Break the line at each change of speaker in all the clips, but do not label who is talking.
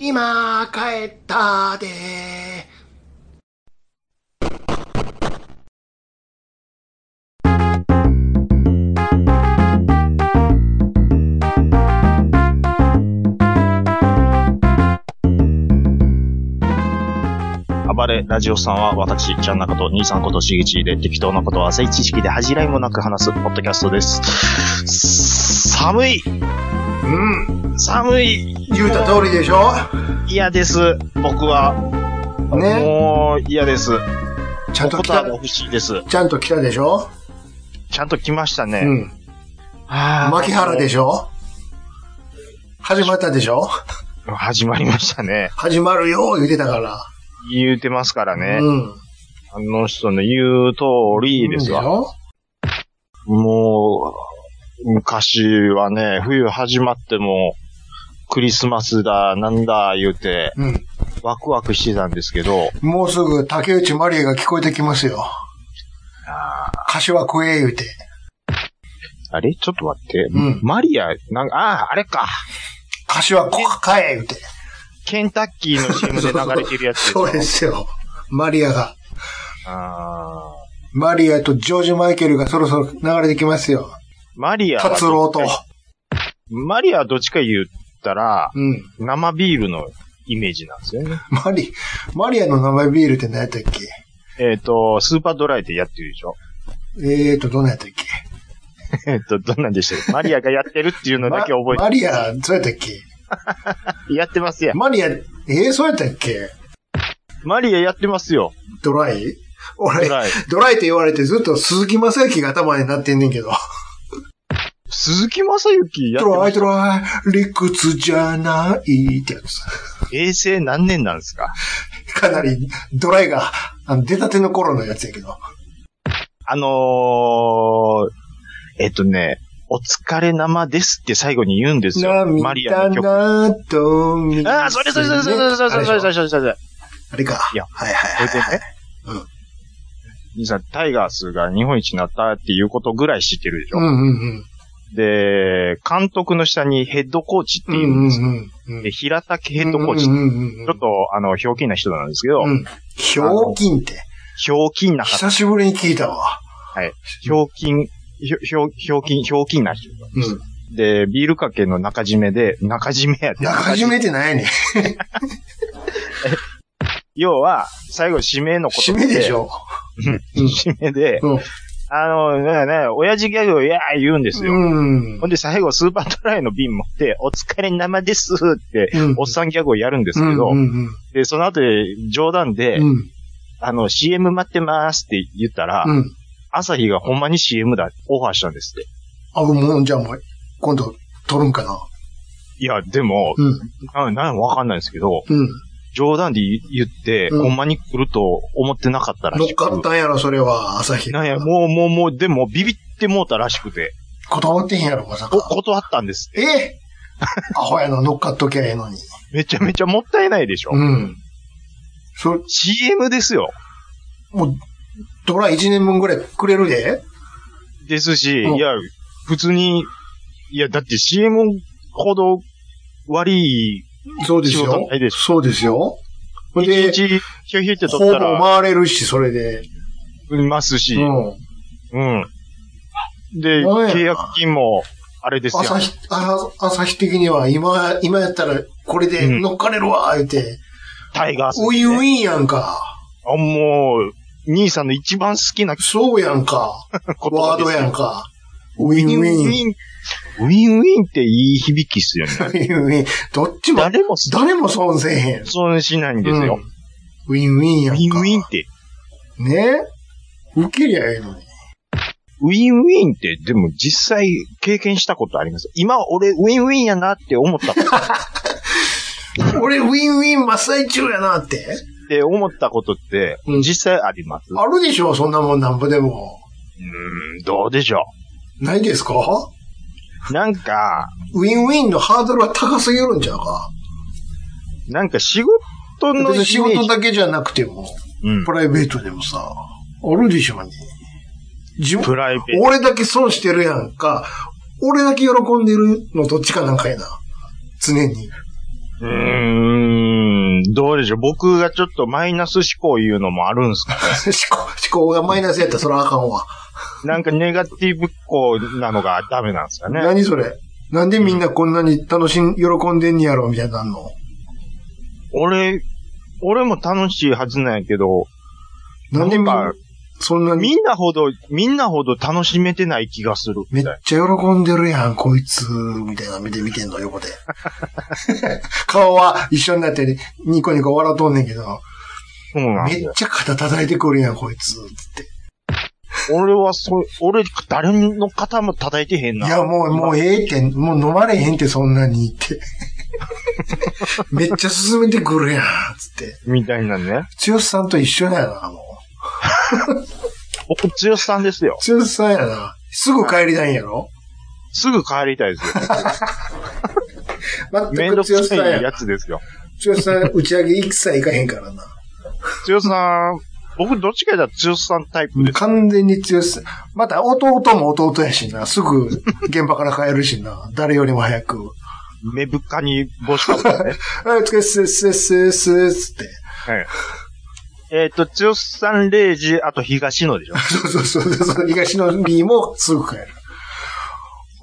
今帰ったで
暴れラジオさんは私、ちゃん中と兄さんことしげちで適当なことは浅い知識で恥じらいもなく話すポッドキャストです。寒い
うん
寒い
言うた通りでしょ
嫌です僕は。
ね
もう嫌です。
ちゃんと
コ
来
タ
た
が欲しいです。
ちゃんと来たでしょ
ちゃんと来ましたね。
うん
は
牧原で
し
しょ始まったでしょ
ょ。始まりましたね。
始まるよ言うてたから
言うてますからね。
うん
あの人の言う通りですわ。
よ
もう、昔はね、冬始まっても、クリスマスだ、なんだ、言うて、
うん
ワクワクしてたんですけど、
もうすぐ竹内まりえが聞こえてきますよ柏食え言うて
あれちょっと待って。
うん
マリア、なんか、ああ、あれか。
柏こか買え言うて
ケンタッキーの CM で流れてるやつです よ
そうですよ。マリアが。
あー
マリアとジョージ・マイケルがそろそろ流れてきますよ。
マリアは、
達郎と。
マリアはどっちか言ったら、
うん。
生ビールのイメージなんですよね。
マリ、マリアの名前ビールって何やったっけ
えっ、と、スーパードライでやってるでしょ。
えーと、どんなんやったっけ
えっ、と、どんなんでしたっけマリアがやってるっていうのだけ覚えて、
マリア、そうやったっけ
やってますやん。
マリア、えー、そうやったっけ
マリアやってますよ。
ドライ俺、
ド
ドラ
ライ
イって言われてずっと鈴木正幸が頭になってんねんけど。
鈴木正幸や
ド
って
ラ
ま
イドライ、理屈じゃないってやつ。
平成何年なんですか
かなりドライが、あの出たての頃のやつやけど。
あのー、えっとね、お疲れ生ですって最後に言うんですよ。マリアの曲。
涙
あ
なと見せ
あ、それそれそれそれそれそれそれそれ
ね
それそれそれ。
あれか。
いや
はいはい
それでね
うん。
兄さん、タイガースが日本一になったっていうことぐらい知ってるでしょ
う。んうん
で、監督の下にヘッドコーチって
うん。
いうんですよ。
んうん
で、平田ヘッドコー
う
チ。ち
んうんうんうん
ょっと、あの、ひょうきんな人なんですけど
う、ん。ひょうきんって。
ひょうきんな方、
久しぶりに聞いたわ。
ひょうきん、ひょひょひょうきん、ひょうきんな人。
うん。
で、ビールかけの中締めで、中締めやって。
中締めって何やねん。
要は、最後、締めのこと
締めでしょ。
締めで、
うん
あの、ねえねえ、親父ギャグをいやー言うんです
う
よ。
ん。
ほんで、最後、スーパードライの瓶持って、お疲れ生ですって、
うん
おっさんギャグをやるんです
う
け
ん
ど、
うんうん
で、その後で、冗談で、
うん
あの、CM 待ってますって言ったら、
うん。
朝日がほんまに CM だ、オファーしたんですって。
あ、もう、じゃあもう、今度、撮るんかな。
いや、でも、
うん。
な、なんわかんないんですけど、
うん。
冗談で言言って、
うん
ほんまに来ると思ってなかったら
乗っ
しく。
かったんやろ、それは、朝日。
なんや、もうもうもう、でもビビってもうたらしくて、
断ってへんやろ、まさ
お
か。
断ったんです。
えアホやな、乗っかっときゃええのに。
めちゃめちゃもったいないでしょ。
うん。それ、
CM ですよ。
もう、ドラ1年分ぐらいくれるで
ですし、
うん
いや、普通に、いや、だって CM ほど悪い、
そうです
仕事
よ
ないで。しょ
そうですよ。ほんで、
一日、ひょいひょいって
ほぼ
取ったら、
回れるし、それで。
いますし、
う
う
ん。
ん。で、
なんや
契約金も、あれですよ。
朝日、あ朝日的には、今、今やったら、これで
うん
乗っかれるわ、言って。
タイガース、
ウィンウィンやんか。
あ、もう、兄さんの一番好きな言
そうやん か。
葉
ワー
です
ド
よ
やんか。ウィ
ウ
ン
ィン
ウ
ウ
ィン。
ィン。ウィンウィンっていい響きっすよね。
ウィンウィン。どっちも、
誰もそ
誰も損せえへん。
損しないんですよ。
うん。ウィンウィンや
ウ
んか。
ィンウィンって、
ね受けりゃええのに。
ウィンウィンって、でも実際経験したことあります。今俺ウィンウィンやなって思ったこと。
俺ウィンウィン真っ最中やなって。
って思ったことって
うん、
実際あります、
あるでしょそんなもんなんぼでも。
うん、どうでしょ
ないですか
う。なんか、
ウィンウィンのハードルは高すぎるんちゃうか
なんか仕事のイ
別
メー
に
ジ。
仕事だけじゃなくても、
うん
プライベートでもさ、あるでしょうね。自分
プライベート。
俺だけ損してるやんか、俺だけ喜んでるのどっちかなんかやな。常に。
うーん、どうでしょう。僕がちょっとマイナス思考いうのもあるんす か
思考、思考がマイナスやったらそれはあかんわ。
なんかネガティブっ子なのがダメなんですかね。
何それなんでみんなこんなに楽しん、喜んでんねやろみたいになんの
俺、俺も楽しいはずなんやけど、
なんでみん
な
なん
か、
そんなに
みんなほど、みんなほど楽しめてない気がする。
めっちゃ喜んでるやん、こいつ、みたいな目で見てんの、横で。 顔は一緒になって、ニコニコ笑うとんねんけど、
そうなん
めっちゃ肩叩いてくるやん、こいつ、って。
俺はそ、俺、誰の肩も叩いてへんな。
いや、もう、もうええって、もう飲まれへんって、そんなにって。 めっちゃ進めてくるやん、つって。
みたいなね。
剛さんと一緒やな、も
お強さんですよ。
う。剛さんやな。すぐ帰りたいんやろ
すぐ帰りたいですよ。め
全く
ん
剛
どく
さん
さい
や
や。つですよ。
剛さん、打ち上げ一切行かへんからな。
強さん、僕どっちかだったら強さんタイプです。
完全に剛さん。また、弟も弟やしな。すぐ、現場から帰るしな。誰よりも早く。
目深に帽子かぶ ってね。
あ、お疲れっす、す、す、す、すって。
はい。えっ、と、強さん0時、あと東野でしょ。
そうそうそうそう。東の B もすぐ帰る。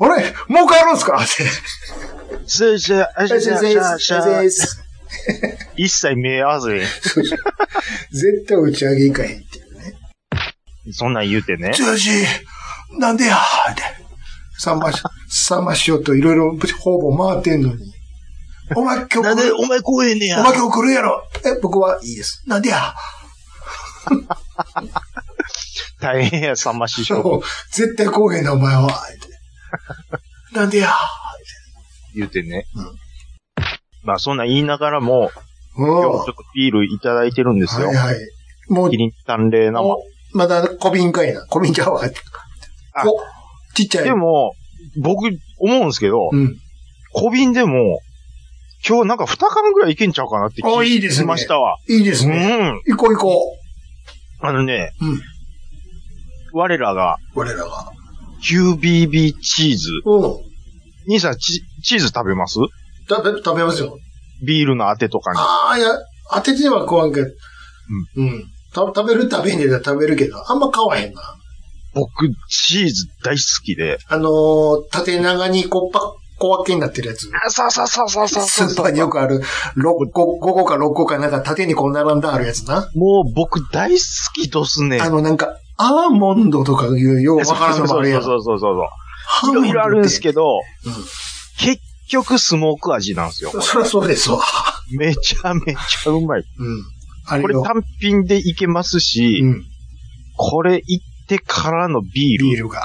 あれもう帰るんすかって。
せいせい、あしゃしゃしゃしゃ
絶
一切目合わず
対打ち上げいかへんっていうね。
に、そんなん言うてね。
剛なんでやって。さんまし、さんましようといろいろ方々回ってんのに。お前今日来る、
前来えへんね
お前今日来るやろ。え、僕はいいです。なんでや。
大変や、さんま師匠。
そう絶対来へんな、お前は。ってなんでや。
言うてね。
うん
まあ、そんなん言いながらも、
うん。
今日ちょっとビールいただいてるんですよ。
はいはい。もう
キリンさん霊生。
おまだ小瓶かいな。小瓶ちゃうわ。
あ
こちっちゃい。
でも、僕、思うんですけど、
うん。
小瓶でも、今日なんか二缶ぐらいいけんちゃうかなって
おいい
気
で
が
すね
しましたわ。
いいですね。
うん。
行こう行こ
あのね、
う。うん。
我らが
我らが。
QBB チーズ。
うん。
兄さん、チチーズ食べます
だ、だ、食べますよ。
ビールのあてとかに。
ああ、いや、当てては食わんけど。うん。うん。た食べる食べへんで食べるけど、あんま買わへんな。
僕、チーズ大好きで。
あのー、縦長にこっぱ、小分けになってるやつ。
あ、そうそうそうそうそう
ス
そう
ーパーによくある、6個、5個か6個かなんか縦にこう並んだあるやつな。
もう僕大好きどすね。
あのなんか、アーモンドとかいうようわからんのもあるやん。
そうそうそうそうそう。い
アーモンドっ
ろ
て
いろあるんですけど、
うん
結局スモーク味なんですよ。
そりゃそうですわ。
めちゃめちゃうまい。
うん。あ
これ
れを
単品でいけますし、
うん。
これいってからのビール、
ビールが。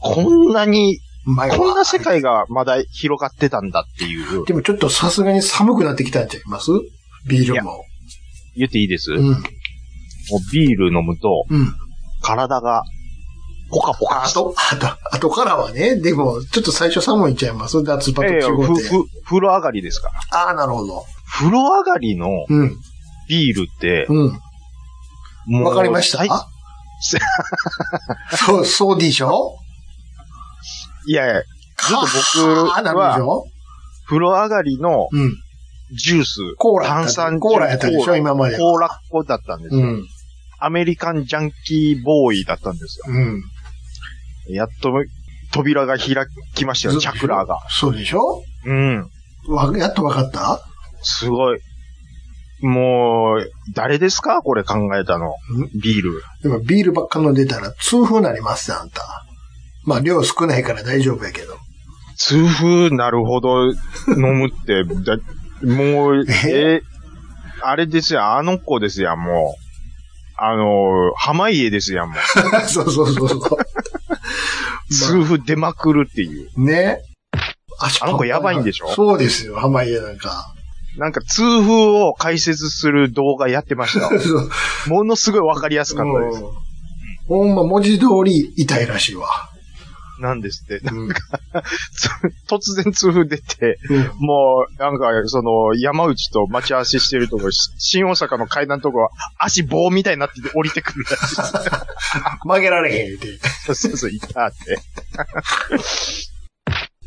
こんなに、
うまいわ
こんな世界がまだ広がってたんだっていう、
でもちょっとさすがに寒くなってきたんちゃいますビールも。
言っていいです、
う。
もうんビール飲むと
うん。
体がポカポカ
あ
して、
と、あと、あとからはね、でも、ちょっと最初寒いんちゃいます脱パと
え
違
えふ
うて。
ふ風呂上がりですから。
ああ、なるほど。
風呂上がりの
うん。
ビールって、
う
も
ん。
う
わかりました
最せ
そう、そうでしょ
いやいや、ずっと
はあな
僕
るでし
は、
ょ
風呂上がりの
うん。
ジュース、
コーラやったで
炭酸ジュース
コーラやったでし
コー
ょ
ラ
今まで。
コーラっ子だったんです
う
よ、
ん。
アメリカンジャンキーボーイだったんですよ。
うん。
やっと扉が開きましたよ、チャクラが。。
そうでしょ
うん。
わ、やっとわかった
すごい。もう、誰ですかこれ考えたの
ん。
ビール。
でもビールばっか飲んでたら痛風になりますよ、あんた。まあ、量少ないから大丈夫やけど。
痛風なるほど飲むって、 だもう、え、あれですやん、あの子ですやん、もう。あの、濱家です やん、もう。
そうそうそうそう。
痛風出まくるっていう。
ね。足
あの子やばいんでしょ
そうですよ、濱家なんか。
なんか痛風を解説する動画やって ました。
そう
ものすごいわかりやすかったです。
うんほんま文字通り痛いらしいわ。
なんですって。
うん
つ突然痛風出て、もう、なんか、その、山内と待ち合わせしてるとこ、し新大阪の階段のとこ、足棒みたいになってて降りてくるらしいです。
曲げられへんって。
そうそうそう、いたっ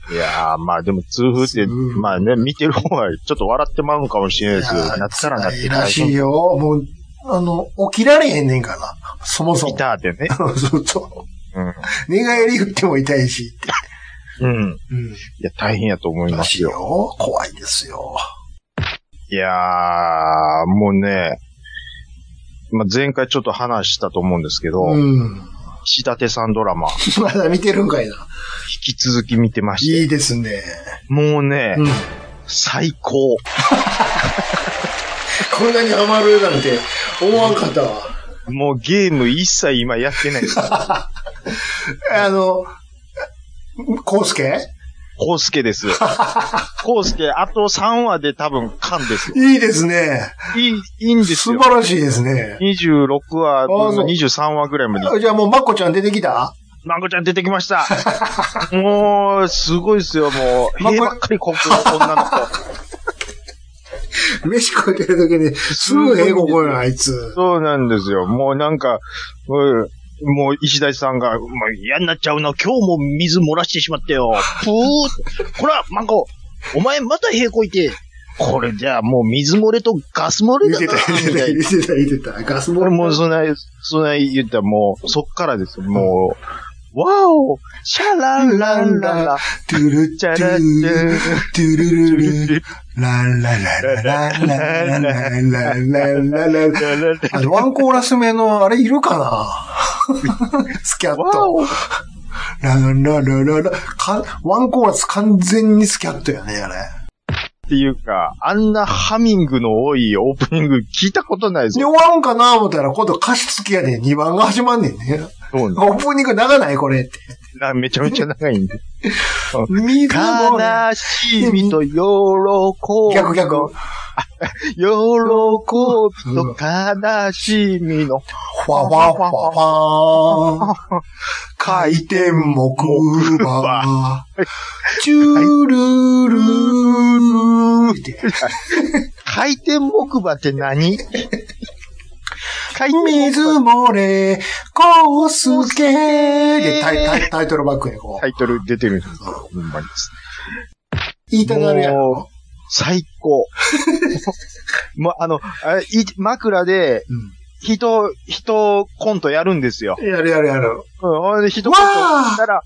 て。 いやー、まあでも痛風って、
うん
まあね、見てる方がちょっと笑ってまうんかもしれないですけど、なったらなっ
い
て
や辛いらしいよ。もう、あの、起きられへんねんから。そもそ
い
も。
たってね。
そうそう。寝返り打っても痛いしって。
うん。うん。
うん。
いや、大変やと思い
ら
ま
し
す
い
よ。
よ。怖いですよ。
いやー、もうね、まあ前回ちょっと話したと思うんですけど、
うん。
石立さんドラマ、
まだ見てるんかいな。
引き続き見てまして、
いいですね。
もうね、
うん。
最高。
こんなにハマるなんて思わんかったわ。
もうゲーム一切今やっ てないです。
あの、コウスケ
コウス ケです。コウスケ、あと3話で多分完ですよ。
いいですね。
いい、いいんです
素
よ。
晴らしいですね。
26話、
あそう
23話ぐらいまで。
じゃあもうまっこちゃん出てきた
マンコちゃん出てきました。もう、すごいですよ、もう。
マン
塀
コ
ばっかりこく女の子。
飯食ってる時に、すぐ英語声のあいつ。
そうなんですよ。もうなんか、うんもう石田さんが、もう嫌になっちゃうな。今日も水漏らしてしまったよ。ぷーって。こら、マンコ、お前また塀こいて。これじゃあもう水漏れとガス漏れ
言っ
だ
て
な
た、言っ
み
て
た
た、
いな
言ってた、言ってた。ガスボ
俺
ル
もうそんな、そんな言ったらもう、そっからですよ、もう、わおシャランランランラ
トゥル
チ
チャ
ャ
ラト
ラチ
ゥ
ャ
トゥルルルル
ル
ランラララランララランララララ
ララ
あの、ワンコーラス目の、あれいるかなスキャッ
わ
ト。
お
ラララララかワンコーラス完全にスキャットやね、あれ。
っていうか、あんなハミングの多いオープニング聞いたことないです
で、終
よ。
わるんかな思ったら、今度歌詞付きやで2番が始まんねんね。
そうね
オープニング長ないこれって。
なめちゃめちゃ長いんで。
水もね
悲しみと喜び。
逆逆。
喜びと悲しみの
ファファファファーン。回転木馬。チュールルルーって。
回転木馬っ て何回転木馬
水漏れ、コースケでタイタイタイトルバックにこ
タイトル出てるんですよ。ほんまにです。
う、言いたなるやろ
も。最高。もう、あの、あれい枕で、人、人コントやるんですよ。
うんやるやるやる。
うん、ほんで人コントしたら、わ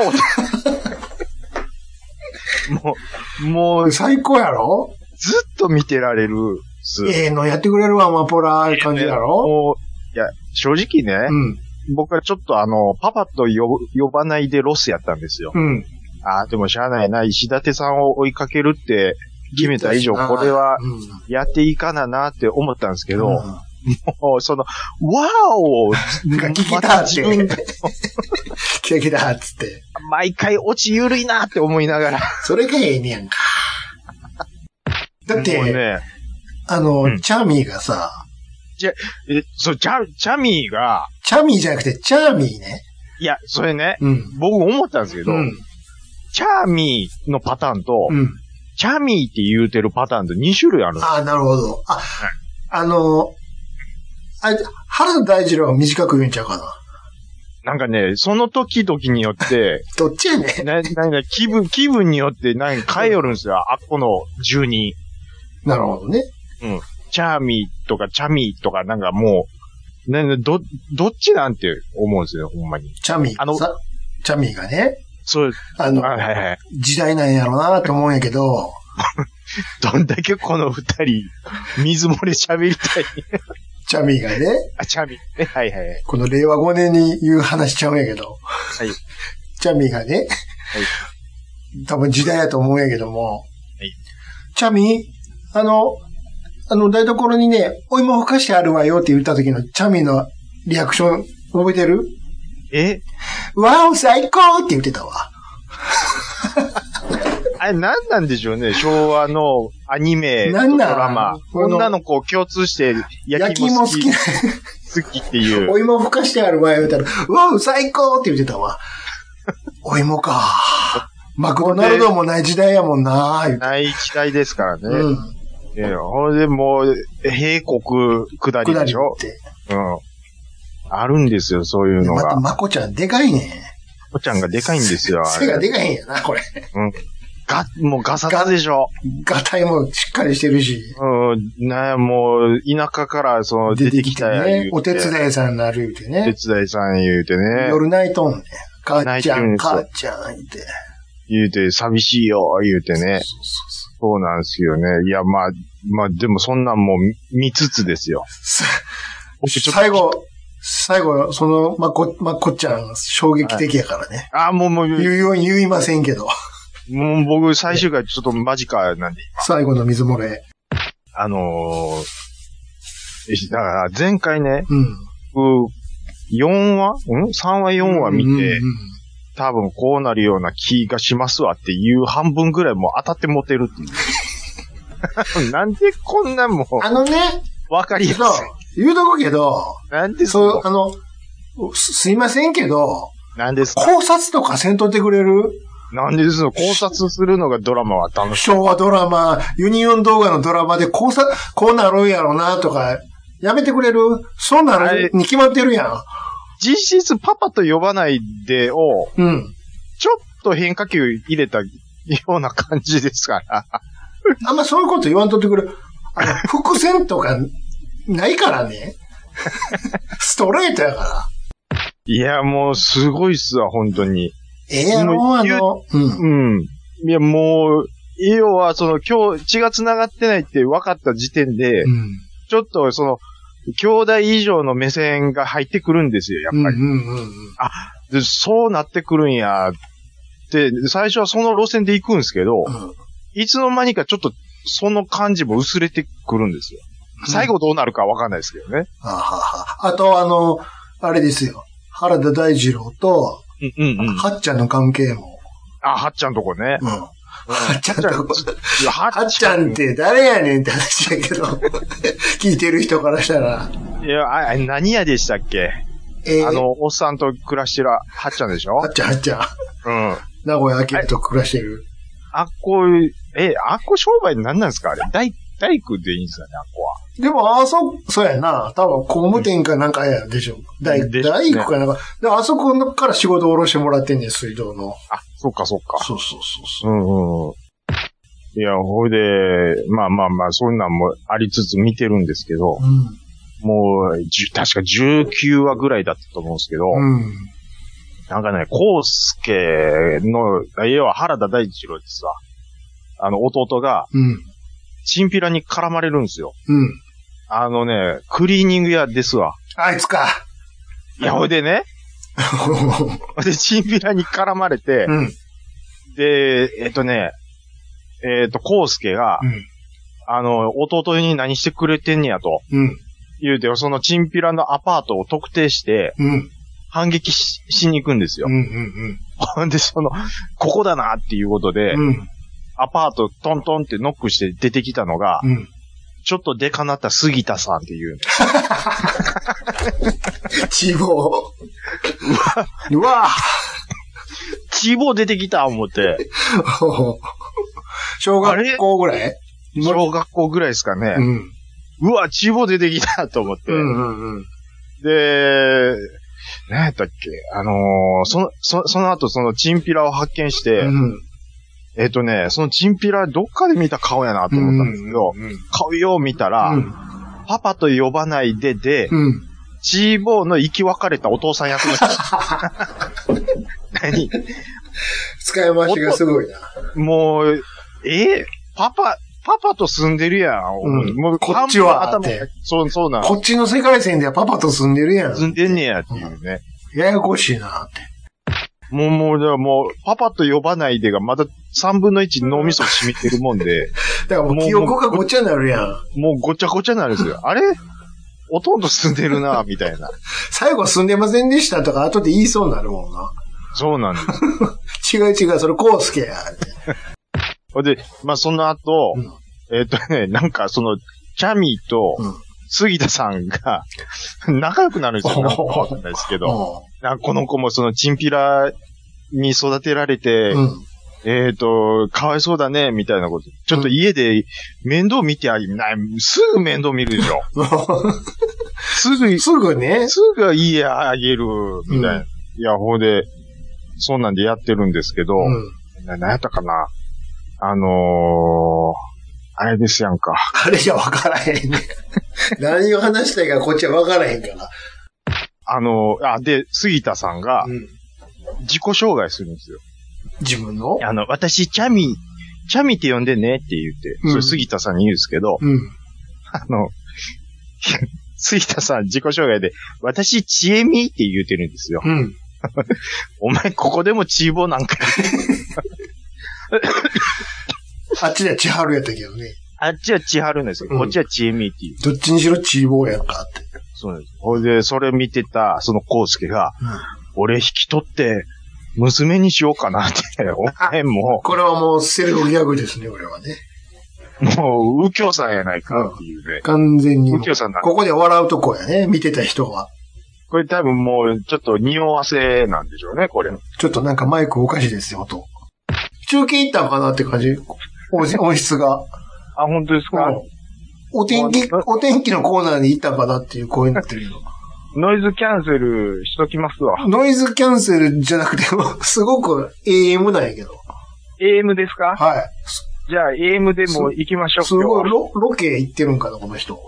ーおもう、もう、ず
最高やろ
っと見てられるっす。
ええのやってくれるわ、アマポラー感じやろ
もう、いや、正直ね、
うん。
僕はちょっとあの、パパと呼ぶ呼ばないでロスやったんですよ。
うん。
ああ、でもしゃあないな、石立さんを追いかけるって決めた以上、これは
うん、
やっていいかななって思ったんですけど、
うん
もうその、わーお
なんか聞き
ま
た
た
っ
自
て。聞
分が
きた来たっつって。
毎回落ちゆるいなって思いながら。
それがええねやんか。だっ
もう
て、
ね、
あの、
うん
チャーミーがさ、
え、そう、チャ、チャミーが、
チャーミーじゃなくてチャーミーね。
いや、それね、
うん。
僕思ったんですけ
う
ど、
ん。
チャーミーのパターンと、
うん。
チャミーって言うてるパターンと2種類あるんですよ
ああ、なるほど。あ、あの、あ原田大二郎は短く言うんちゃうかな。
なんかね、その時々によ って、
どっちやねん。
な、なんだ、気分、気分によって、なんか変えよるんですよ。あっこの住人。
なるほどね。
チャーミーとかチャミーとか、なんかもう、ね、ど、どっちなんて思うんですよ、ほんまに。
チャミー。
あの
さチャミーがね、
そう、
あ
あ
の、
はいはい。
時代なんやろうなと思うんやけど、
どんだけこの二人、水漏れ喋りたい。
チャミーがね、
あ、チャミーね。はいはいはい。
この令和5年に言う話しちゃうんやけど、
はい。
チャミーがね、多分時代やと思うんやけども、
はい
チャミー、あの、あの台所にね、お芋ふかしてあるわよって言った時のチャミーのリアクション覚えてる
え
わお、最高って言ってたわ。
あれ何なんでしょうね昭和のアニメ、
何
ド
なん
ラマ。
この
女の子共通して焼
焼
き
き
芋
芋
好
好
き
きな、
好きっていう。
お芋ふかしてあるわよ、みたいな。うわ、最高って言ってたわ。お芋か。 マクドナルドもない時代やもんな、言うて
ない時代ですからね。
うん。
ええほんでもう、閉国下り
下
で
り
しょ
って。
うん。あるんですよ、そういうの
ま
が。
た、まこちゃんでかいね。
おちゃんがでかいんですよ、あ
背が
れ。
でかいんやな、これ。
が、もうガサツでしょ。
ガタイもしっかりしてるし。
うん、ねもう、田舎から、その、出てきたや
ね。お手
い。
伝いさんになる言うて
お手
ね。
伝いさん言うてね。
夜泣いとんね。母
泣い
ち
て
ゃ
るん
ん、
ですよ
母ちゃん言うて。
言うて、寂しいよ、言うてね。
そうそ
そうなんですよね。いや、まあ、まあ、でもそんなんもう見見つつですよ。
うそう。
僕ちょっと
最後、最後、その、まこ、まこちゃん、衝撃的やからね。
あ、もう、もう、
言うように言いませんけど。
もう僕、最終回ちょっとマジか、なんで。
最後の水漏れ。
あのー、だから、前回ね、
うん。
僕、4話ん ?3 話4話見て、
うんうん
多分こうなるような気がしますわっていう半分ぐらいもう当たって持てるっていう。 なんでこんなも
うんあのね、
う、わかりやすい
そう。言うとこけど、
なんです
そう、
か
あの、すすいませんけど、
なんですか
考察とかせんとってくれる
なんですの考察するのがドラマは楽しい。
昭和ドラマ、ユニオン動画のドラマで考察、こうなるんやろなとか、やめてくれるそうな
あれ
るに決まってるやん。
実質パパと呼ばないでを、
うん。
ちょっと変化球入れたような感じですから。
あんまそういうこと言わんとってくれる。あ の、伏線とか、ないからね。ストレートやから。
いや、もうすごいっすわ、本当に。
ええやろ、あの、うん。
うん。いや、もう、要は、その、今日、血が繋がってないって分かった時点で、
うん。
ちょっと、その、兄弟以上の目線が入ってくるんですよ、や
うん
っ
う
ぱ
ん
り。
うんうん。
でそうなってくるんや、って、最初はその路線で行くんですけど、
うん
いつの間にかちょっと、その感じも薄れてくるんですよ。最後どうなるか分かんないですけどね。
あはは。あと、あの、あれですよ。原田大二郎と、
うんうんうん。
はっちゃんの関係も。
あ、はっちゃんとこね。
うん。はっちゃんとこ、
いやは
はっちゃんっ。て誰やねんって話やけど、聞いてる人からしたら、
いや、ああ何やでしたっけ
えー、
あの、おっさんと暮らしてるはっちゃんでしょ
はっちゃんはっちゃん、
うん。
名古屋明けと暮らしてる。
あっこ、え、あっこ商売何なんですかあれ大、大工でいいんですかね、あっこは。
でも、あそ、そうやな。多分、工務店かなんかやでしょ。大、
でしょうね
大工かなんか。で、あそこのから仕事を下ろしてもらってんねん、水道の。
あ、そっかそっか。
そうそうそうそうう。
んうんうん。いや、ほいで、まあまあまあ、そんなんもありつつ見てるんですけど、
う
もう、じゅ確か19話ぐらいだったと思うんですけど、
ん。うん。
なんかね、コウスケの、要は原田大二郎ですわ。あの、弟が、
うん。
チンピラに絡まれるんですよ。
うん。
あのね、クリーニング屋ですわ。
あいつか。
いや、ほいでね、ほいで、チンピラに絡まれて、
うん。
で、えっ、とね、えっ、と、コウスケが、
うん
あの、弟に何してくれてんねやと、
うん。
言うて、そのチンピラのアパートを特定して、
うん。
反撃ししに行くんですよ
うん。。うん。
ほん で、その、ここだなっていうことで、
うん。
アパートトントンってノックして出てきたのが、
うん。
ちょっとデカなった杉田さんっていう。
地方。うわぁ。
チーボー出てきた思って、
小学校ぐらい
小学校ぐらいですか
う
ね。
ん。
うわ、チーボー出てきたと思って。
うんうん
で、何やったっけあのーその、そその後そのチンピラを発見して、
うん。
えっ、とね、そのチンピラどっかで見た顔やなと思ったんですけど、
うん。
顔よう見たら、パパと呼ばないでで、
うん。
チーボーの生き別れたお父さん役 の人。何
使い回しがすごいな。
もう、えーパパ、パパと住んでるやん。
うん
もう
こっちは
半分
っ
頭
て、
そう、そうなん。
こっちの世界線ではパパと住んでるやん。
住んでんねやっていうね。
ややこしいなって。
もう、もう、だからもう、パパと呼ばないでがまだ3分の1脳みそ染みてるもんで、
だからもう記憶がごっちゃになるやん。
もうごちゃごちゃになるんですよ。あれ弟住んでるな、みたいな。
最後住んでませんでしたとか後で言いそうになるもんな。
そうなんです。
違う違う、それコウスケや。
ほんで、まあ、その後、
うん
えっ、とね、なんか、その、チャミーと
うん、
杉田さんが、 仲良くなるんですよ。なんかわかんないですけど。なんかこの子もその、チンピラに育てられて、
うん。 うん。
えっ、と、かわいそうだね、みたいなこと。ちょっと家で面倒見てあげない、すぐ面倒見るでしょ。す ぐ、
すぐね。
すぐ家あげる、みたいな。
うん
いや、ほうで、そんなんでやってるんですけど、
うん。
な、なんやったかな。あのー、あれですやんか。
あれじゃ分からへんね。 何を話したいかこっちは分からへんから。
あのー、あ、で、杉田さんが
うん。
自己紹介するんですよ。
自分の
あの、私、チャミ、チャミって呼んでねって言って、
うん
それ杉田さんに言うんですけど、
うん。
あの、 杉田さん自己紹介で、私、ちえみって言うてるんですよ。
うん。
お前、ここでもちーぼーなんか、
あっちでは千春やったけどね。
あっちはちはるんですよ。
うん
こっちはちえみっていう。
どっちにしろチーボーやんかって。
そうなんです。ほいで、それ見てた、そのコウスケが、
うん
俺引き取って、娘にしようかなって、 お前も
これはもうセルフギャグですね、俺はね。
う、もう、右京さんやないかっていうね。
完全に。
右京
こ
さんだ。
こで笑うとこやね、見てた人は。
これ多分もう、ちょっと匂わせなんでしょうね、これ。
ちょっとなんかマイクおかしいですよ、音。中継行ったのかなって感じ。音 音質が。
あ、本当ですか、
お天気、お天気のコーナーに行ったんかなっていう声になってるよ。
ノイズキャンセルしときますわ。
ノイズキャンセルじゃなくて、 すごく AM なんやけど。
AM ですか
は
じゃあ AM でも行きましょ
い。
う。
すごい
今日は
ロ、ロケ行ってるんかな、この人。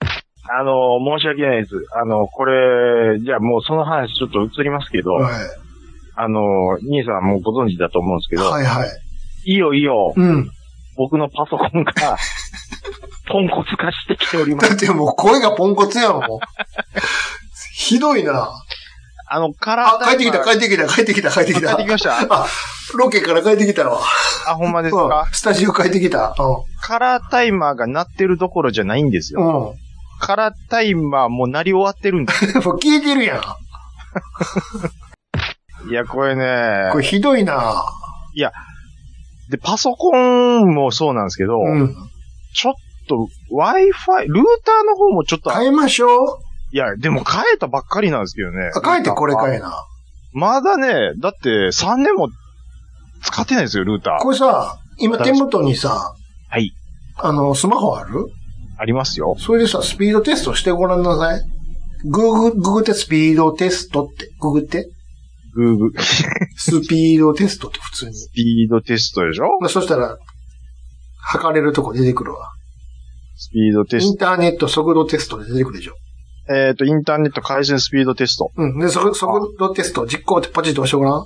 あの、申し訳ないです。あの、これ、じゃあもうその話ちょっと移りますけど、
は
あの、兄さんもうご存知だと思うんですけ
い。
ど、
はいはい。
い、よいよ、
うん。
僕のパソコンが、 ポンコツ化してきておりま す。
だってもう声がポンコツやん、 もう。ひどいな。
あの、カラ
あ
ー、タ
帰
イ
っ
マー
てきた、帰ってきた、帰ってきた、帰ってき
あ
た
帰って。きました。
あ、ロケから帰ってきたわ。
あ、ほんまです
うん
か。
スタジオ帰ってきた。
カラータイマーが鳴ってるどころじゃないんです
う
よ。
ん。うん。
カラータイマーもう鳴り終わってるんです。
もう消えてるやん。
いや、これね
こ、れひどいな。
で、パソコンもそうなんですけど、
うん。
ちょっと Wi-Fi、ルーターの方もちょっと、
変えましょう。
いや、でも変えたばっかりなんですけどね。
あ、帰ってこれか
え。
いな。
まだね、だって3年も使ってないですよ、ルーター。
これさ、今手元にさ、
はい。
あの、スマホある
ありますよ。
それでさ、スピードテストしてごらんなさい。グーグ、ググってスピードテストって、ググって、
Google。
スピードテストって普通に。
スピードテストでしょ
まあ、そしたら、測れるとこ出てくるわ。
スピードテ
イン
ス
ターネット速度テストで出てくるでしょ。
ト。えっ、と、インターネット回線スピードテスト。
うん。で、速速度テスト、実行ってポチッと押してごらん。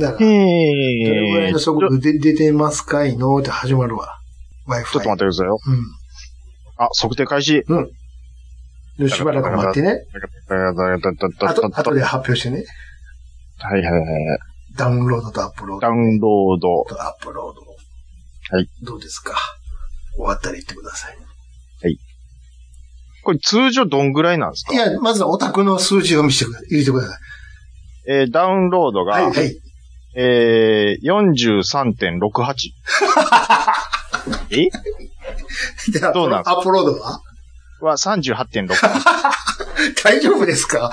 なら、
へ
どれぐらい
え。
の
ちょ
速度で出てますかいのって始まるわ。Wi-Fi。
ちょっと待ってくださいよ。
うん。
あ、測定開始。
で、しばらく待ってね。あと、あと
は
で発表してね。
いはいはい。
ダウンロードとアップロード
ダウンロード。
とアップロード。
はい。
どうですか終わったら言ってください。
これ通常どんぐらいなんですか
いや、まずはオタクの数字を見せてください。入れてください。
えーダウンロードが、
はい、はい。
えー、43.68。え
で、アップ
ど
ロ
うなん
ードアップロードは
は38.6。
大丈夫ですか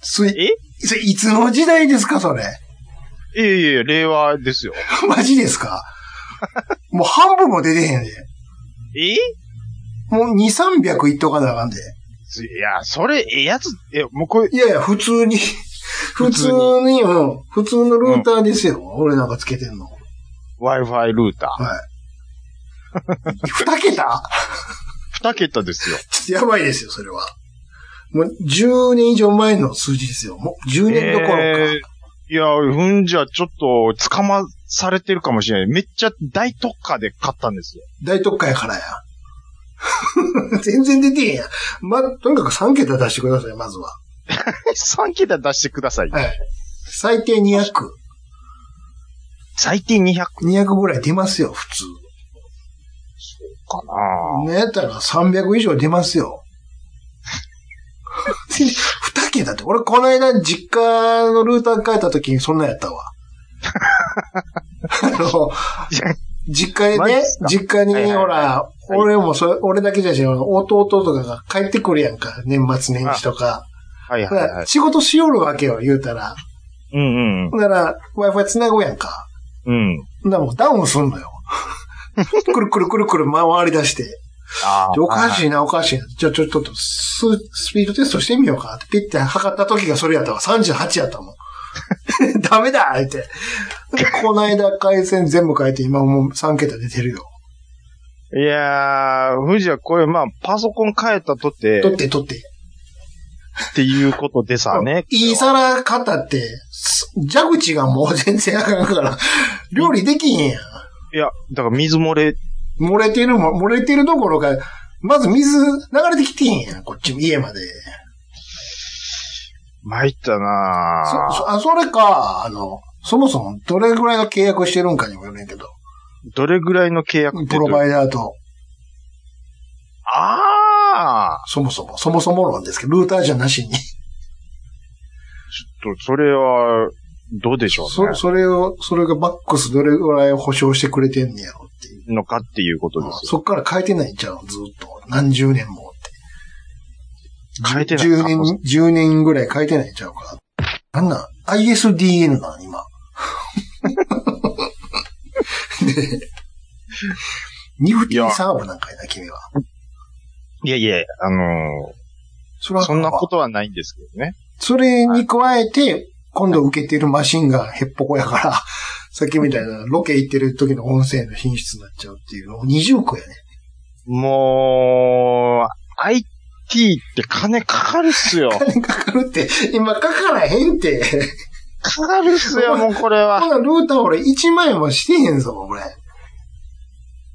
それ、
え
それいつの時代ですかそれ。
いえいえ、令和ですよ。
マジです かもう半分も出てへんで。
え
もう2、300いっとかなあかんで。
いや、それ、ええやつ、え、もうこれ、
いやいや、普通 に。普通に、うん。普通のルーターですよ。俺なんかつけてんの。
Wi-Fi ルーター。
はい。二桁
2桁ですよ。
ちょっとやばいですよ、それは。もう10年以上前の数字ですよ。もう10年どころか。
えーいや、ふんじゃ、ちょっと、捕まされてるかもしれない。めっちゃ大特価で買ったんですよ。
大特価やからや。 全然出てへんやん。ま、とにかく3桁出してください、まずは。
3桁出してください。
はい。最低200。
最低200か
200ぐらい出ますよ、普通。
な
ねやったら300以上出ます よ。 二桁って、俺この間実家のルーター変えた時にそんなんやったわ。あの、実家
マジっ
です
か、
実家に、
はいはいはい
ほら、
い
俺もそれ、俺だけじゃし、弟とかが帰ってくるやんか、年末年始とか。
はいはいは
だから
い。
仕事しよるわけよ、言うたら。
うんうん。
なら、Wi-Fi 繋ごうやんか。
うん。
な、もうダウンすんの よ。くるくるくるくる回り出して。
あ
でおか
い。
しいな、おかしいな。じゃあ、ちょ、ちょっとス、スピードテストしてみようか。って言って測った時がそれやったわ。38やったもん。 ダメだ言って。でこの間回線全部変えて、今もう3桁出てるよ。
いやー、藤はこれ、まあ、パソコン変えたとって、
取って取って。
っていうことでさね。
いい皿買ったって、す蛇口がもう全然あかんから、料理できへんやん。
いや、だから水漏れ、
漏れてるも、漏れてるどころか、まず水流れてきてへんやん、こっち、家まで。
参った
そ
なぁ。
そあ、それか、あの、そもそもどれぐらいの契約してるんかにもよるんやけど。
どれぐらいの契約って
プ
ど
ロ
う
バイダーと、
ああ
そもそも、そもそも論ですけど、ルーターじゃなしに。
ちょっと、それは、どうでしょう
そ
ね。
それを、それがバックスどれぐらい保証してくれてんねやろっていう。
のかっていうことですよ。
そっから変えてないんちゃうずっと。何十年もって。
変えてない
10年、10年ぐらい変えてないんちゃうか。なんなん ?ISDN なん 今。で、ニフティーサーブなんかやな、君は。
いやいや、あの
それ
ー
は
そんなことはないんですけどね。
それに加えて、今度受けてるマシンがヘッポコやから、 さっきみたいなロケ行ってる時の音声の品質になっちゃうっていうのを二重苦やね。
もう、IT って金かかるっすよ。
金かかるって、今かからへんって。
かかるっすよ、もうこれ
こん
は。
なルーター俺1万円もしてへんぞ、俺。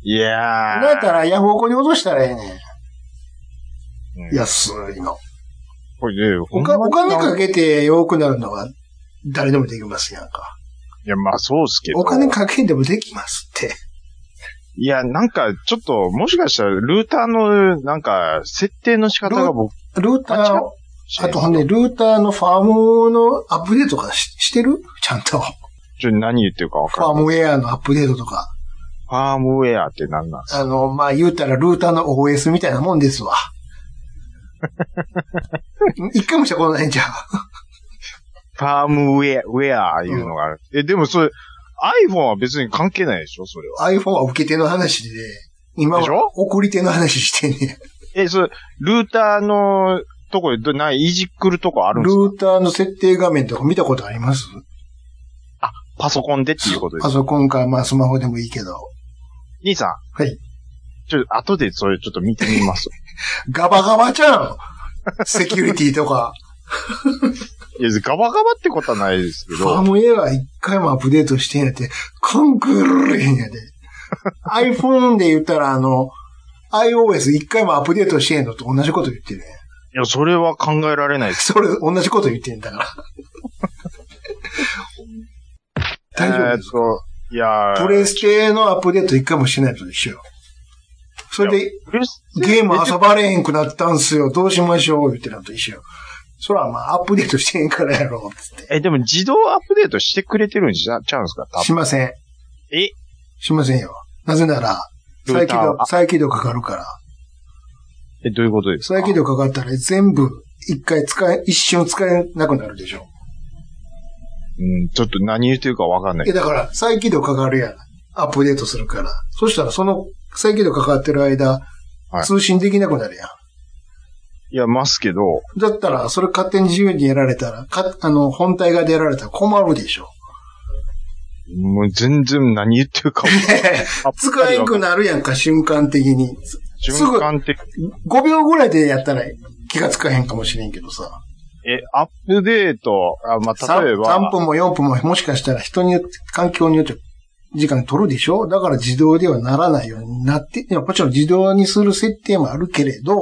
いやー。
だったらヤフオクに落としたらええね
う
ん。
ん
安いの。
これねほ
お
ん
か
ま
お
に
金かけて良くなるのは誰でもできますやんか。
いや、まあそうっすけど。
お金かけんでもできますって。
いや、なんか、ちょっと、もしかしたら、ルーターの、なんか、設定の仕方が僕、
ルーター
あ違う、
あとほんで、ルーターのファームのアップデートとかししてるちゃんと。
ちょっと何言ってるかわ
フ
か
ァー
んない。
ムウェアのアップデートとか。
ファームウェアって何なんですか
あの、まあ、言うたらルーターの OS みたいなもん ですわ。一回もしたことないんじゃん。
ファームウェア、ウェアいうのがある。え、でもそれ、iPhone は別に関係ないでしょそれは。
iPhone は受け手の話で、今
でしょ
は送り手の話してんねん
え、それ、ルーターのとこでど、ない、いじっくるとこあるん
ル
ですか
ーターの設定画面とか見たことあります
パソコンでっていうことです
パ。ソコンか、まあ、スマホでもいいけど。
兄さん。
はい。
ちょっと、後でそれちょっと見て みます。
ガバガバじゃん セキュリティとか。
いや、ガバガバってことはないですけ
ファー
ど。
ムウェアは一回もアップデートしてんやって、カンクルへん やで。iPhone で言ったら、あの、iOS 一回もアップデートしてんのと同じこと言ってるね。
いや、それは考えられないです。
それ、同じこと言ってんだから。 大丈
え
夫
ー
で
っ
すか
と、いやー
プレステのアップデート一回もしてないと一緒よ。それで、
プレステ
ゲーム遊ばれへんくなったんすよ。どうしましょう言ってなと一緒よ。そら、まあ、アップデートしてへんからやろ。つって。
え、でも自動アップデートしてくれてるんじゃちゃうんですか多
しません。
分。え
しませんよ。なぜなら、
ルー
再
タ
起
ー
動
は、
再起動かかるから。
え、どういうことですか
再起動かかったら全部、一回使え、一瞬使えなくなるでしょ。
うん、ちょっと何言ってるかわかんない
え、。だから、再起動かかるやん。アップデートするから。そしたら、その、再起動かかってる間、
はい
通信できなくなるやん。
いや、ますけど、
だったら、それ勝手に自由にやられたら、か、あの、本体がでやられたら困るでし ょ。
もう全然何言ってるか も。
使えんくなるやんか、瞬間的に。すぐ
瞬間的。
5秒ぐらいでやったら気がつかへんかもしれんけどさ。
え、アップデート、あ、まあ、
さ
例え
3
ば、
分も4分ももしかしたら人によって、環境によって時間取るでしょだから自動ではならないようになって、いやもちろん自動にする設定もあるけれど、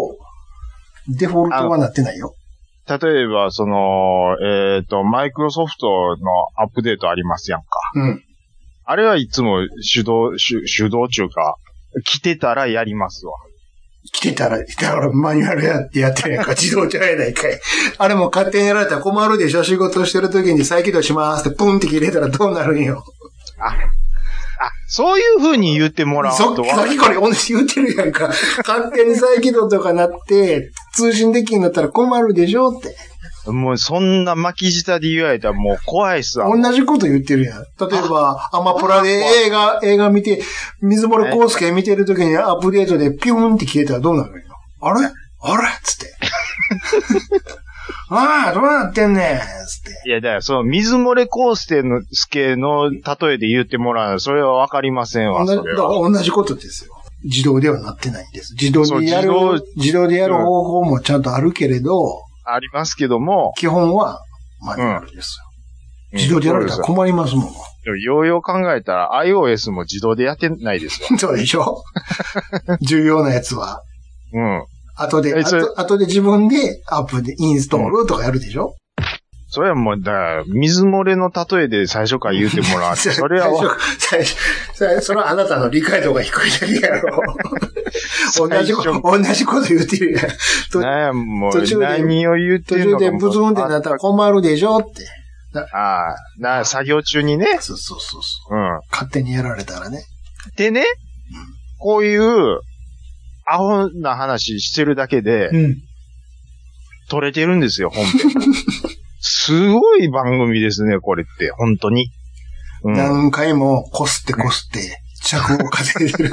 デフォルトはなってないよ。
例えば、その、えっ、と、マイクロソフトのアップデートありますやんか。
うん。
あれはいつも手動、手手動中か、来てたらやりますわ。
来てたら、だからマニュアルやってやってるやんか、自動車やないかい。あれも勝手にやられたら困るでしょ、仕事してる時に再起動しますって、プンって切れたらどうなるんよ。
あ、そういう風に言ってもらう
そ
と
さっ
は。
きこれ同じ言ってるやんか。勝手に再起動とかなって、通信できんだったら困るでしょって。
もうそんな巻き舌で言われたらもう怖いっすわ。
同じこと言ってるやん。例えば、アマプラで映画、映画見て、水森康介見てる時にアップデートでピューンって消えたらどうなるんよ。あれあれつ って。ああ、どうなってんねんつって。
いや、だから、その、水漏れコーステの、スケの例えで言ってもらうの、それはわかりません
同
わ、
じ
それは。
同じことですよ。自動ではなってないんです。自動
そう
でやる、
自
自
動
動でやる方法もちゃんとあるけれど、
ありますけども、
基本はマニュアルですよ。自動でやられたら
そう
困りますもん。
ですよようよう考えたら、iOS も自動でやってないです わ。
そうでし ょ重要なやつは。
うん。
後で、
えそれ
後後で自分でアップでインストールとかやるでしょ、
それはもう、だから、水漏れの例えで最初から言ってもら う。
最初
それはわ、
最初、最初、それはあなたの理解度が低いだけやろ。同じこ
最
と、同じこと言ってるやん。と
ねも
途
う、
中で
何を言って
途
る
中
のか
で
も。
ブツンってなったら困るでしょって。
ああ、な、作業中にね。
そうそうそうそう。
うん。
勝手にやられたらね。
でね、こういう、アホな話してるだけで、
うん。
取れてるんですよ、本編。 すごい番組ですね、これって、本当に。うん、
何回もこすってこすって、着を稼い でる。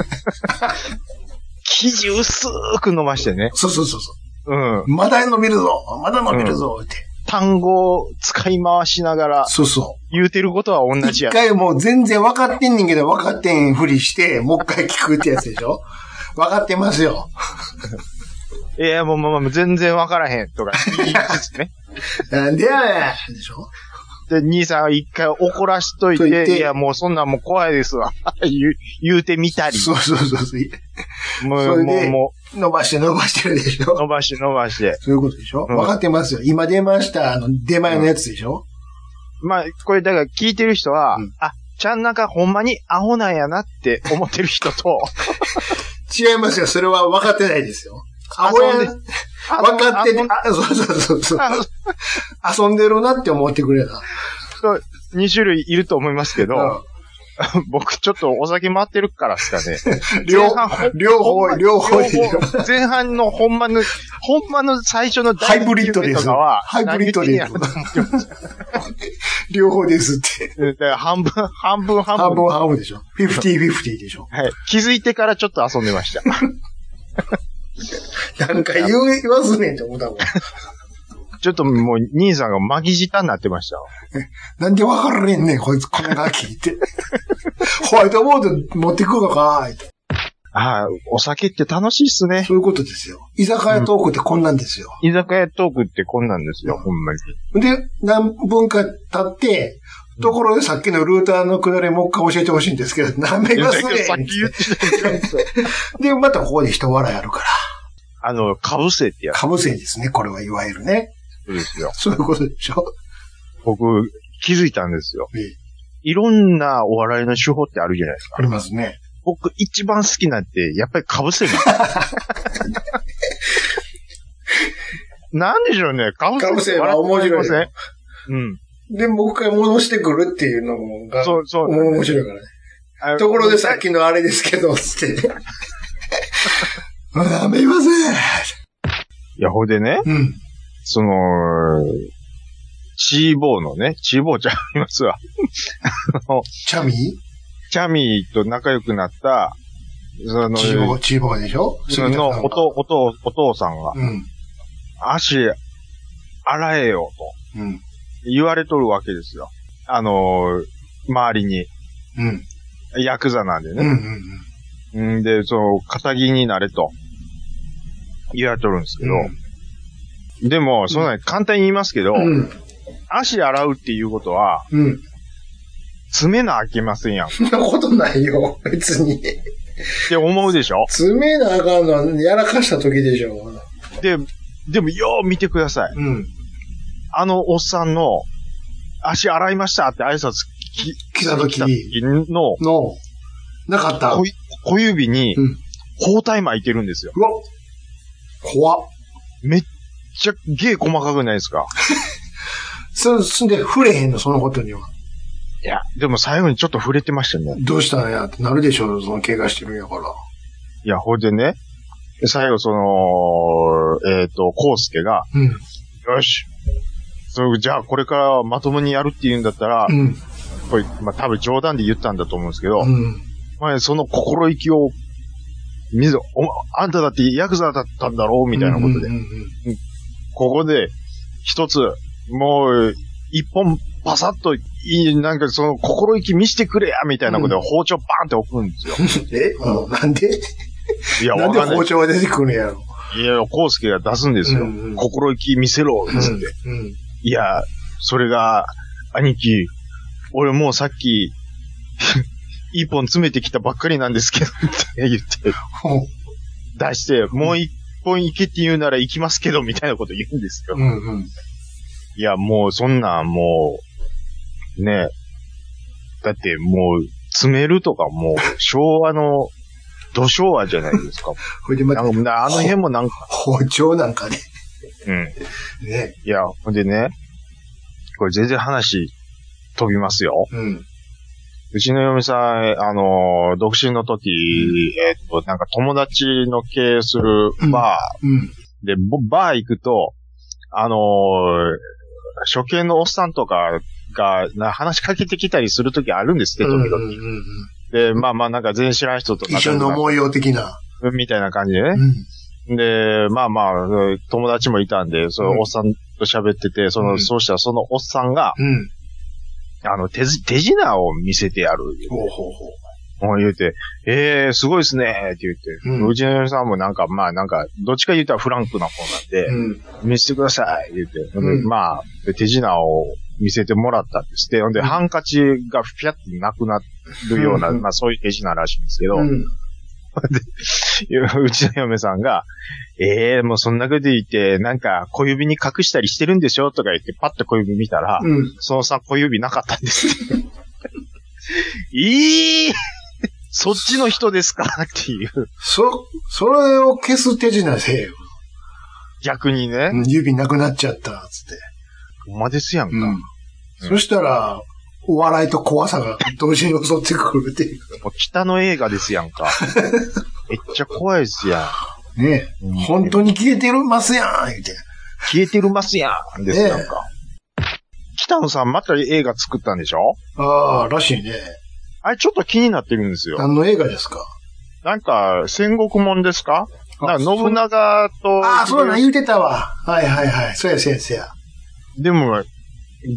生地薄く伸ばしてね。
そうそうそうそう。
うん。
まだ伸びるぞまだ伸びるぞって。
単語を使い回しながら
そうそう。
言うてることは同
一
じや。
回もう全然分かってんねんけど、分かってんふりして、もう一回聞くってやつでしょ分かってますよ。
いや、もう、もう、もう全然わからへんとか言いつ つね。
なんでやねんでしょ
で、兄さんは一回怒らしとい
と
て、
いて
いや、もうそんなんもう怖いですわ。 言う、言うてみたり。
そうそうそうそう。
も、
そうれ
もう、
で
も
伸ばして伸ばしてるでし
う、
ょ
伸ばして伸ばして。
そういうことでしょ
うん
分かってますよ。今出ました、あの、出前のやつでしょ
まあ、これだから聞いてる人は、
うん
あ、ちゃんなんかほんまにアホなんやなって思ってる人と、
違いますよ。それは分かってないですよ。アホやん。
遊んで
分かってて、あ、そうそうそうそう。遊んでるなって思ってくれた。
2種類いると思いますけど、
う
僕ちょっとお酒回ってるからですかね。
ん 両
前半
両
ほんま
方、両方でしょ
両方前半のほんまの、ほんまの最初の
ハ
第
イブリッドです。
とかは、
ハイブリッド
何
で
言っ
す
てんやろ。
両方ですって。
だから半分、半分、半分。
半分半分でしょ。50-50でしょ。
はい。気づいてからちょっと遊んでました。
なんか言う、言わすねんって思ったもん。
ちょっともう、兄さんが巻き舌になってましたわ。
なんでわからねんねん、こいつ、このガキ って。ホワイトボード持ってくのかーいって。
ああ、お酒って楽しいっすね。
そういうことですよ。居酒屋トークってこんなんですよ。
居酒屋トークってこんなんですよ、ほんまに。
で、何分か経って、ところでさっきのルーターのくだりもう一回教えてほしいんですけど、何め
いや
が
だ
す
け
ね
どさっ
んっ
き言ってたんですよ
て。で、またここで人笑いあるから。
あの、かぶせってや
かぶせですね、これはいわゆるね。
つですよ。
そういうことでしょ。
僕、気づいたんですよ。
ええ
いろんなお笑いの手法ってあるじゃないですか。
ありますね。
僕一番好きなんて、やっぱりか ぶせなんですよなんでしょうね、かぶせ。
かぶせは面白いよ
ね。うん。
で、もう一回戻してくるっていうのが
そうそう。
面白いからね。
あ
ところでさっきのあれですけど、つって。 あ、めませ
いや、ほいで
ん。
ね、
うん。
その、チーボーのね、チーボーちゃいますわ。
チャミ
チャミーと仲良くなった、その、
チーボー、チーボーでしょ
そのおと、おと、お父さんが、
うん。
足、洗えよ、
うん。
と言われとるわけですよ。あのー周りに、
うん。
ヤクザなんで
うん。う
ね。
ん。
ん、で、その、仇になれと、言われとるんですけど、でも、そんなに簡単に言いますけど、
うん。うん。
足洗うっていうことは、
うん。
詰めなあきませんやん。っ
そんなことないよ、別に。
て思うでしょ
詰めなあかんのはやらかした時でしょ。
で、でも、よう見てください。
うん。
あのおっさんの、足洗いましたって挨拶き
来た時
の
の、なかった。
小い小指に
うん、
包帯巻いてるんですよ。
うわ、怖っ。
めっちゃ芸細かくないですか
そ、そんで、触れへんの、そのことには。
いや、でも最後にちょっと触れてましたね。
どうしたんやってなるでしょう、その怪我してるんやから。
いや、ほいでね、最後その、えっ、と、コウスケが、
うん。
よし。そう、じゃあこれからまともにやるって言うんだったら、
うん。
これ、まあ多分冗談で言ったんだと思うんですけど、
うん。
まあその心意気を、見ず、お前、あんただってヤクザだったんだろうみたいなことで、
うんうんうん
ここで、一つ、もう、一本パサッと、いい、なんかその心意気見してくれやみたいなことで、包丁バーンって置くんですよ。
えあのなんで
いや、
な
わ
んで
かんない
包。丁が出てくるんやろ。
いや、コウスケが出すんですよ。
うんうん
心意気見せろ、つって。
うん。
いや、それが、兄貴、俺もうさっき、 一本詰めてきたばっかりなんですけど、って言って、
ほ
出して、もう一本行けって言うなら行きますけど、みたいなこと言うんですよ
う。うんうん。
いや、もうそんなんもう、ねだってもう、詰めるとかもう、昭和の、土昭和じゃないですか。
ほいでま
な
た、
んかあの辺もなんか、
包丁なんかね。
うん。
ね。
いや、ほんでね、これ全然話、飛びますよ。
うん。
うちの嫁さん、あのー、独身の時、えっと、なんか友達の経営するバ
うん。
ー、で、ぼバー行くと、あのー、初見のおっさんとかが、な話しかけてきたりする時あるんですって、
うん
時
う
々。
んうん
で、まあまあ、なんか全然知らん人とか、
一緒に飲もうよ的な。
みたいな感じでね。
うん。
で、まあまあ、友達もいたんで、そ
うん
のおっさんと喋ってて、そうの、
ん
そうしたらそのおっさんが、
うん。
あの、手じ、手品を見せてやる。
ほうほうほう。
もう言うて、ええー、すごいですね、って言って、
う
うんちの嫁さんもなんか、まあなんか、どっちか言ったらフランクな方なんで、
うん。
見せてください、言って、
うん
でまあ、で手品を見せてもらったんですって、ほんで、
うん
ハンカチがピャッてなくなるような、
うん
まあそういう手品らしいんですけど、
う。
うんちの嫁さんが、ええー、もうそんなこと言って、なんか小指に隠したりしてるんでしょとか言って、パッと小指見たら、
うん。
そのさ、小指なかったんですって。 いいそっちの人ですかっていう。
そ、それを消す手品せえよ。
逆にね。
うん指なくなっちゃった、つって。
ほんまですやんか。
うん。そしたら、お笑いと怖さが同時に襲ってくるっていう。
もう北の映画ですやん か。めっちゃ怖いですや
ね
ん。
え本当に消えてるますやん言うて。
消えてるますやんですやんか。北野さんまた映画作ったんでしょ
ああ、らしいね。
あれちょっと気になってるんですよ。
何の映画ですか
なんか、戦国もんですかなんか信長と。
ああ、そうなん言うてたわ。はいはいはい。そうや、先生や。
でも、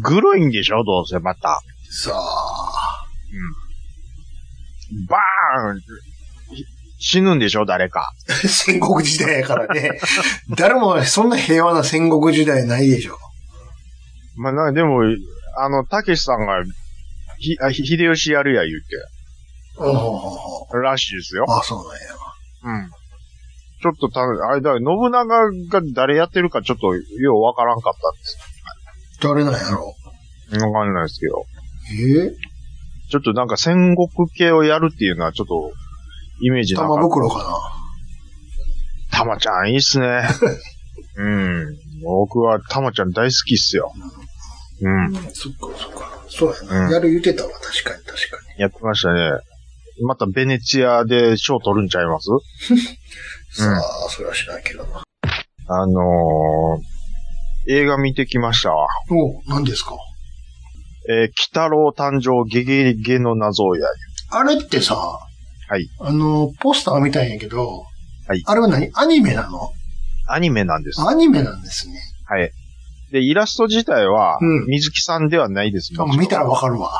グロいんでしょどうせまた。
さあ。
バーンひ死ぬんでしょ誰か。
戦国時代やからね。誰もそんな平和な戦国時代ないでしょ。
まあ、な、でも、あの、たけしさんが、ひ、あ、ひ秀吉やるや言うて、
うんほうほうほう
らしいですよ。
ああ、そうなんや。
うん。ちょっとた、あれだ、信長が誰やってるかちょっと、ようわからんかったんです
誰なんやろ。
わかんないですけど。
え
ちょっとなんか戦国系をやるっていうのはちょっと、イメージ
え
なか
玉
った。
袋かな。
たまちゃん、いいっ すね。うん。僕はたまちゃん大好きっすよ。うん。
そっか、そっか。そうや
う
な。
ん
やる言うてたわ。確かに、確かに。
やってましたね。またベネチアで賞取るんちゃいます
さあ、それは知らんけどな。
あのー、映画見てきましたわ。
おう何ですか
えー、北郎誕生ゲゲゲの謎や。。
あれってさ、はいあの、ポスターみたいんやけど、
はい
あれは何アニメなの
アニメなんです。は
アニメなんですね。
い。で、イラスト自体は
うん、
水木さんではないです、
あ
もちろん
見たらわかるわ。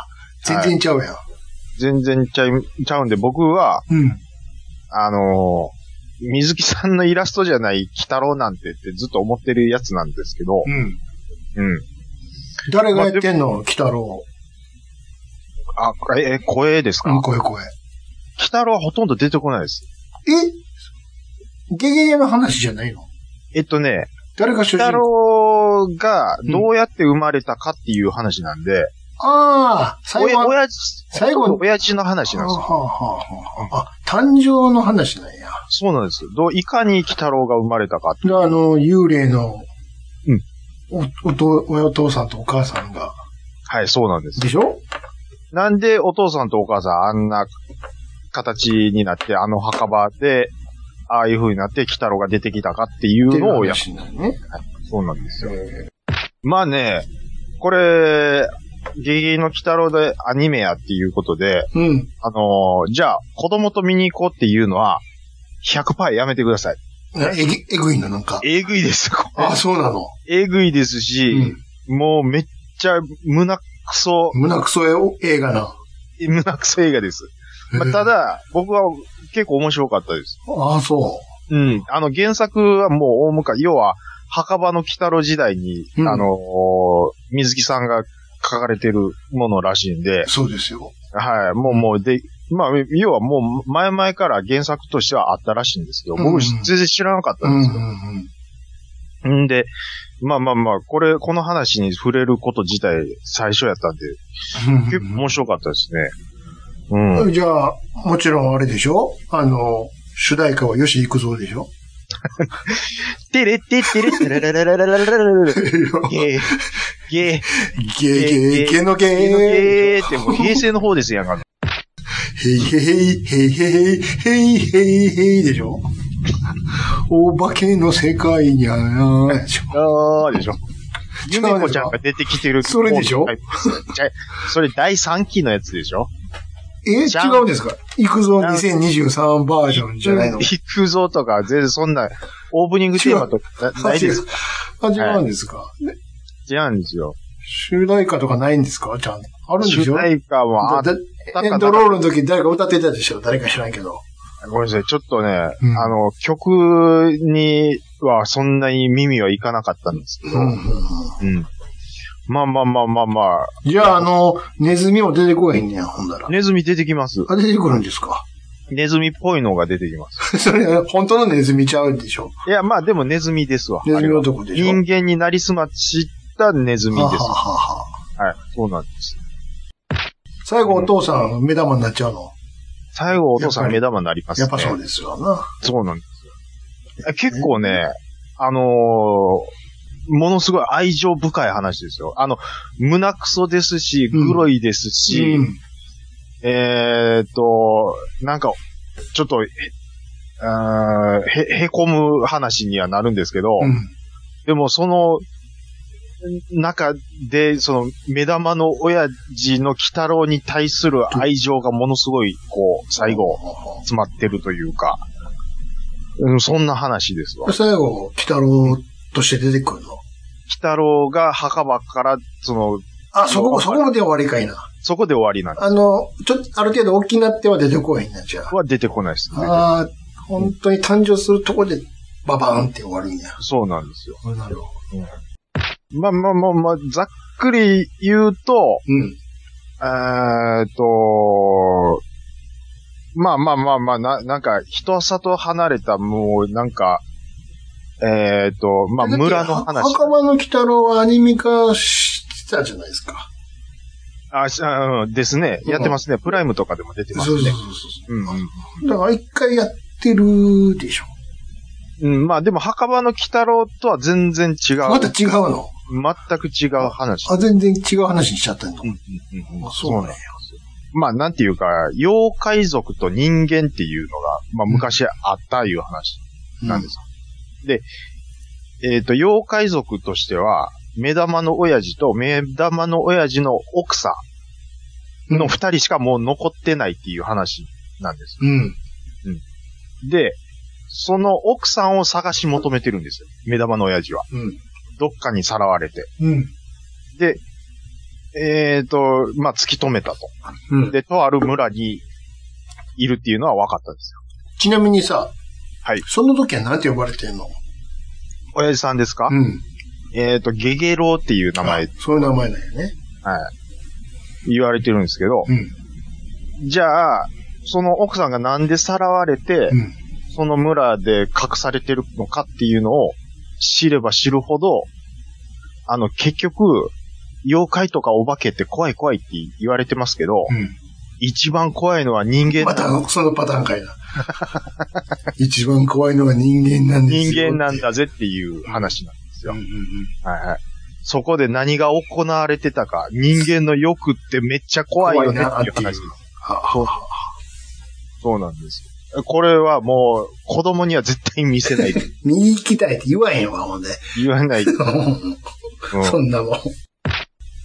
全然ちゃうやん。
全然ちゃいちゃうんで、僕は、
うん。
あのー、水木さんのイラストじゃない北郎なんてってずっと思ってるやつなんですけど、
うん。
うん。
誰がやってんの鬼太郎。
あ、え、え声です
うん、
か
声声。
北郎はほとんど出てこないです。
えゲゲゲの話じゃないの
えっとね、
誰が主
鬼太
人公
郎がどうやって生まれたかっていう話なんで、
ああ、最
おや
後は。
親父、
最後の
親父の話なんですよ。
はあはあはあはああ、誕生の話なんや。
そうなんです。どう、いかに鬼太郎が生まれたかって。
で、あの、幽霊の、
うん
お、おと、お父さんとお母さんが、
はい、そうなんです。
でしょ
なんでお父さんとお母さんあんな形になって、あの墓場で、ああいう風になって、鬼太郎が出てきたかっていう
っていう
のをやっ
話になるね。
そうなんですよ。
え
まあね、これ、ゲゲゲの鬼太郎でアニメやっていうことで、
ーうん。
あのーじゃあ、子供と見に行こうっていうのは、100%やめてください。
えぐ、えぐいのなんか。
えぐいです。こ
あ、そうなの。
れ えぐいですし、
うん。
もうめっちゃ胸くそ、
胸くそ映画な。
胸くそ映画です。まあ、ただ、僕は結構面白かったです。
えー。あ、そ
うん。あの、原作はもう大昔、要は、墓場の鬼太郎時代に、
うん
あの、水木さんが書かれてるものらしいんで
う。、そうですよ。
はい、もうもう、で、まあ、要はもう、前々から原作としてはあったらしいんですけど、
うんう
僕
ん
全然知らなかった
うん
ん
う
で
ん
すよ。
うん。
んで、まあまあまあ、これ、この話に触れること自体、最初やったんで、結構面白かったですね。うん。
じゃあ、もちろんあれでしょあの、主題歌は吉幾三でし ょ
てれってってれってれれれれれれれれれれゲー、
ゲ
ゲ
ーゲーゲーの
ー、ゲーの
ゲー。
ゲーってもう平成の方ですやんか。
ヘイヘイヘイヘイヘイヘイヘイでしょお化けの世界にゃーでしょ
あーでしょ。
違
ゆ
うでしょ
めこちゃんが出てきてる。
それでしょ
ちゃいそれ第3期のやつでしょ
え
じゃん
違うんですか幾三2023バージョンじゃないの
行くぞとか、全然そんな、オープニングテーマとかなないです。
あ、違うんですか
違うんですよ。
主題歌とかないんですかちゃんと。あるんでし
主
ょ
題歌は、あ
だ
か
エンドロールの時誰か歌ってたでしょ誰か知らんけど。
ごめんなさい、ちょっとね、あ
うん
の、曲にはそんなに耳はいかなかったんですけど、
うんうんうん
うん。まあまあまあまあま
じゃあ、あの、ネズミも出てこへんねや、ほんだら
あ、。ネズミ出てきます。
あ、出てくるんですか
ネズミっぽいのが出てきます。
それ、本当のネズミちゃうでしょ
いや、まあでもネズミですわ。
ネズミ
あれは
男でしょ
人間になりすましたネズミ
はは
です。
は
は
は。
い、そうなんです。
最後お父さん目玉になっちゃうの。
最後お父さ
やっ
ん
ぱり
目玉になりますね。
やっぱそうですよな。
そうなんですよ。結構ね、あのーものすごい愛情深い話ですよ。あの、胸くそですし、
うん
グロいですし、
うん。
えーっと、なんか、ちょっと、へあーへ、へこむ話にはなるんですけど、
うん。
でもその、中で、その、目玉の親父の鬼太郎に対する愛情がものすごい、こう、最後、詰まってるというか、うん、そんな話ですわ。鬼
最後、鬼太郎として出てくるの。
太郎が墓場から、その、
あ、そこ、そこまで終わりかいな。
そこで終わりなんで
あの、ちょっと、ある程度大きなっては出てこへんな、じゃあ
す。。は出てこないですね。
ああ、本当に誕生するとこで、ババーンって終わるんや。
そうなんですよ。
なるほど。
まあまあまあまあ、ざっくり言うと、
うん。
えーっと、まあまあまあまあ、な、なんか、人里離れた、もう、なんか、えーっと、まあ、村の
だっ
話
て。墓場の鬼太郎はアニメ化してたじゃないですか。
あ、しあうんですね。やってますね。プライムとかでも出てますね。
そう
うんうん
そう。だから一回やってるでしょ。
うん、まあでも、墓場の鬼太郎とは全然違う。
また違うの
全く違う話。
あ、全然違う話にしちゃったんだ
うんうんうんうん
あそうなんや
まあ、なんていうか、妖怪族と人間っていうのが、まあ、昔あったいう話なんです。で、えっ、と、妖怪族としては、目玉の親父と目玉の親父の奥さんの二人しかもう残ってないっていう話なんです。
うん。
で、その奥さんを探し求めてるんですよ。目玉の親父は。
うん。
どっかにさらわれて。
うん。
で、えっ、と、まあ、突き止めたと。
うん。
で、とある村にいるっていうのは分かったんですよ。
ちなみにさ、
はい
その時は何て呼ばれてんの
親父さんですか、
うん。
えっ、と、ゲゲロウっていう名前、は
あそういう名前だよね。
い、言われてるんですけど、
うん。
じゃあ、その奥さんがなんでさらわれて、
うん。
その村で隠されてるのかっていうのを知れば知るほど、あの、結局、妖怪とかお化けって怖い怖いって言われてますけど、
うん。
一番怖いのは人間
ま
な
たあの、そのパターンかいな。 一番怖いのは人間なんです
人
よ。
間なんだぜっていう話なんですよ
うん。うんうん。
はいはい。そこで何が行われてたか、人間の欲ってめっちゃ怖いよねっていう
怖いなっ
話
てい。は、は、
そうなんですよ。これはもう、子供には絶対見せない。
見に行きたいって言わへんわ、ほんで。
言わ ない。うん
そんなもん。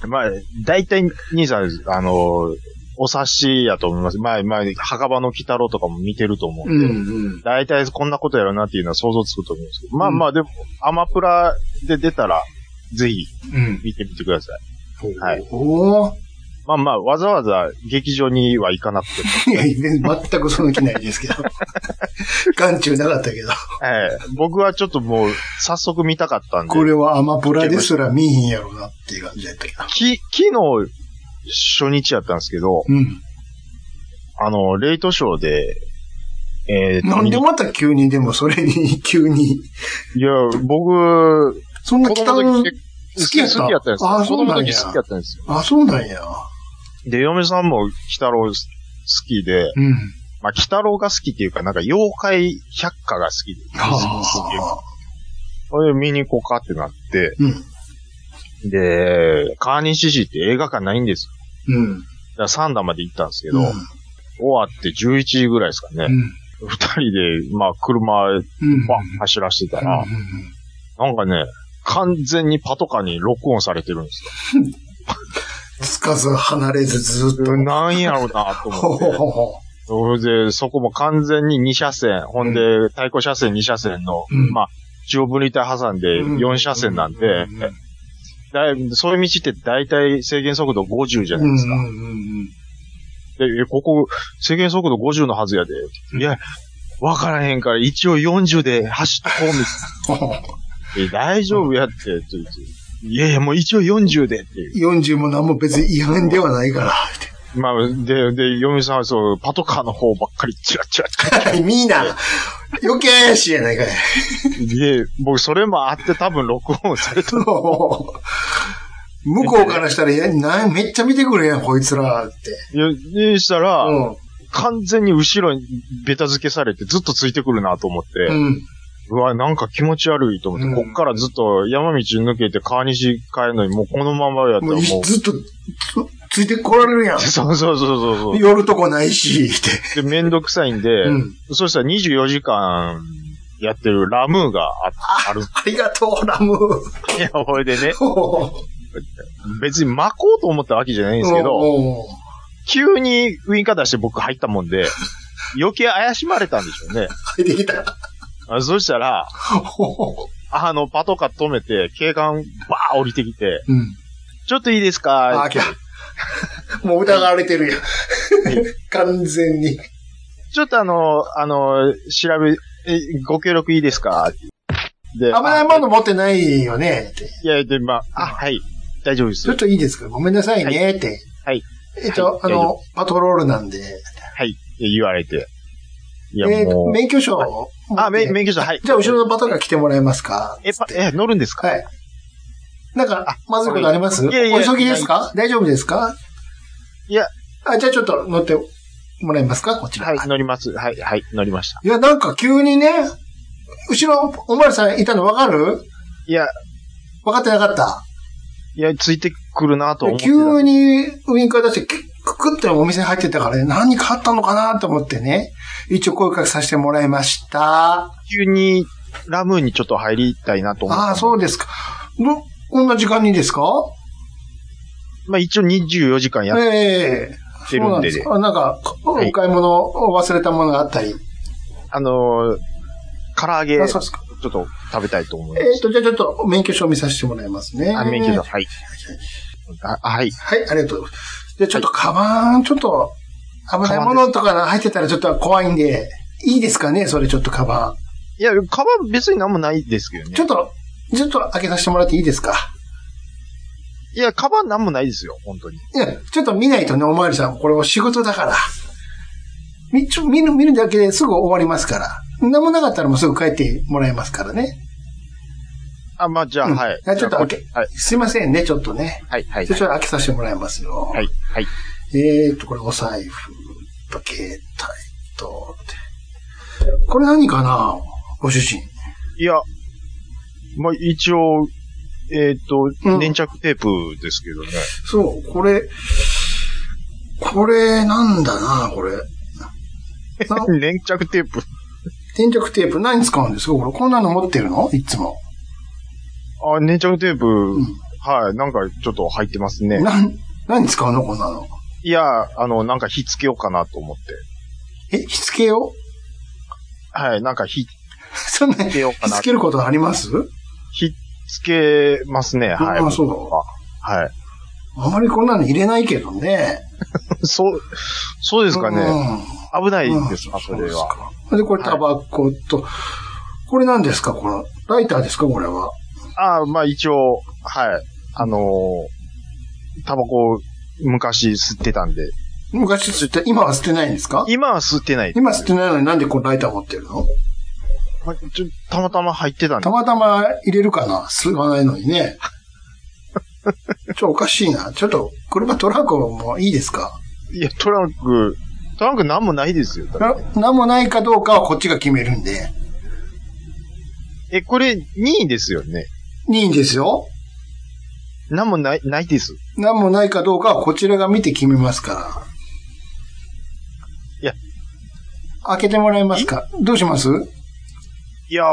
まあ、大体、兄さん、あの、お察しやと思います。まあ、まあ、墓場の鬼太郎とかも見てると思うん
うん
で、
うん。
大体こんなことやろうなっていうのは想像つくと思うんですけど、まあ
うん
まあ、でも、アマプラで出たら、ぜひ
うん。
見てみてください。はい
おー
まあまあ、わざわざ劇場には行かなくても、
いや、全くその気ないです けど。眼中なかったけど。
ええ僕はちょっともう、早速見たかったんで、
これはアマプラですら見えへんやろなっていう感じだったけど。
き、昨日、初日やったんですけど、
うん。
あの、レイトショーで、えーと
なんでまた急にでもそれに、 急に。
いや、僕、
そんな
子
北
供の
の
時、
好きやった
好きやったんですよ。
あ
子
そう
供
な
の
んや
時好きやったんですよ。
あ、そうなんや。
で、嫁さんも、鬼太郎好きで、
うん。
まあ、鬼太郎が好きっていうか、なんか、妖怪百科が好きで、
はあ
好き好きでそれで見に行こうかってなって、
うん。
で、川西市って映画館ないんですよ。
うん。
だからサンダまで行ったんですけ
け
ど、終わって11時ぐらいですか
う
ね。
ん。
二、人で、まあ、車、
うん。
バン走らしてたら、なんかね、完全にパトカーにロックオンされてるんです
つかず離れずずっと
よ。。なんやろうなと
ほ
思って
ほ。ほほ。
それで、そこも完全に2車線、ほんで、対向車線2車線の、
うん
まあ、中央分離帯挟んで4車線なんで、だいそういう道って大体制限速度50じゃ
う
ない
んう
ですか。
んうん
で、えここ制限速度50のはずやで。
うん
いや、わからへんから一応40で走ってこうみたいえ大丈夫やって、って言っていやいや、もう一応40でっていう。
40も何も別に違反ではないから。
まあ、で、で、嫁さんはそう、パトカーの方ばっかりチラチラチラ
みんな、余計怪しいやないかい。
で、僕それもあって多分録音された
向こうからしたら、いやなめっちゃ見てくれやん、こいつらって。
いや、でしたら、
うん。
完全に後ろにベタ付けされてずっとついてくるなと思って、う
うん。
わ、なんか気持ち悪いと思って、
うん
こっからずっと山道抜けて川西帰るのに、もうこのままやった
も
ら
う
もう、。
ずっと、ついてこられるやん
そうそうそうそうそ
寄るとこないし、って。
う。で、めんどくさいんで、
うん。
そしたら24時間やってるラムーがあある。
ありがとう、ラム。
いや、ほいでね、
ほ
別に巻こうと思ったわけじゃないんですけど、
ど。
急にウインカー出して僕入ったもん で、余計怪しまれたんでしょうね。
入ってきた。
あそしたら、
ほ
あの、パトカー止めて、警官、バー降りてきて、
うん。
ちょっといいです
あ、
か
来た。 もう疑われてるやん。 完全に。
ちょっとあの、あの、調べ、えご協力いいですかで、
甘いもの持ってないよね、って。
いや、で、まあ、あ、はい、大丈夫で
ちょ
す
っ。といいですかごめんなさいね、って。
はい。
えっと、あ
はい大丈
の、パトロールなんで。
はい、言われて。いや、
え
も
ー、
う、
免許証
はい
を。
あ、め、
許
免許証、はい。
じゃあ、後ろのパトカー来てもらえますか
え、パえ、乗るんですか
はい。なんか、まずいことありますお
いやいや
急ぎですか大丈夫ですか
いや。
あ、じゃあちょっと乗ってもらえますかこちら。
はい、乗ります。はい、はい、乗りました。
いや、なんか急にね、後ろ、おまるさんいたの分かる
いや、
分かってなかった。
いや、ついてくるなと思ってた。
急にウインカー出して、くくってお店入ってたからね、何かあったのかなと思ってね、一応声かけさせてもらいました。
急に、ラムーンにちょっと入りたいなと思って。
ああ、そうですか。ど、こんな時間にですか
まあ、一応24時間やっ
ええ
てる
そ
んでね
うなんですかなんか、
はい
お買い物を忘れたものがあったり。
あのー、唐揚げ、
あ
ち
そ
ょ
うですか。
っと食べたいと思い
え
ま
っ、と、じゃあちょっと免許証見させてもらいますね。
す。あ、免許証、はい。あはい。
はい、ありがとうございます。じゃあちょっとカバン、ちょっと、危ないものとかが入ってたらちょっと怖いんで、いいですかねそれちょっとカバ
いや、カバン別になんもないですけど
ン。
ね
ちょ。っと、ちょっと開けさせてもらっていいですか
いや、カバンなんもないですよ、本当に。
いや、ちょっと見ないとね、おまわりさん、これお仕事だから。み、ちょ、見る、見るだけですぐ終わりますから。何もなかったらもうすぐ帰ってもらえますからね。
あ、まあ、じゃあ、
うん
はい。
あちょっと
じゃあ
開け
はい、
すいませんね、ちょっとね。
はい、はい
じゃあ。ちょっと開けさせてもらいますよ。
はい、はい。
えーと、これお財布と携帯と、ってこれ何かなご主人。
いや、まあ、一応、えっ、
う
と、
ん
粘着テープですけどね。
そう、これ、これなんだなこ れ。な
粘着テープ。
粘着テープ何使うんですかこれ、こんなの持ってるのいつも。
あ、粘着テープ、
ん
はい、なんかちょっと入ってますね。
なん、何使うのこんなの。
いや、あの、なんか火つけようかなと思って。
え、火付け よう
はい、なんか火つ
そんな、
け
火
ようかな
付。けることあります
火つけますね、はい。
あそう
僕ははい。
あまりこんなの入れないけどね。
そう、そうですかね。危ないですか、そ
うん
れ
です
は。
かで、これタバコと、これ何ですかこの、ライターですかこれは。
あまあ一応、はい。あのータバコを昔吸ってたんで。
昔吸って、今は捨てないんですか
今は吸ってない。
今吸ってないのになんでこのライター持ってるの
まちょたまたま入ってたんで
た。またま入れるかな吸わないのに ね。ちょ、おかしいな。ちょっと、車トラックもいいですか
いや、トランク、トランクなんもないですよ。
ななんもないかどうかはこっちが決めるんで。
え、これ2位ですよね。
いいんですよ。
なんもない、ないです。
なんもないかどうかはこちらが見て決めますから。
いや。
開けてもらえますかどうします
いや、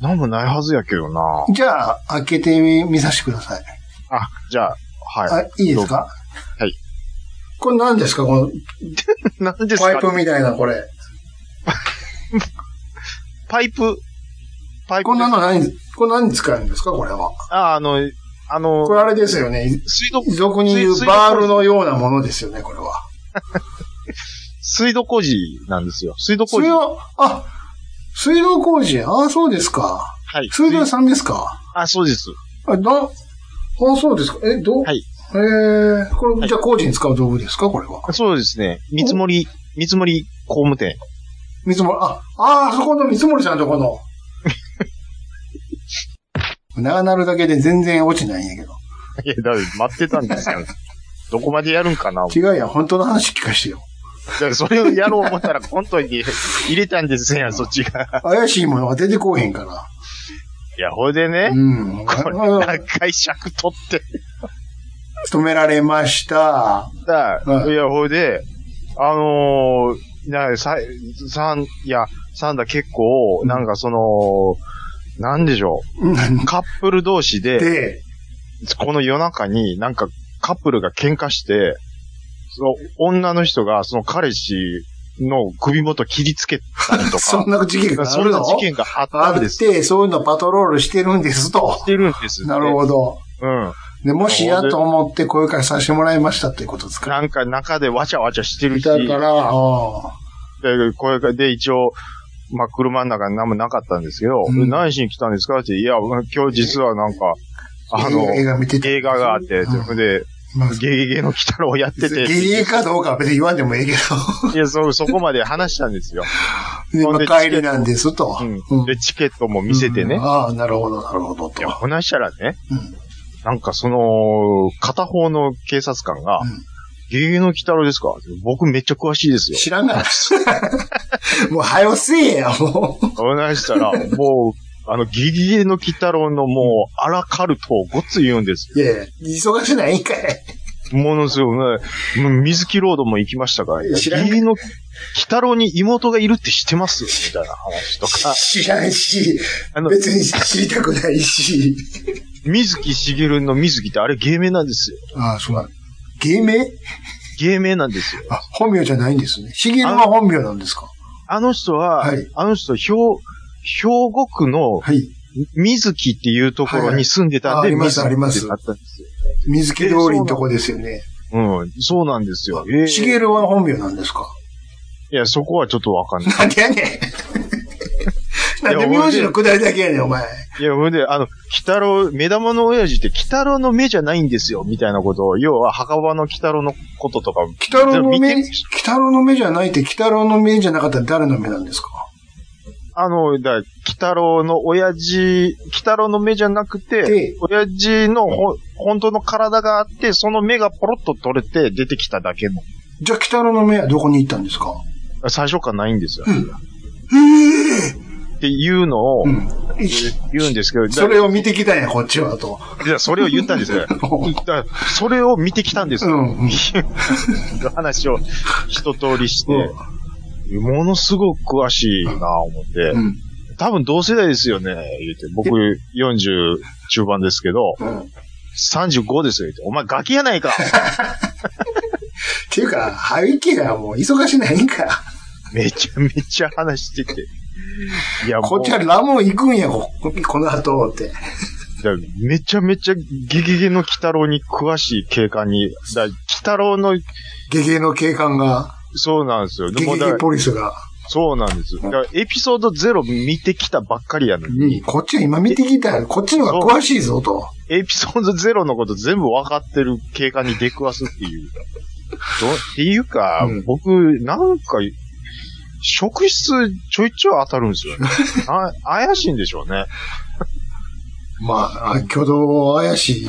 なんもないはずやけどな
じゃあ、開けてみ、見させてください。
あ、じゃあ、は
あ、
い。
いいですか
どうぞはい。
これ何ですかこの
何です
パイ
か
プみたいなこれ。
パイプ。パイプ。
こんなの何、これ何に使うんですかこれは。
あ、あの、あの
こ、れあれですよね。
水道、
俗に言う
水
バールのようなものですよね、これは。
水道工事なんですよ。水道
そ
工
れ
事。
は、あ、水道工事。ああ、そうですか。
はい。
水道屋さんですか。
あ、そうです。
あ、な、あそうですか。え、どう、
はい
えー、こ
は
れ、
い
じゃあ工事に使う道具ですかこれは。
そうですね。見積もり、見積もり工務店。
見積もり、あ、ああ、そこの見積もりさんのとこの。 長なるだけで全然落ちないんやけど。
いや、だって待ってたんですよ。 どこまでやるんかな。
違うやん、本当の話聞かしてよ。
だからそれをやろう思ったらコントに入れたんですやん、そっちが。
怪しいものが出てこうへんから。
いや、ほいでね
う、ん。
これ、
あ
何回尺取って
止められました。
だ、
はい
い、や、ほいで、あのー、なさ、さん、いや、サンダ結構、なんかその、なんでしょう、カップル同士で、
で、
この夜中になんかカップルが喧嘩して、その女の人がその彼氏の首元切りつけたりと か、
そんな事件があ
そ
る
ん
の
な事件があった
あ
ん
っ
です。
て、そういうのパトロールしてるんですと
し。てるんですって。
なるほど。
うん。
で、もしやと思って声かけさせてもらいましたっていうことですか。
なんか中でわちゃわちゃしてる
だ
し、
から、あ
で、これで一応、まあ、車の中に何もなかったんですけど、
うん
何しに来たんですかって、いや、今日実はなんか、
あ
あの、
映画見てて。
映画があって、
うん
それで、
まあ
ゲゲゲの鬼太郎をやってて、
ゲ
い
ゲかどうかは別に言わんでも ええけ
や、そ、そこまで話したんで すよ。
ど。で
ほんで
まあ帰りなんですと。
うん。で、チケットも見せて
うん
ね。
ああ、なるほど、なるほど、と
いや、。こないしたらね、
うん
なんかその、片方の警察官が、
うん
ゲゲゲの鬼太郎ですか僕めっちゃ詳しいですよ。
知らんがな。 もう、早よせえや、もう。
お話したら、もう、あの、ギリギリの鬼太郎のもう、アラカルトをごっつ言うんですよ。
いやいや、忙しないんかい。
ものすごくね、もう水木ロードも行きましたから、いや
知
ギ
らん
リギリの鬼太郎に妹がいるって知ってますみたいな話とか、
知らんし、
あの、
別に知りたくないし。
水木しげるの水木ってあれ芸名なんですよ。
ああ、そうなの。芸名
芸名なんですよ。
あ、本名じゃないんですね。しげるは本名なんですか
あの人は、
はい
あの人、兵、兵庫区の
はい。
水木っていうところに住んでたん
はい
で、
はいああります
水
あります
木ってなったんですよ。
水木通りのとこですよね。
うん、そうなんですよ。えー
しげるは本名なんですか
いや、そこはちょっとわかん ない。
なんでやねん。 なんで名字のくだりだけやねん、お前。
いや、ほんで、あの、北郎、目玉の親父って北郎の目じゃないんですよ、みたいなことを、要は墓場の北郎のこととか。
北郎の
見
目
て、
北郎の目じゃないって、北郎の目じゃなかったら誰の目なんですか
あの、だ、鬼太郎の親父、鬼太郎の目じゃなくて、
で、
親父のほ、本当の体があって、その目がポロッと取れて出てきただけの。
じゃあ、鬼太郎の目はどこに行ったんですか
最初からないんですよ。
ええ
っていうのを
う、ん。
言うんですけど、だ
それを見てきたんや、こっちは、と。
いやそれを言ったんですよ。だからそれを見てきたんですよ。
うんうん
話を一通りして、
うん
ものすごく詳しいなぁ思って
う、ん。
多分同世代ですよね、言って。僕40中盤ですけど、
うん。っ
35ですよ、言って。お前ガキやな いか
ていうか、背景はもう忙しないんか。
めちゃめちゃ話してて。いや、も
こ
う
っちはラモン行くんや、ここの後って。
だめちゃめちゃゲゲゲの鬼太郎に詳しい警官に、だ鬼太郎の、
ゲゲの警官が、
そうなんですよ。
ゲ
も
ゲ
うだ
ゲポリスが、
そうなんです。だからエピソード0見てきたばっかりやのに、
に、こっちは今見てきた、こっちの方が詳しいぞ、と。
エピソード0のこと全部分かってる警官に出くわすっていう。どっていうか、
うん
僕、なんか、職質ちょいちょい当たるんですよ ね。あ怪しいんでしょうね。
まあ、挙動怪し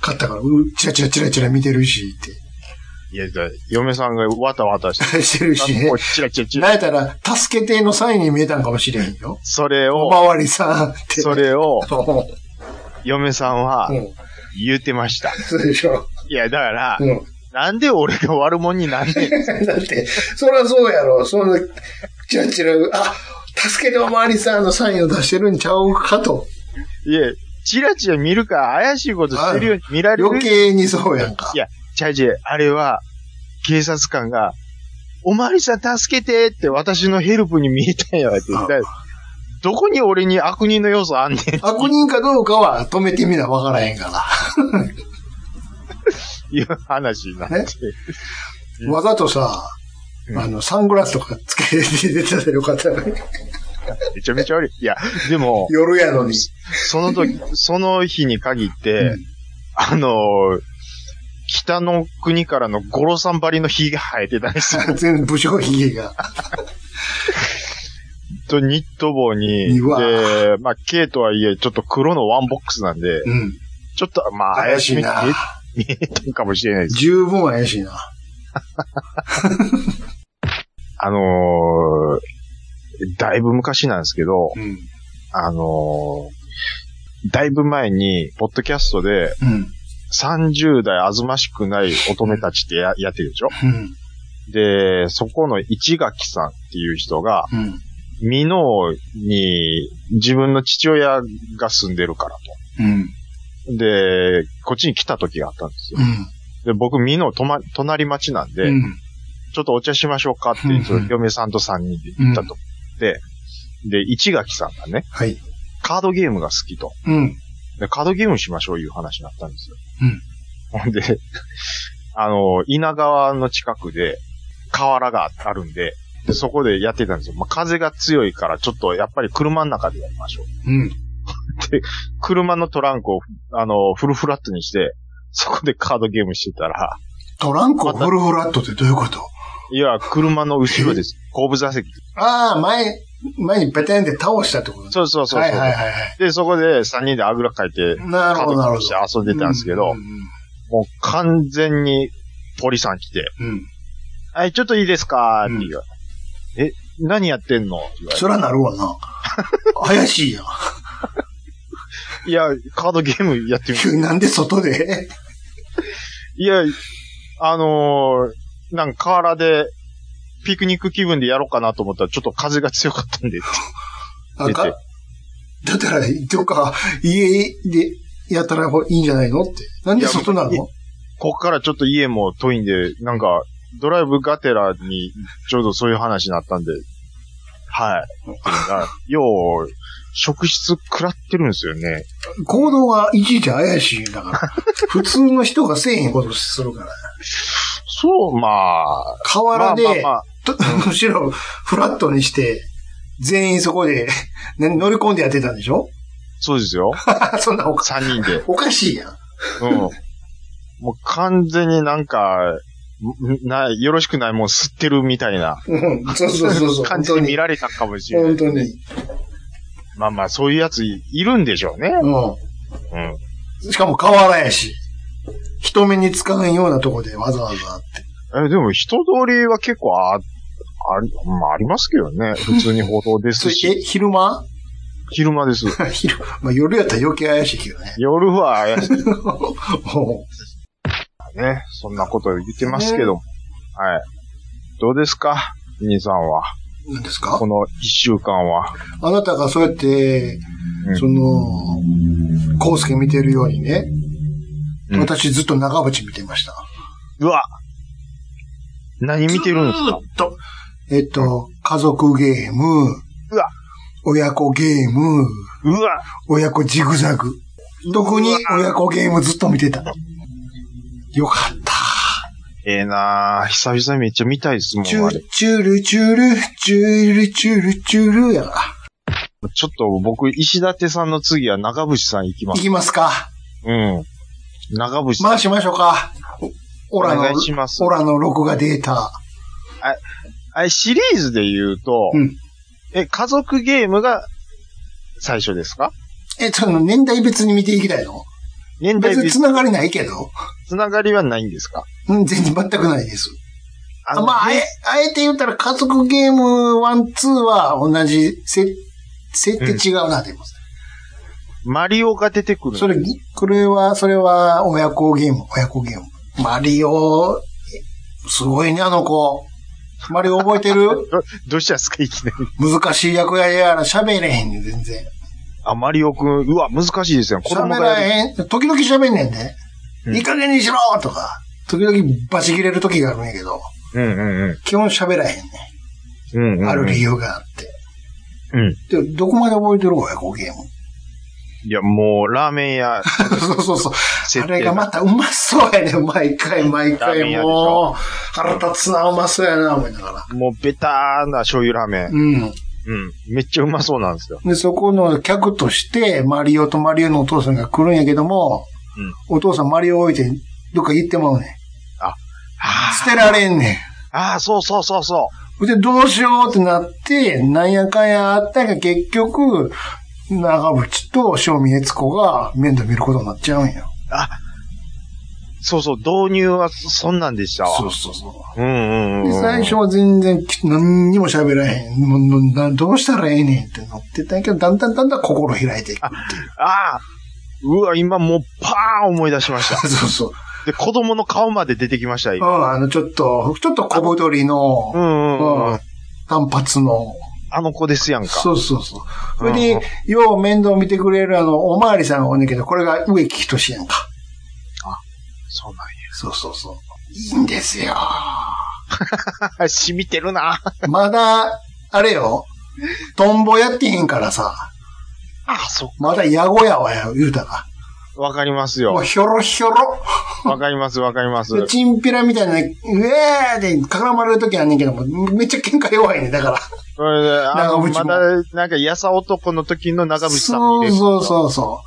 かったから、うチラチラチラチラ見てるし、っ
いや、だ嫁さんがわたわ たして。
て。してるしね
こう。チラチラチ
な
ラ。
んやったら、助けてのサインに見えたんかもしれんよ。
それ
お
を、
まわりさんって。
それを、
う
嫁さんは
ん。うん。
言ってました。
そうでしょ。
いや、だから、
うん。
なんで俺が悪者になんねん。
だって、そりゃそうやろ。そんな、チラチラ、あ、助けておまわりさんのサインを出してるんちゃうかと。
いや、チラチラ見るから怪しいことしてるように見られる。
余計にそうやんか
い。や、チャージ、あれは、警察官が、おまわりさん助けてって私のヘルプに見えたんやって言ったらどこに俺に悪人の要素あんねん。
悪人かどうかは止めてみなわからへんか
いう話になって。
ら。わざとさ、
うん
あの、サングラスとかつけて出てたらよかったのに。
めちゃめちゃ悪い。いや、でも、
夜やのに。
その時、その日に限って、
うん
あのー北の国からの五郎さんばりの火が生えてた んですよ。
全然武将髭が。
と、ニット帽に、
うわ
で、まあ、K とはいえ、ちょっと黒のワンボックスなんで、
うん。
ちょっと、まあ、
怪しいな。
見えたんかもしれないです。
十分怪しいな。
あのー、だいぶ昔なんですけど、
うん。
あのー、だいぶ前に、ポッドキャストで、
うん。
30代あずましくない乙女たちってややってるでしょ
うん。で
で、そこの市垣さんっていう人が、
うん。
美濃に自分の父親が住んでるから
うん。
と。で、こっちに来た時があったんですよ。
うん。
で、僕、美濃とま、隣町なんで、
うん。
ちょっとお茶しましょうかって、
うん
その嫁さんと3人で行ったと。で、で、市垣さんがね、
はい。
カードゲームが好きと。
うん。
で、カードゲームしましょういう話になったんですよ。
うん
ほんで、あの、稲川の近くで、河原があるんで、で、そこでやってたんですよ。まあ、風が強いから、ちょっとやっぱり車の中でやりましょう。
うん。
車のトランクを、あの、フルフラットにして、そこでカードゲームしてたら、
トランクをフルフラットってどういうこと
いや、車の後ろ です。後部座席。
ああ、前、前にペテンって倒したってことね
そうそうそうそう。
はいはいはいは
で、そこで3人であぐらかいて、
い。なる
カー
ほど
ドゲ
な
ー
る
ム
ほ
し
ど
て。遊んでたんですけど、
うんうん
もう完全に、ポリさん来て、
うん。うん
はい、ちょっといいですかって言われて、え、何やってんのって言われて
そらなるわ な。怪しいやん。
いや、カードゲームやってみる。
急になんで外で
いや、あのー、なんか河原で、ピクニック気分でやろうかなと思ったら、ちょっと風が強かったんで、
なんか
出て
だったら、どっか、家でやったらいいんじゃないのって。なんで外ない
や
の
ここからちょっと家も遠いんで、なんか、ドライブがてらに、ちょうどそういう話になったんで、はい。っていうのがよう、職質食らってるんですよね。
行動がいちいち怪しいんだ から。普通の人がせえへんことするから。
そう、まあ。
河
まあ
原で、
まあまあ、
とむしろフラットにして、全員そこで、ね、乗り込んでやってたんでしょ
そうですよ。
そんなおか
3人で。
おかしいやん。
うん。もう完全になんか、な、よろしくないもん吸ってるみたいな
うん。そうそうそうそう。
感じで見られたんかもしれない。
本当に。
まあまあ、そういうやついいるんでしょうね。
う
うん。
ん。しかも河原やし。人目につかないようなとこでわざわざって。
え、でも人通りは結構あ、あり、まあありますけどね。普通に報道で
そ
す
れ、
し、
え、昼間
昼間です。
昼、まあ夜やったら余計怪しいけどね。
夜は怪しい
おう
ね。そんなこと言ってますけども。はい。どうですか兄さんは。
何ですか
この一週間は。
あなたがそうやって、
うん
その、コウスケ見てるようにね、
うん
私ずっと長渕見てました。
うわ何見てるんで
ず
す
ー
か
っと。えっと、家族ゲーム、
うわ
親子ゲーム、
うわ
親子ジグザグ。特に親子ゲームずっと見てた。よかった。
ええなぁ。久々にめっちゃ見たいですもん。
チュ
あ
ー
れ
ル、チュール、チュール、チュール、チュール、チュールやか
ちょっと僕、石立さんの次は長渕さん行きま
ら。い
す。
きますか。
うん。長渕さん
回。しましょうか。おオラ
お
の
願いします、
オラの録画データ。
あれ、シリーズで言うと、
うん
え、家族ゲームが最初ですか
え、その年代別に見ていきたいの
年代
別に
別
繋がりないけど。
つながりはないんですか
うん、全然全くないです。
あ
あ
の
まあ、あえ、あえて言ったら家族ゲーム1、2は同じ、せ、設定違うな、でも。
マリオが出てくる。
それ、ぎこれは、それは親子ゲーム、親子ゲーム。マリオ、すごいね、あの子。マリオ覚えてる
ど、どうしたんですかいきなり。
難しい役やりやら喋れへんねん、全然。
あ、マリオくん、うわ、難しいですよ。子供
喋
が
ら
やる。
へん。時々喋んねんで、
うん
いい加減にしろとか、時々バチ切れる時があるんやけど、
うんうんうん
基本喋らへんねん。
うんうんうん。
ある理由があって。
うん。
で、どこまで覚えてる親子ゲーム。
いや、もう、ラーメン屋、
そうそうそう。
設
あれ
定
がまたうまそうやねん、毎 回毎
ラーメン
回。
屋でし
も
ょ
う、腹立つな、うまそうやな、思いながら。
もう、ベターな醤油ラーメ
う
ン。
ん。
うん。めっちゃうまそうなんですよ。
で、そこの客として、マリオとマリオのお父さんが来るんやけども、お父さんマリオ置いて、どっか行ってまうねん。
あ
捨てられんねん。
あ、ああ、そうそうそうそ
で、どうしようってなって、なんやかんやあったが結局、長渕と正味悦子が面倒見ることになっちゃうんよ。
う。そうそう、導入はそんなんでしたわ。
そうそうそう。
うんうんうんうん。
で、最初は全然き何にも喋らへん。もうなどうしたらええねんってなってたんやけど、だんだんだんだん心開いていくっていう。
ああうわ、今もうパーン思い出しました。
そうそう。
で、子供の顔まで出てきました、
う
今。
ん、あの、ちょっと、ちょっと小太りの
う、んうん
う
うんん。
単発の。
あの子ですやんか。
そうそうそう。それ
うんう
で
ん、
よう面倒見てくれるあの、おまわりさんがおんねんけど、これが植木仁やんか。
そうな
そうそうそう。いいんですよ。
んや。 染みてるな。
まだ、あれよ、トンボやってへんからさ、
あ、そ
まだヤゴやわよ、言うたら。
う。わかります
も
よ
う。ひょろひょろ。
わかります、わかります。
でチンピラみたいな、うえーって絡まれるときあんねんけども、めっちゃ喧嘩弱いねんだから。
これであの
長渕
ま
も
だ、なんか、やさ男の時の長渕さんも
そ
いうる
そうそうそ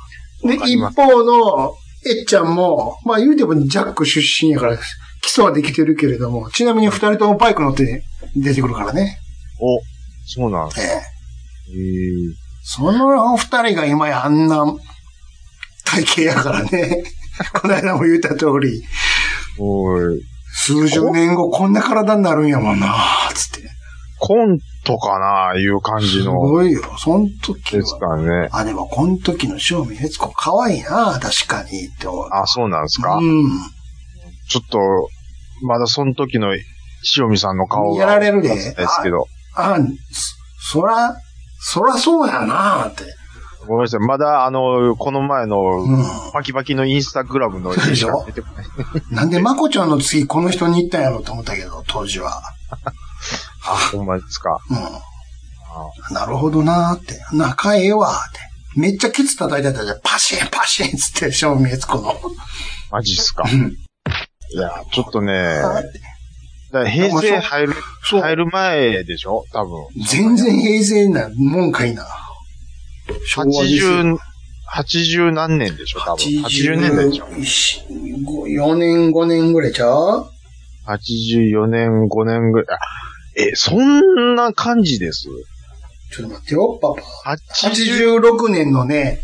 う。で
わ、かり
一
ます
方の、えっちゃんも、まあ言うてもジャック出身やから、基礎はできてるけれども、ちなみに二人ともバイク乗って出てくるからね。
お、そうなん。
ええ
えー
その二人が今やあんな体型やからね。 この間も言った通り、
おい。
数十年後こんな体になるんやもんな、つって。
コントかな、いう感
す
じの。
ごいよ。その時
です
は。
からね。
あ、でもこの時の正味悦子可愛いな、確かに、って思う。
あ、そうなんですか
う。ん。
ちょっと、まだその時の塩見さんの顔が。
やられるで
ですけど。
あ、そ、そら、そらそうやな、って。
ごめんなさい。まだ、あの、この前の、
う
バキバキのインスタグラムの
そうでしょ
が出てこない。
ん。なんでまこちゃんの次この人に行ったんやろと思ったけど、当時は。
あ、ほんまですか。
うん。なるほどなーって。仲ええわーって。めっちゃケツ叩いてたじゃん。パシンパシンっつって、正味悦子の。
マジっすか。
うん
いや、ちょっとね、
あ
だから平成入る、
そう。
入る前でしょ多分。
全然平成なもんかいな。昭和ですよ。
80、80何年でしょ多分。80年代でしょ
4年、5年ぐらいちゃう
84年、5年ぐらい。あえ、そんな感じです。
ちょっと待ってよ、パパ。
80、
86年のね、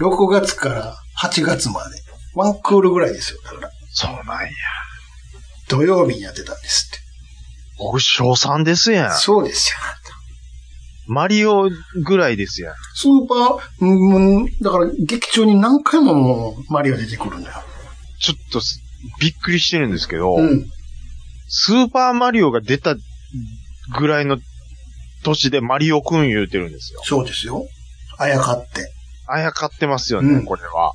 6月から8月まで。ワンクールぐらいですよ。だから
そうなんや。
土曜日にやってたんですっ
僕、小3ですやん
て。。そうですよ。
マリオぐらいですやん。
スーパー、うん、だから劇中に何回ももうマリオ出てくるんだよ。
ちょっとす、びっくりしてるんですけど、
うん。
スーパーマリオが出たぐらいの年でマリオくん言うてるんですよ。
そうですよ。あやかって。
あやかってますよね、
うん
これは。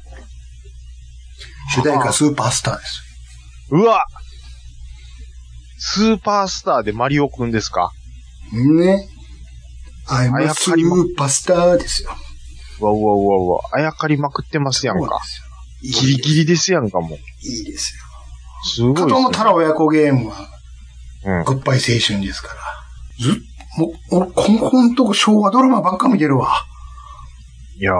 主題歌スーパースターです。
うわスーパースターでマリオくんですか
ね。アイ
あ
ム
や
ス
かりま
ーパースターですよ。
うわうわうわうわ、あやかりまくってますやんか。ギリギリですやんか、もう。
リ。いいですよ。
すごいっす
加
ね、
藤のたら親子ゲームは、
うん
グッバイ青春ですから。ずっ、もう、俺、こんこんとこ昭和ドラマばっか見てるわ。
いやー、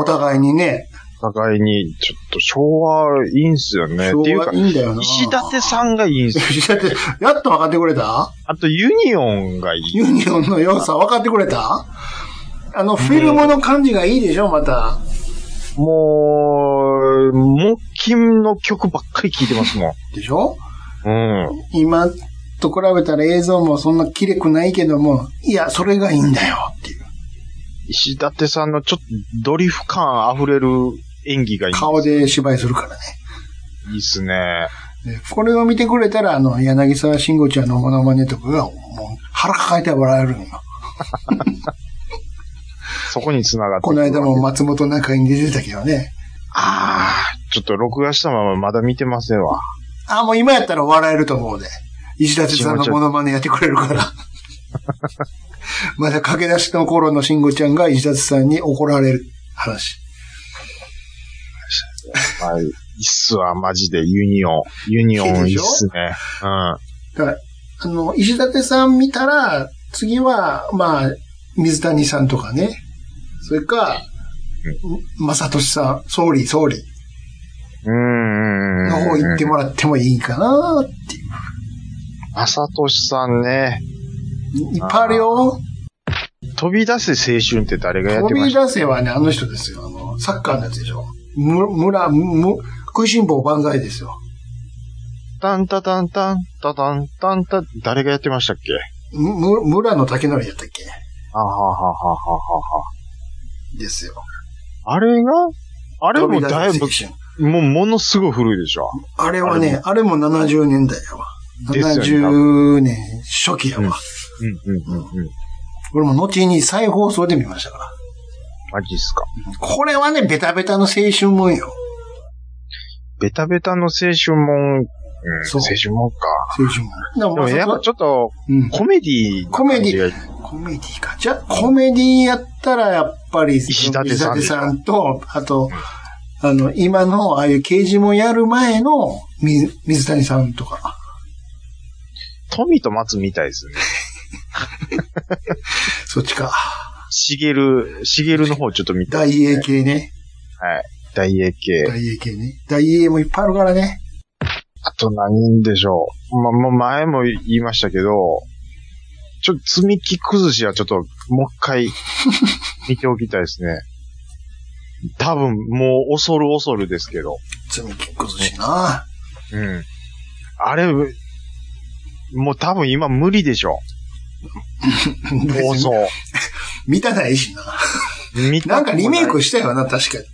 お互いにね。
お互いに、ちょっと昭和いいんすよね。
昭
っていう
和
か
い、いんだよな。
石立さんがいいんすよ。
石立。やっと分かってくれた
あと、ユニオンがいい。
ユニオンの良さ分かってくれたあの、フィルムの感じがいいでしょ、また。
もう、木琴の曲ばっかり聴いてますもん。
でしょ
うん。
今と比べたら映像もそんな綺麗くないけども、いや、それがいいんだよっていう。
石立さんのちょっとドリフ感溢れる演技がいい。
顔で芝居するからね。
いいっすね。
でこれを見てくれたら、あの、柳沢慎吾ちゃんのモノマネとかが、もう、腹抱えて笑えるのよ。
そこに繋がってく
こ
る
の間も松本中に出てたけどね。
ああ、ちょっと録画したまままだ見てませんわ。
あ、もう今やったら笑えると思うで。石立さんのモノマネやってくれるから。まだ駆け出しの頃の慎吾ちゃんが石立さんに怒られる話。
まあ、いいっすわ、マジで。ユニオン。ユニオン
い
い
い
い
でし
っ
ょ
すね。うん。
だから、あの、石立さん見たら、次は、まあ、水谷さんとかね。それか、正俊さん、総理、総理
うーん。
の方行ってもらってもいいかなっていう。
まさとしさんね。
いっぱいあるよ。
飛び出せ青春って誰がやって
飛
ま
び
した
出せはね、あの人ですよ。あの、サッカーのやつでしょ。む、村、む、食いしん坊万歳ですよ。
タンタタンタン、タタンタンタ、誰がやってましたっけ
む、む村の竹則やったっけ
あはははははは。
ですよ。
あれがあれもだい
飛
ぶ
び出、せ青春
もうものすごい古いでしょ。
あれはね、あれも70年代やわ。
ですよ
70
ね
年初期やわ。
うんうんうんうんうん。
俺も後に再放送で見ましたから。
マジっすか。
これはね、ベタベタの青春もんよ。
ベタベタの青春もん、うん、
そう
青春もんか。
青春も
で
ん。
もやっぱちょっと
うん、
コメディ
コメディ
ィ。
コメディか。じゃあ、コメディやったら、やっぱり、
石立さん
石さんと、あと、あの、今の、ああいう刑事もんやる前の、み水谷さんとか。
富と松みたいですね。
そっちか。
しげる、しげるの方ちょっと見たい。
大英系ね。
はい。大英系。
大英系ね。大英もいっぱいあるからね。
あと何でしょう。ま、もう前も言いましたけど、ちょっと積み木崩しはちょっともう一 回見ておきたいですね。多分もう恐る恐るですけど。
罪き崩しな。
うん。あれ、もう多分今無理でしょ。放送。
見たないしな。
見たくも
なんかリメイ
ない
クしたよな、確かに。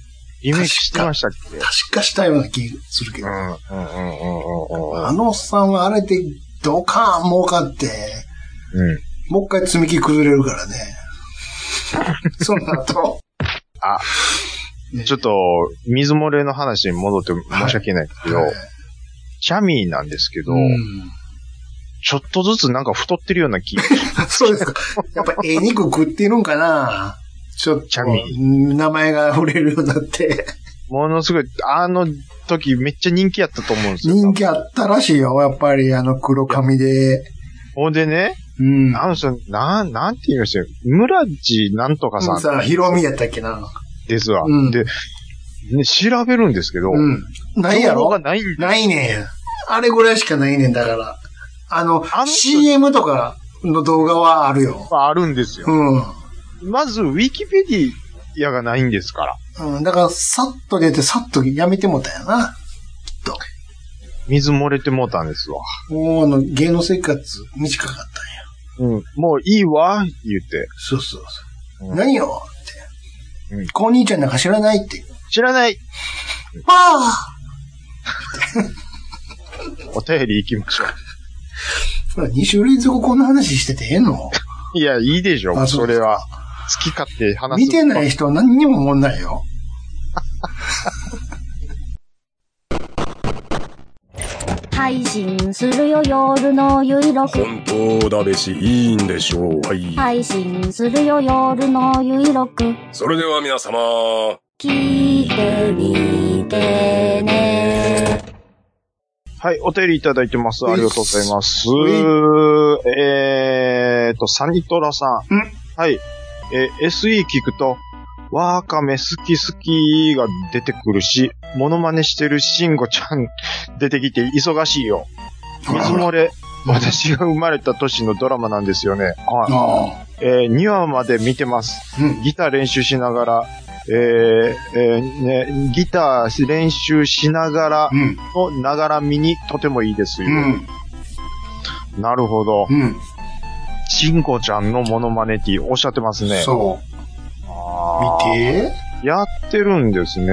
リメイクしてましたっけ
確かしたような気するけ
う
ど。
ん、うん、うん、うん、うん
あのおっさんはあれで、ドカーン儲かって、
うん。うん。
もう一回積み木崩れるからね。 その後。
あ
ね、
ちょっと、水漏れの話に戻って申し訳ないけど、
はい
チャミーなんですけど、
うん
ちょっとずつなんか太ってるような気。
そうですか。やっぱ、ええ肉食ってるんかなちょっ
チ
と
ャミ、
名前が溢れるようになって、
ものすごい、あの時めっちゃ人気やったと思うんですよ。
人気あったらしいよ、やっぱり、あの黒髪で。
ほんでね、
うん。
あの人、なん、なんて言いましたよ。村地なんとかさん
さあ、ヒロミやったっけな。
ですわ。
うん
で、ね、調べるんですけど、
うん。ないや
情報
ろ
がないん
ないねん。あれぐらいしかないねんだから。あの、
あの
CM とかの動画はあるよ。
あるんですよ。
うん。
まず、ウィキペディアがないんですから。
うん、だから、さっと出て、さっとやめてもたんやな。
水漏れてもうたんですわ。
もう、あの、芸能生活短かったんや。
うん。もういいわ、言って。
そうそうそう。
うん
何よって。
うん
こう兄ちゃんなんか知らないって。
知らない
あ
お便り行きましょ
あ !2 週連続こんな話しててええの
う。いや、いいでしょ
あ
う、
そう
そ
です
れ
か
は。好き勝手話す。
見てない人は何にも思んないよ。
配信するよ夜のゆいろく
本当だべし、いいんでしょう。はい。
配信するよ夜のゆいろく
それでは皆様、
聞いてみてね
はい、お便りいただいてます。ありがとうございます
うい。
えーと、サニトラさん。
うん
はい。えー SE 聞くと、ワーカメ好き好きが出てくるし、モノマネしてるシンゴちゃん 出てきて忙しいよ。水漏れ、私が生まれた年のドラマなんですよね。はい。
あ
えー、2話まで見てます。
あ。うん。
ギター練習しながら、えーえーね、ギター練習しながら
うん。
のながら見にとてもいいですよ。
うん。
なるほど。
うん。
しんこちゃんのモノマネっておっしゃってますね。
そう。
あー
見て。
やってるんですね。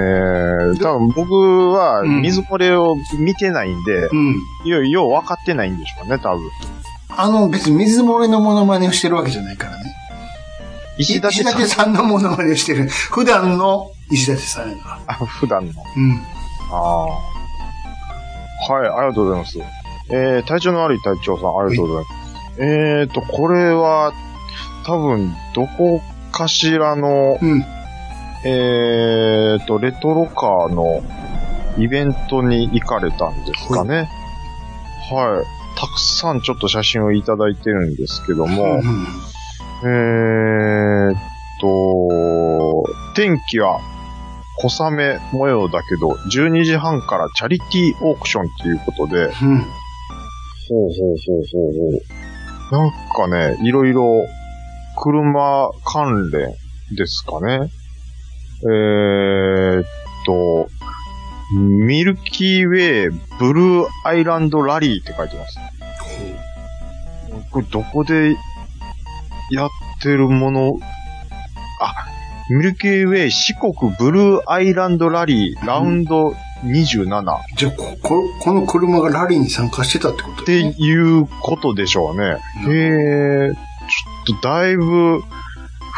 多分僕は
うん
水漏れを見てないんで、
うん。
ようよう分かってないんでしょうね、多分。
あの、別に水漏れのモノマネをしてるわけじゃないからね。
石立さん、
さんのモノマネをしてる。普段の石立さんやから。
あ普段の。
うん。
ああー。はい、ありがとうございます。えー、体調の悪い隊長さん、ありがとうございます。えーと、これは、多分、どこかしらの、
うん。
えーと、レトロカーのイベントに行かれたんですかね。はい。たくさんちょっと写真をいただいてるんですけども、
ん。
えーっと、天気は小雨模様だけど、12時半からチャリティーオークションということで、
うん。
ほうほうほうほうほう。なんかね、いろいろ車関連ですかね。えーっと、ミルキーウェイブルーアイランドラリーって書いてます。これどこでやってるもの、あ、ミルキーウェイ四国ブルーアイランドラリーラウンド27っ
じゃあこ、こ、この車がラリーに参加してたってこと
ていうことでしょうね。へえ、ちょっとだいぶ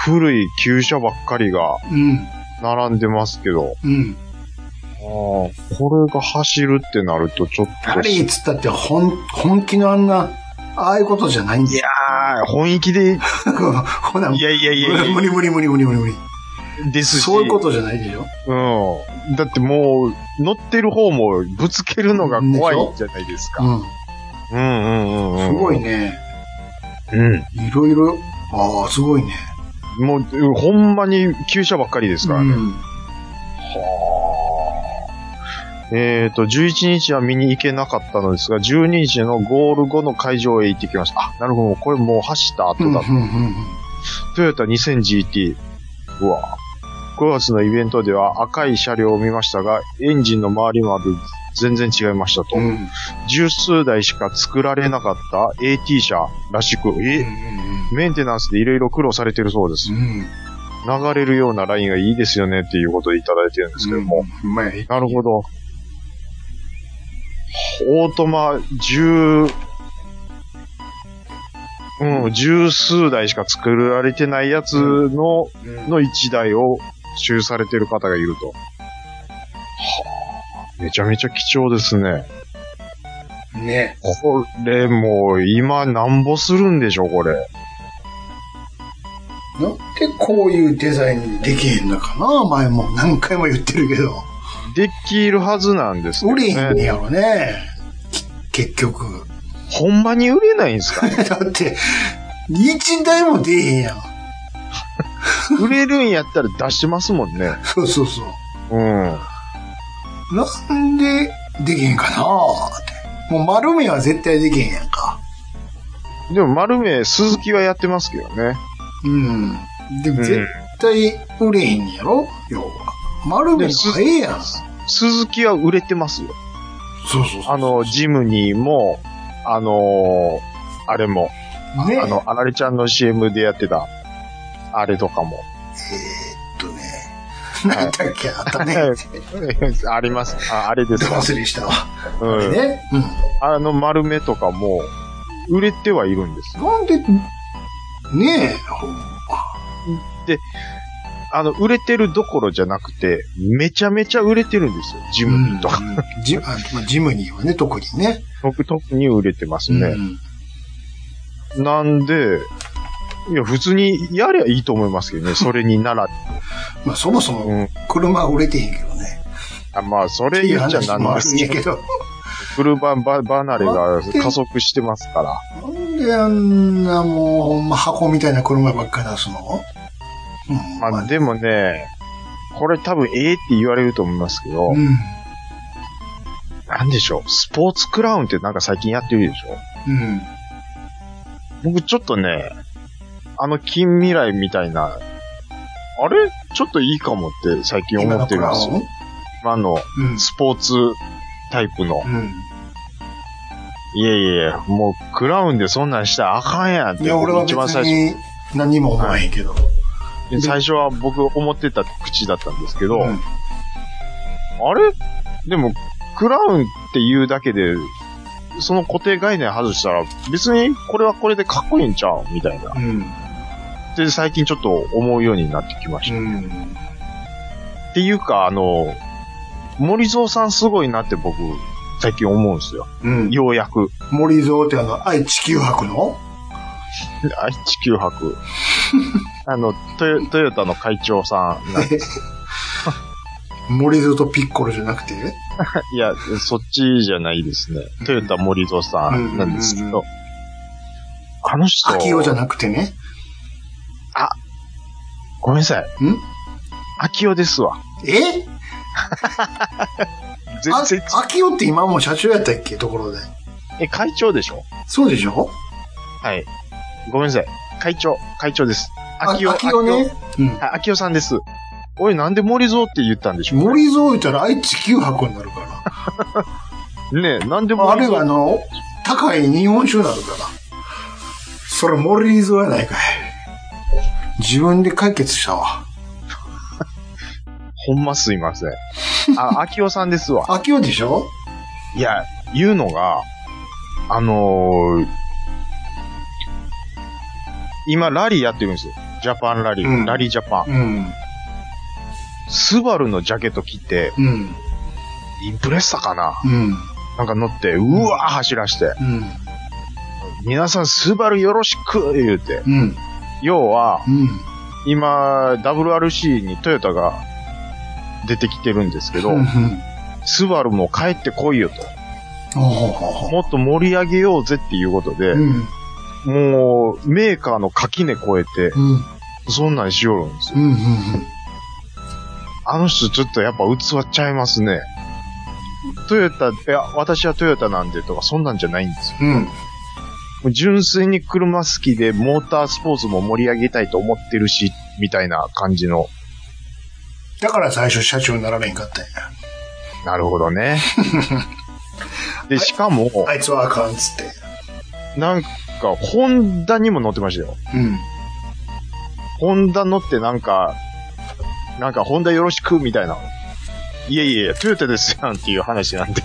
古い旧車ばっかりが
うん。
並んでますけど、
うん。
これが走るってなるとちょっ
ラ
とし、
リーっつったって、ほん、本気のあんな、ああいうことじゃないん
い
だよ。
やー、本意気で、い
ほな、
やいやい やい
無理無理無理無理無理無理。
や、ですし、
そういうことじゃないでしょ
うん。だってもう、乗ってる方もぶつけるのが怖いじゃないですか。
うん。
うんうんうんうん。
すごい。ね。
うん。
いろいろ、ああ、すごいね。
もう、ほんまに旧車ばっかりですからね。
うん。
えっ、と、11日は見に行けなかったのですが、12日のゴール後の会場へ行ってきました。あ、なるほど。これもう走った
う
後
ん、うん、
だ。
うん。
トヨタ 2000GT。うわ5月のイベントでは赤い車両を見ましたが、エンジンの周りまで全然違いましたと。
うん。うん
十数台しか作られなかった AT 車らしく、
う
え
ん
メンテナンスでいろいろ苦労されてるそうです。
うん。
流れるようなラインがいいですよねっていうことでいただいてるんですけども。
うん。まあ、え
なるほど。オートマ十、うん、十数台しか作られてないやつの、
うん
の一台を収されてる方がいると。はあ、めちゃめちゃ貴重ですね。
ね。
これもう今なんぼするんでしょ、これ。
なんでこういうデザインにできへんのかな前も何回も言ってるけど。
できるはずなんですけど
売れへんね
ね。
やろね。き結局。
ほんまに売れないんですか
だって、一台も出えへんやん。
売れるんやったら出してますもんね。
そうそうそう。
うん。
なんで、できへんかなって。もう丸めは絶対できへんやんか。
でも丸め、鈴木はやってますけどね。
うん。でも絶対売れへんやろ要は。丸め買えやん。そ
鈴木は売れてますよ。
うそうそう。
あの、ジムニーも、あのーあれも、
ね
あの、あられちゃんの CM でやってた、あれとかも。
えっとね。なんだっけ、あったね。
はいあります。あ、あれですか。
忘れしたわ。
うん。
ね。うん。
あの丸めとかも、売れてはいるんですよ。
なんで、ねえ、ほんま
あの、売れてるどころじゃなくて、めちゃめちゃ売れてるんですよ。ジムニーとか。
うんジあまあジムニーはね、特にね。
特特に売れてますね。
うん
なんで、いや、普通にやりゃいいと思います けどね。それになら、
まあそもそうも
ん。
車は売れてへんけどね。
あまあ、そ
っ
れ
ていう
言っちゃ
話
なん
もあ
で
る
す
んや
け
け
ど、
ど。
車ば離れが加速してますから。
なんであんなもう、ほんま箱みたいな車ばっかり出すのうん。
まあ、でもね、これ多分ええって言われると思いますけど、
うん。
なんでしょう。スポーツクラウンってなんか最近やってるでしょ
うん。
僕ちょっとね、あの近未来みたいな、あれちょっといいかもって最近思ってるんですよ。今の
うん。
スポーツタイプの。
う
いやいやいや、もうクラウンでそんなんしたらあかんや
ん。
んっ
い
て。
や、俺は
一
別
番最
に何も思わへんけど。
初、最初は僕思ってた口だったんですけど、
うん
あれでも、クラウンっていうだけで、その固定概念外したら、別にこれはこれでかっこいいんちゃうみたいな。
うん。
で、最近ちょっと思うようになってきました。
うん。
っていうか、あの、森蔵さんすごいなって僕、最近思うんですよ。
うん。
ようやく。
森蔵ってあの、愛地球博の
愛知 九博。あのトヨ、トヨタの会長さんな んで。
森蔵とピッコロじゃなくて
いや、そっちじゃないですね。トヨタ森蔵さんなんですけ
うんうんうん
ど。あの人、
秋代じゃなくてね。
ごめんなさい。
ん
秋代ですわ。
え
全
あ
然、
秋代って今もう社長やったっけところで。
え、会長でしょ
そうでしょ
はい。ごめんなさい。会長、会長です。
あ
秋代、
秋代ね。うん。
あ秋代さんです。おい、なんで森蔵って言ったんでしょうね
森蔵言ったら愛地球博になるから。
ねえ、なんで
あ
森
るい
蔵
はあの、高い日本酒になるから。それ森蔵やないかい。自分で解決したわ。
ほんますいません。あ、 秋代さんですわ。
秋代でしょ
いや、言うのが、あのー今、ラリーやってるんですよ。ジャパンラリー。
うん
ラリージャパン。
うん。
スバルのジャケット着て、
うん。
インプレッサかな
うん。
なんか乗って、うわー走らして、
うん。
皆さんスバルよろしく言うて。
うん。
要は、
うん。
今、WRC にトヨタが出てきてるんですけど、
うん。
スバルも帰ってこいよと。
ほうほうほうほう
もっと盛り上げようぜっていうことで、
うん。
もう、メーカーの垣根超えて、
うん。
そんなんしよるんですよ。
うん。うん。
あの人ちょっとやっぱ器ちゃいますね。トヨタ、いや、私はトヨタなんでとか、そんなんじゃないんですよ。
うん。
もう純粋に車好きで、モータースポーツも盛り上げたいと思ってるし、みたいな感じの。
だから最初社長になられんかったんや。
なるほどね。 で、しかも、
あいつはあかんっつって。
なんか、ホンダにも乗ってましたよ。
うん。
ホンダ乗ってなんか、なんかホンダよろしくみたいな。いやいやいや、トヨタですやんっていう話なんで。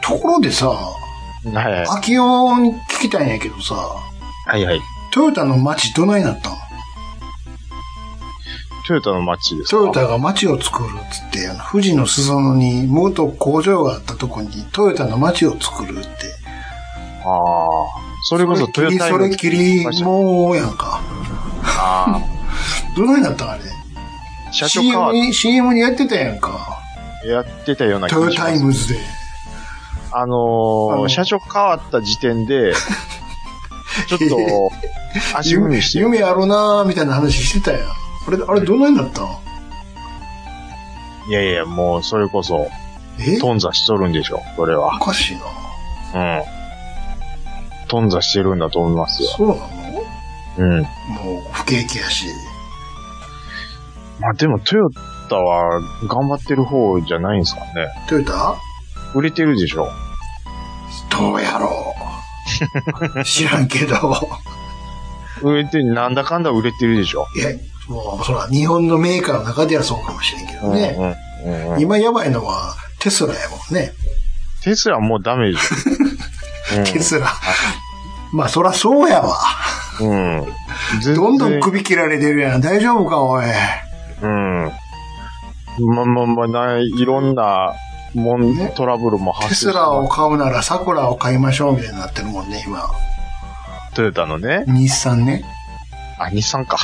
ところでさ、
はいはい。
秋代に聞きたいんやけどさ、
はいはい。
トヨタの街どないなったん
トヨタの街ですか
トヨタが街を作るっつって、あの富士の裾野に元工場があったとこにトヨタの街を作るって。
ああ。それこそトヨタイ
そ
ム
れきり、それっきりもうやんか。
あ
どないなったんあれ。
あ。社長変わ
CM に、CM にやってたやんか。
やってたような気
ト
が
ヨ
し
タ
ま
イ
す。
ムズで。あ
あの
の
ー、社長変わった時 点で、ちょっと、足踏みしてる。
夢夢あるなーみたいな話してたやん。あれ、あれどないなったん
いやいや、もう、それこそ、
え
頓挫しとるんでしょ、それは。
おかしいな。
うん。頓挫してるんだと思いますよ。
そうなの
うん。
もう、不景気やし。
まあでもトヨタは頑張ってる方じゃないんですかね。
トヨタ
売れてるでしょ。
どうやろう知らんけど。
売れて、なんだかんだ売れてるでしょ。
いや、もう、そら、日本のメーカーの中ではそうかもしれんけどね。
うんうんうんうん
今やばいのは、テスラやもんね。
テスラもうダメでしょ。
テスラ。まあ、そらそうやわ。
うん。うん。全然
どんどん首切られてるやん。大丈夫か、おい。
うん。まあまあまあ、ない、いろんな、もん
ね、
トラブルも
テ
発生
スラを買うなら、サクラを買いましょう、みたいになってるもんね、今。
トヨタのね。
日産ね。
あ、日産か。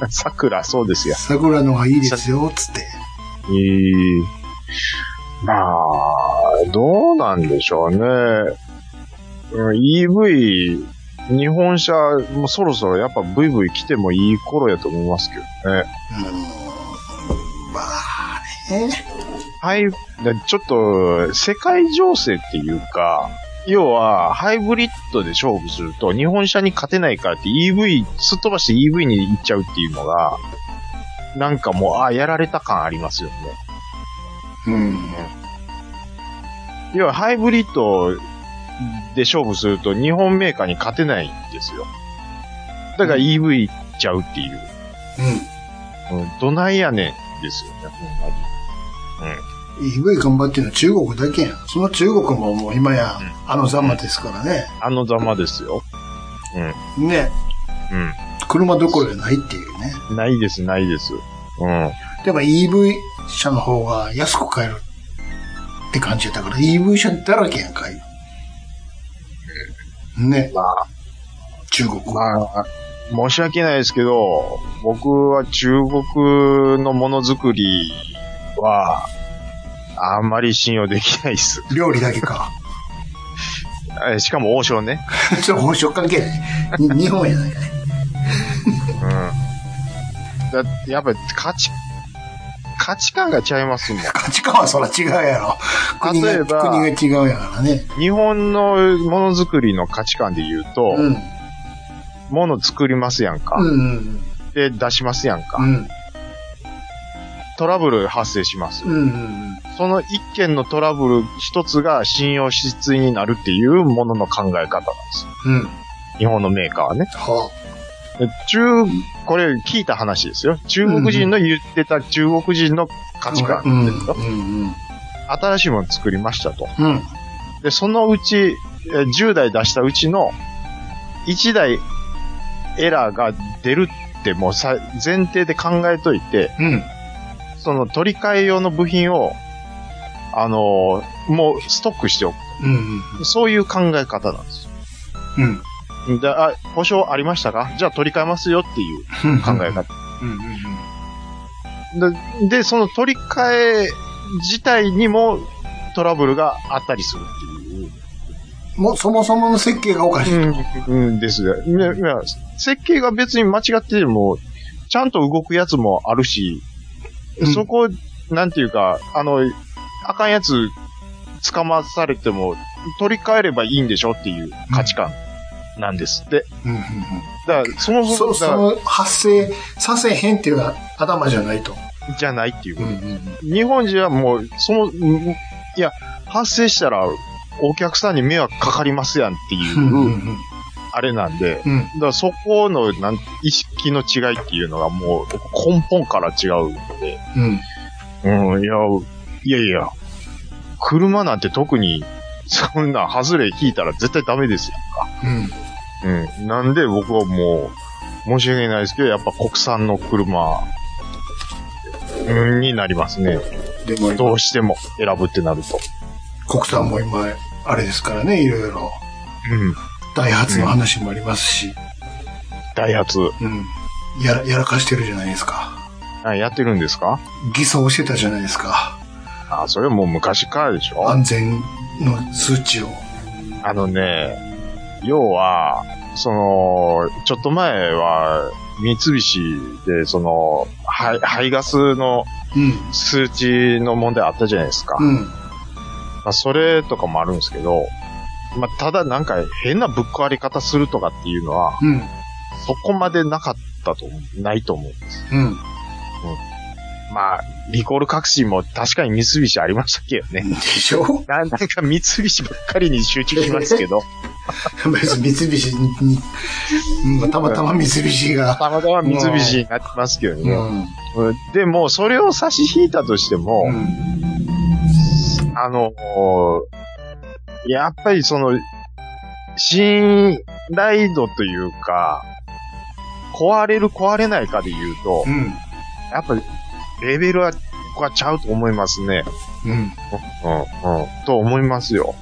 うん。
桜、そうですよ。
サクラの方がいいですよ、つって。
えー、まあ、どうなんでしょうね。うん EV、日本車もそろそろやっぱブイブイ来てもいい頃やと思いますけどね。
うん。まあ、ね。
はい、だちょっと、世界情勢っていうか、要は、ハイブリッドで勝負すると、日本車に勝てないからって EV、すっ飛ばして EV に行っちゃうっていうのが、なんかもう、あやられた感ありますよね。
うん。
要はハイブリッドで勝負すると日本メーカーに勝てないんですよ。だから EV 行っちゃうっていう。うん、どないやねんですよね、ほんまに。
うん。EV 頑張ってるのは中国だけやん。その中国ももう今や、あのざまですからね。
あのざまですよ。
ね。
う
車どころじゃないっていうね。
ん。ないです、ないです。うん。
でも EV 車の方が安く買えるって感じだから EV 車だらけやんかい。ね、
まあ、
中国は。
まあ、申し訳ないですけど、僕は中国のものづくりは、あんまり信用できないです。
料理だけか。
えしかも王将ね。
それ本職関係ない。に日本やないかい。
だってやっぱり価値、価値観が違いますもん。
価値観はそら違うやろ。国
例え
が
ば
国が違うやからね。
日本のものづくりの価値観で言うと、
うん。
もの作りますやんか、
うんうん
で、出しますやんか、
うん。
トラブル発生します。
うん。うんうん
その一件のトラブル一つが信用失墜になるっていうものの考え方なんです。
うん。うん。
日本のメーカーはね。
は
で中、これ聞いた話ですよ。中国人の言ってた中国人の価値
う
観
ん。う
ですよ。
ん。
新しいもの作りましたと。
うん。
で、そのうち、えー10台出したうちの、1台エラーが出るってもうさ前提で考えといて、
うん。
その取り替え用の部品を、あのーもうストックしてお
うん。
く。そういう考え方なんです
うん。
よ。で、あ、保証ありましたかじゃあ取り替えますよっていう
うん。
考え方。
うん。うん。
で、でその取り替え自体にもトラブルがあったりするっていう。
もうそもそもの設計がおかしい。
うん、うんですね。いやいや設計が別に間違ってても、ちゃんと動くやつもあるし、
うん
そこ、なんていうか、あの、あかんやつ、捕まされても、取り替えればいいんでしょっていう価値観なんですって。
うん。うん。
だから、そもそ
そ
も、
そ
だか
の発生させへんっていうのは頭じゃないと。
らじゃないっていうう。
んうん
日本人はもう、その、うんいや、発生したら、お客さんに迷惑かかりますやんっていうう、
んうん
あれなんで、
うん
だからそこのなん意識の違いっていうのがもう根本から違うので、
うん
うん、いや、いやいや、車なんて特にそんな外れ引いたら絶対ダメですよ。
うん
うん。なんで僕はもう、申し訳ないですけど、やっぱ国産の車、うんになりますね。
でも
ど
今
うしても選ぶってなると。
国産も今あれですからねいろいろ
うん。
ダイハツの話もありますし、
ダイハツ、
うん、やらやらかしてるじゃないですか
あやってるんですか
偽装してたじゃないですか
あ、それはもう昔からでしょ
安全の数値を
あのね、要は、その、ちょっと前は、三菱で、その、排排ガスの
うん
数値の問題あったじゃないですか。
うん
まあ、それとかもあるんですけど、まあ、ただなんか変なぶっ壊れ方するとかっていうのは、
うん。
そこまでなかったと思う、ないと思うんです。
うん。
まあ、リコール革新も確かに三菱ありましたけどね。
でしょ
ななんか三菱ばっかりに集中しますけど、
別に三菱に、うんまあたまたま三菱が。
たまたま三菱になってますけど
う
ね。
ん。
でも、それを差し引いたとしても、
うん。
あの、やっぱりその、信頼度というか、壊れる壊れないかで言うと
う、ん。
やっぱりレベルは、僕はちゃうと思いますね。
うん。
うん、うん、と思いますよ。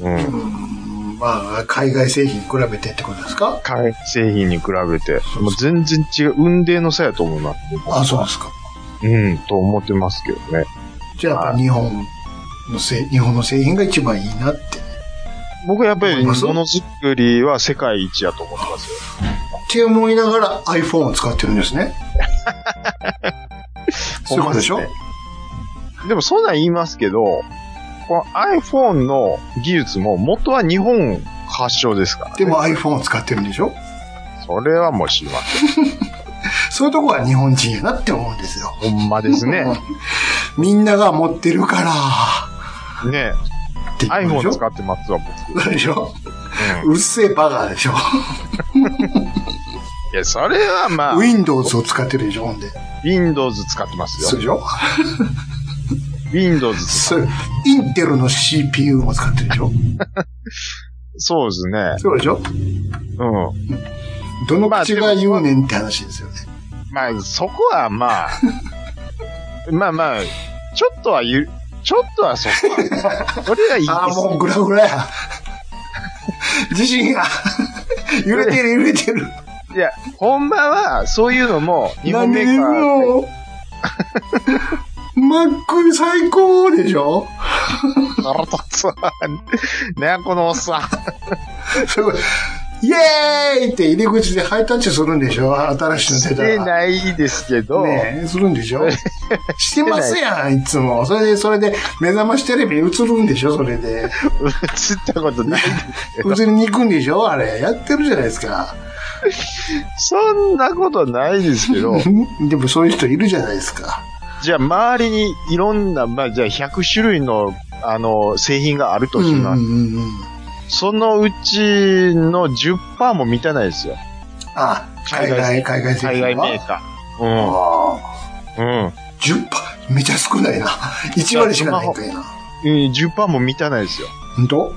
うん。
うんまあ、海外製品に比べてってことですか
海外製品に比べて
そうそ、う
もう全然違う、運命の差やと思うな。
あ、そうですか。
うん、と思ってますけどね。
じゃあ、やっぱ日本のせい、日本の製品が一番いいなって。
僕はやっぱり、
思い
もの
ます
づくりは世界一やと思ってますよ。
って思いながら iPhone を使ってるんです ね。そういうことでしょ
ほんまですねでもそんなん言いますけど、この iPhone の技術も元は日本発祥ですから、ね。
でも iPhone を使ってるんでしょ
それはもう知りません。
そういうとこが日本人やなって思うんですよ。
ほんまですね。
みんなが持ってるから、
ね
って言うんでし
iPhone
ょ
使ってますわ、僕。
そうでしょ
うん。
うっせえバカでしょ
いや、それはまあ、
?Windows を使ってるでしょほんで。
Windows 使ってます
そう
よ。
でしょ
Windows 使
そう。インテルの CPU も使ってるでしょ
そうですね。
そうでしょ
う
どの口が言うねんって話ですよね。
ん。まあ、そこは まあ、まあまあ、ちょっとはゆる、ちょっと はそこは。それはいいです。
ああ、もうグラグラや。自信 が。揺れてる揺れてる。
いや、ほんまは、そういうのも、日本メーカ
何
ー、
よ マック最高でしょ
腹立つわ。ねこのおっさ
すごい イエーイって入り口でハイタッチするんでしょ新しい
ん。
の出
したて
ら。
ないですけど、
ねえ、するんでし ょしてますやん、いつも。それで、それで、目覚ましテレビ映るんでしょそれ で。
映ったことない。
映りに行くんでしょあれ。やってるじゃないですか。
そんなことないです けど、
でもそういう人いるじゃないですか。
じゃあ、周りにいろんな、まあ、じゃあ、100種類の、あの、製品があるとします。
うんうんうん。
そのうちの10%も満たないですよ。
あ、海外、海外製
海
品は
外メーカー。
ああ、
うん。うん。
10%、めちゃ少ないな。1割しかないんかいな。
うん10%も満たないですよ。
ほんと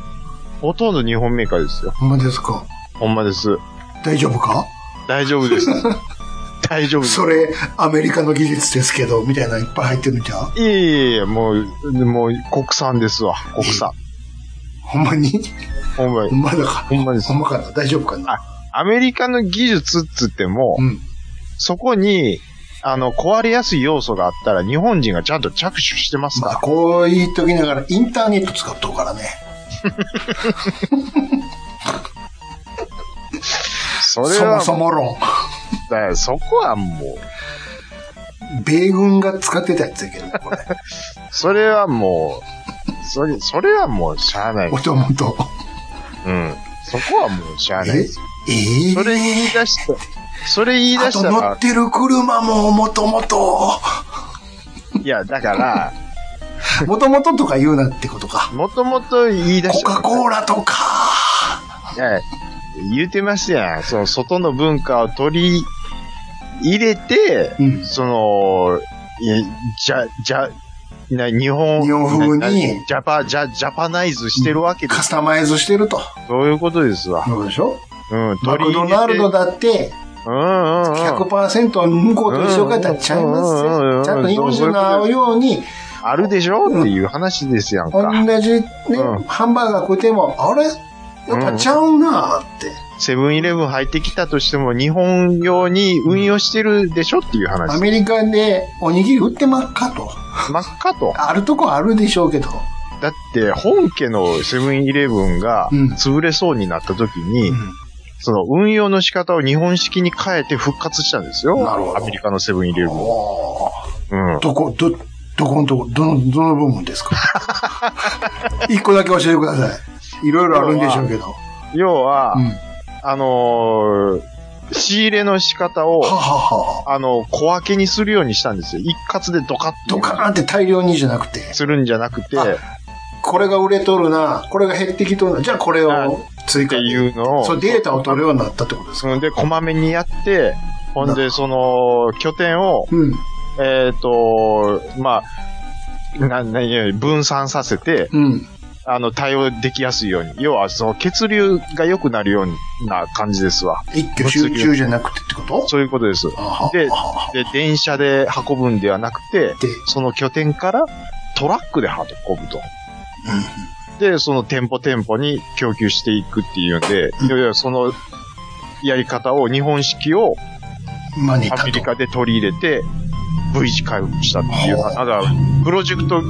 ほとんど日本メーカーですよ。
ほんまですか
ほんまです。
大丈夫か
大丈 夫です。大丈夫です。
それ、アメリカの技術ですけど、みたいなのいっぱい入ってるんじゃん
いえいえいえ、もう、もう、国産ですわ。国産。
ほんまに
ほんま
ほ
に。
んまだか。
ほんまです
ほ。んまかな大丈夫かな
アメリカの技術っつっても、
うん。
そこに、あの、壊れやすい要素があったら、日本人がちゃんと着手してます
まあ、
か
こう言いときながら、インターネット使っとうからね。
ら。それ
そ
は
もそも論。
だからそこはも
米軍が使ってたやつやけどね、これ。
う、それはもう、それ、それはもう、しゃあない。う
もともと。
ん。そこはもう、しゃあない
え
です。
ええ
それ言い出した、それ言い出
あ
し
と
た
乗
ら
っ、てる車ももともと。
いや、だから、
もともととか言うなってことか。
もともと言い出
コ
した。
カ・コーラとか。
はい。言うてますやん。その外の文化を取り入れて、
うん
その、いやじゃ、じゃ、な日本、
日本風に
ななジャパ、ジャ、ジャパナイズしてるわけで
カス
す。
タマイズしてると。
そういうことですわ。
そうでしょ
うん、
マ
取
ク
り
ド
入れて。
ナルドだって、
うんうんうん。
100%向こうと一緒かって言ったらちゃいます
うんうんうん
よ。ちゃんと日本人の合うように、
あるでしょっていう話ですやん
同
か。
じね
うん、
ハンバーガー食っても、あれやっぱちゃうなーって。
セブンイレブン入ってきたとしても、日本用に運用してるでしょっていう
ア
話。
メリカでおにぎり売ってまっかと。
真っ赤と。
あるとこあるでしょうけど。
だって、本家のセブンイレブンが
うん
潰れそうになった時に、その運用の仕方を日本式に変えて復活したんですよ。
なるほど
アメリカのセブンイレブン。
おー
うん。
どこ、ど、どこのとこ、どの、どの部分ですか一個だけ教えてください。いろいろあるんでしょうけど。
要は、
うん。は
あのー仕入れの仕方を、
ははは。
あの、小分けにするようにしたんですよ。一括でドカッと
ドカーンって大量にじゃなくて、
するんじゃなくて、
あこれが売れとるな、これが減ってきとるな、じゃあこれを追
って
加。
いうのを、
そう、データを取るようになったってことですか
うんで、こまめにやって、ほんで、その、拠点を、
うん。
えっ、と、まあ、な、な、いや分散させて、
うん。
あの、対応できやすいように。要は、その、血流が良くなるような感じですわ。
一挙集中じゃなくてってこと
そういうことです。
あは
で
あは
で、電車で運ぶんではなくて、
で、
その拠点からトラックで運ぶと。で、その店舗店舗に供給していくっていうんで、
うん
いやいや、そのやり方を、日本式を
うん。マニタ
アメ
と
リ。カで取り入れて、V 字回復したっていう
ほう
か、ただ、プロジェクト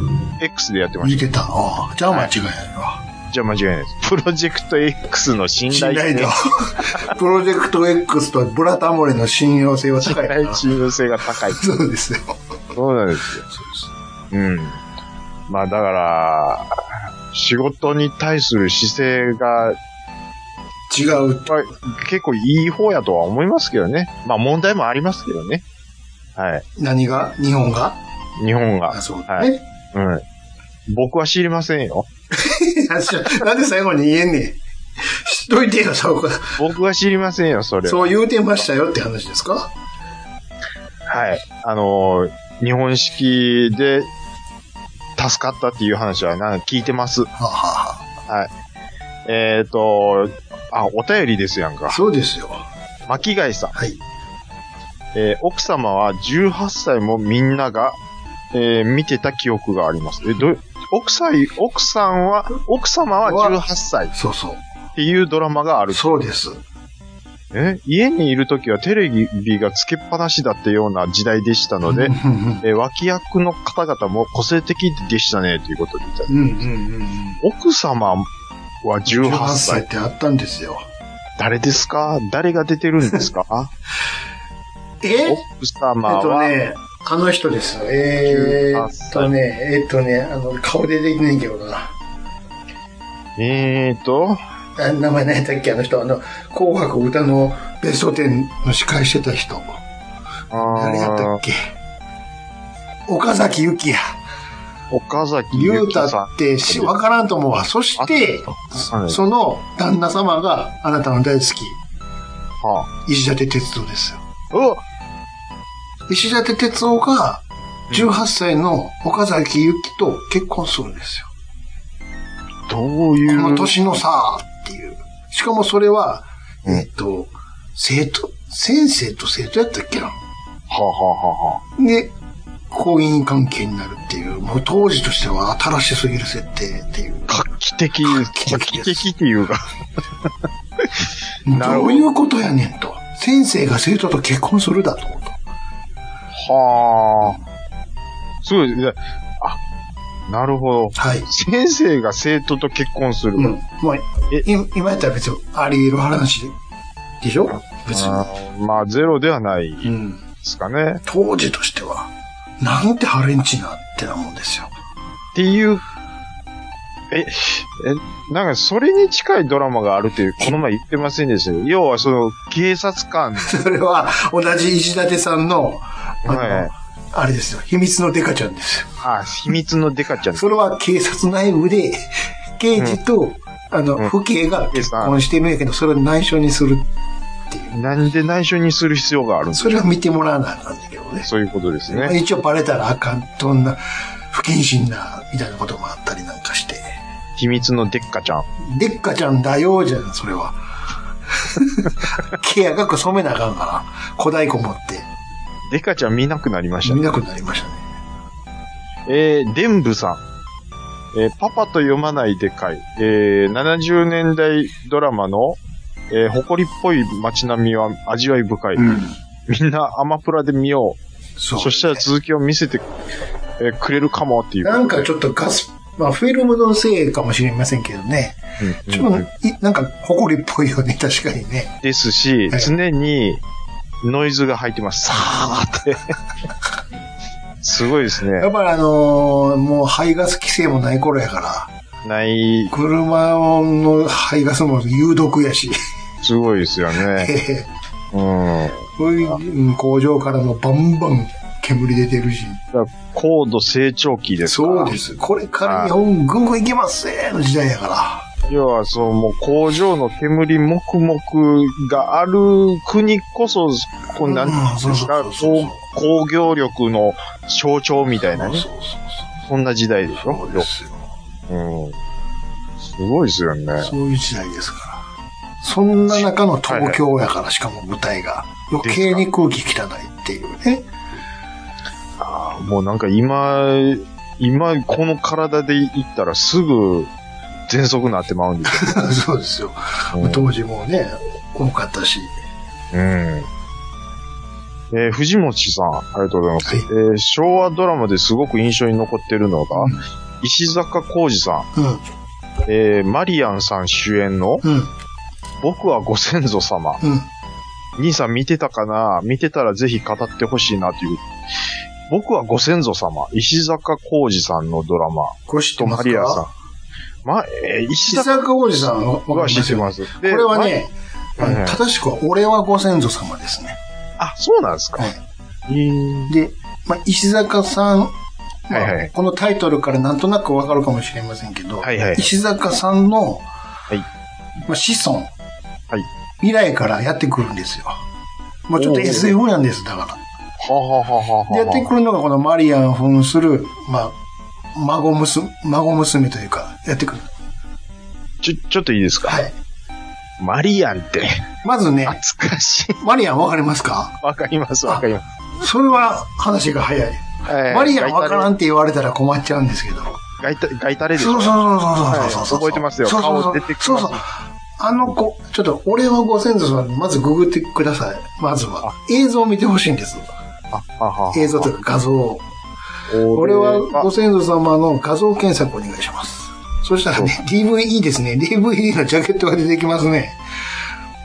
X でやってまし
い
た。
けた。ああ、じゃあ間違いないわ。
じゃあ間違いないです。プロジェクト X の信
信
頼
頼
性
度。プロジェクト X とブラタモリの信用性は
信
高い
頼
な。そ
信用性が 高い。
うですよ。
そうなんですよ。うん。まあだから、仕事に対する姿勢が
違う。
まあ、結構いい方やとは思いますけどね。まあ問題もありますけどね。はい。
何が日本が
日本が
あ、。そうだ
は
ね。
うん。僕は知りませんよ。
あそうなんで最後に言えんねん。知っといてよ、そうか。
僕は知りませんよ、それ。は
そう言うてましたよって話ですか
い。あのー日本式で助かったっていう話はなんか聞いてます。
はあはあは
えっ、と、あ、お便りですや
あ
んか。
そうですよ。
巻貝さん。
はい。
えー奥様は18歳もみんなが、えー見てた記憶があります。え、どう、奥さん、奥さんは、奥様は18歳。
そうそう。
っていうドラマがある。
そうです。
え家にいるときはテレビがつけっぱなしだったような時代でしたので、
うんうん
え脇役の方々も個性的でしたね、ということで言った。
うんうんうんうん。
奥様は18
18
歳。
歳ってあったんですよ。
誰ですか誰が出てるんです か
え
奥様
えっと
は、
ね、あの人です。えー
18
っとね、えーっとね、あの、顔出てきないけどな。
えーと、
あ名前何やったっけあの人、あの、紅白歌のベスト10の司会してた人。誰やった
あ
っけ岡崎由紀や。
ー岡崎
言
ゆ
う
き
た
さん
っ。てし、わからんと思うわ。そして、
あはい
その旦那様があなたの大好
は
き、石立鉄道ですよ。
あ、うわ
石立哲夫が、18歳の岡崎ゆきと結婚するんですよ。
どうい
この
う、
年の差っていう。しかもそれは、
うん
えっと、生徒、先生と生徒やったっけな。
はあはあはあは
で、婚姻関係になるっていう、もう当時としては新しすぎる設定っていう。
あ画期的、画
画期
期
的です
的っていうか、なる
ど
ほ
う
ど
いうことやねんと。先生が生徒と結婚するだと。
はあ。すごい、であ、なるほど。
はい。
先生が生徒と結婚する。
うん。もう、
え
い今やったら別にあり得る話ででしょ別に。
あーまあ、ゼロではないで
うん。
すかね。
当時としては、なんてハレンチなってなもんですよ。
っていう、え、え、なんか、それに近いドラマがあるって、この前言ってませんでしたけど、要はその、警察官、
それは、同じ石立さんの、あの、
はい
あれですよ、秘密のデカちゃんですよ。
あ、秘密のデカちゃん。
それは警察内部で、 刑事と、あの、
うん
父兄が結婚してるんやけど、それを内緒にする。
なんで内緒にする必要があるんです
そ
か
れは見てもらわなあかんだけどね。
そういうことです
まあ
ね。
一応バレたらあかん、どんな、不謹慎な、みたいなこともあったりなんかして。
秘密のデッカちゃん。
デッカちゃんだよ、じゃん、それ は。 毛やがく染めなあかんから、小太鼓持って。
デカちゃん見なくなりましたね
見なくなりましたね。
えー、デンブさん。えーパパと読まないでかい。えー、70年代ドラマの、えー、誇りっぽい街並みは味わい深い。
うん。
みんなアマプラで見よう。
そ
そしたら続きを見せて、えーくれるかもっていう。
なんかちょっとガス、まあフィルムのせいかもしれませんけどね。
うん
ち
う
ょ
ん
っ
う
と
ん、
いなんか、誇りっぽいよね、 確かにね。
ですし、
はい
常にノイズが入ってます。さーって。 すごいですね
や。っぱりあのーもう排ガス規制もない頃やから、
ない、
車の排ガスも有毒やし、
すごいですよ ね。うん。
そういううん工場からもバンバン煙出てるし。
高度成長期ですから。
そうです。これから日本ぐんぐん行けますせーの時代やから。
要は、そう、もう工場の煙黙々がある国こそ、こう、なんていうんですか、
うんそうそうそうそう
工工業力の象徴みたいなね。
そうそ
そんな時代でし
うそう。
ょ
そうですよ。
うん。すごいですよね。
そういう時代ですから。そんな中の東京やから、しかも舞台が。余計に空気汚いっていうね。
あーもうなんか今、今、この体で行ったらすぐ、喘息になってまうんです
そうですよ。
よ。うん
当時もうね、多かったし。
うん。えー藤本さん、ありがとうございます。
はい
えー昭和ドラマですごく印象に残ってるのが、
うん
石坂浩二さ
うん、
ん、えーマリアンさん主演の、
うん、
僕はご先祖様。
うん。
兄さん見てたかな見てたらぜひ語ってほしいなという。僕はご先祖様、石坂浩二さんのドラマ、
これ知って
と
ます
マ
か
リアさん。ま、えー石
石
坂
坂王子さんはわか
は
り
知
ま
っ
すよ。
てます。こ
これは、ね、
ま
あの
うん
正しくは俺はご先祖様ですね。
あ、そうなんですか。
はい
えー
で、まあ、石坂さん、まあ
はいはい
このタイトルからなんとなくわかるかもしれませんけど、
はいはいはい
石坂さんの、
い
まあ、子孫、
い
未来からやってくるんですよ。まあ、ちょっと
おー
SF なんです、だから。
ははははは
でやってくるのがこのマリアンを扮する、まあ、孫娘、孫娘というか、やってくる。
ちょ、ちょっといいですか、
はい。
マリアンって、
まずね、
懐かしい。
マリアンわかりますか
わかります、わかります。
それは話が早い。
えー
マリアンわからん
ガイ
って言われたら困っちゃうんですけど。
タレガイタガイタレでし
そ
ょ
うそうそうそうそうそうそう。
はい覚えてますよ
そうそうそう
顔出てきます
そうそう。あの子、ちょっと俺はご先祖様にまずググってください。まずは。映像を見てほしいんです。
あはは
映像というか画像を。俺
俺
はご
は、
先祖様の画像検索お願いします。そしたらね、DVD ですね。DVD のジャケットが出てきますね。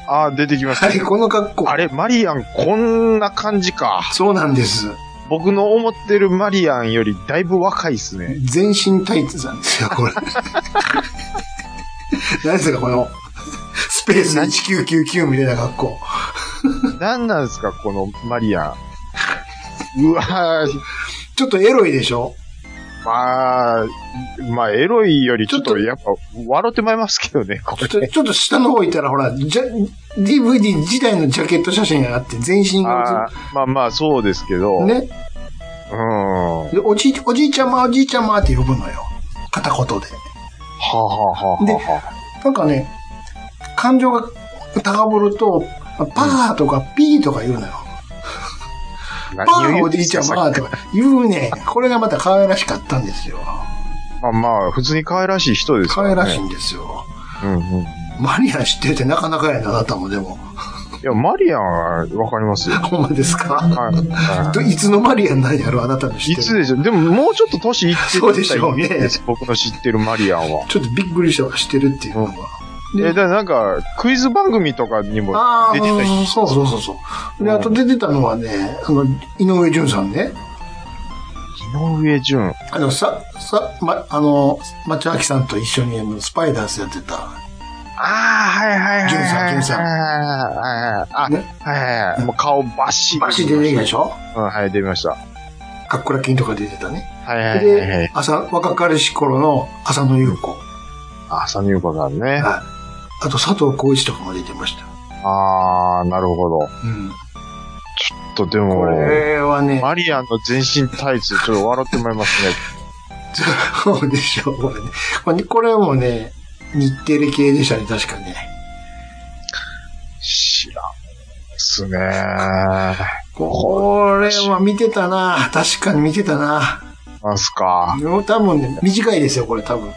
あ、出てきました。
はい、この格好。
あれ、マリアン、こんな感じか。
そうなんです。
僕の思ってるマリアンよりだいぶ若いっすね。
全身タイツなんですよ、これ。何ですか、この、スペース1999みたいな格好。
何なんですか、このマリアン。うわぁ、
ちょっとエロいでしょ
まあ、まあ、エロいよりちょっとやっぱ、笑ってまいますけどね、こ
ちょっと、
れ。
ちょっと下の方行ったら、ほら、じゃ DVD 自体のジャケット写真があって、全身が
あーまあまあ、そうですけど。
映る。ね。
うん。は
で、おじい、おじいちゃま、おじいちゃまって呼ぶのよ。片言で。
あ、はあはあはあはあ。
なんかね、感情が高ぶると、パーとかピーとか言うのよ。パ
何を
ー
言
お
う
じ
てん
いち
すか
ゃまとか言うね。これがまた可愛らしかったんですよ。
まあまあ、普通に可愛らしい人です
可
から
愛らし
ね。
いんですよ。
うんうん。い
マリアン知っててなかなかやな、あなたもでも。
や、マリアンはわかりますよ。は
ほんまです
い
か
は
どいつのマリアンなんやろ、あなたの
い。
知
い
って
つ
る。
でしょうでも、もうちょっと年いってたら
そうでしょうね
いいです僕の知ってるマリアンは。
ちょっとびっくりしたわ、知ってるっていうのが。
え、
で
だからなんか、クイズ番組とかにも
ああ
出てたり。
ー、そうそうそうそう。で、
うん
あと出てたのはね、あの、井上淳さんね。
井上淳。
あの、さ、さ、ま、あの、町明さんと一緒にあのスパイダースやってた。
ああ、はいはいはい。
淳さん淳さん
はいはいはい。あ、
ね
はいはいはい。もう顔バッシリ
バシ出てきたでしょ
うん、はい、出ました。は
かっこらきんとか出てたね。
いはいはいはい
で。、朝、若かりし頃の浅野優子。はい。
あ、浅野ゆう子さんね。
あと佐藤浩市とかも出てました。
ああ、なるほど。
うん。
と、で
こ
も、
れはね、
マリアンの全身タイツ、ちょっと笑ってもらいますね。
そうでしょう、これね。これこれもね、日テレ系でしたね、確かね。
知らんですね。
これは見てたな確かに見てたな
なんすか。
もう多分ね、短いですよ、これ多分。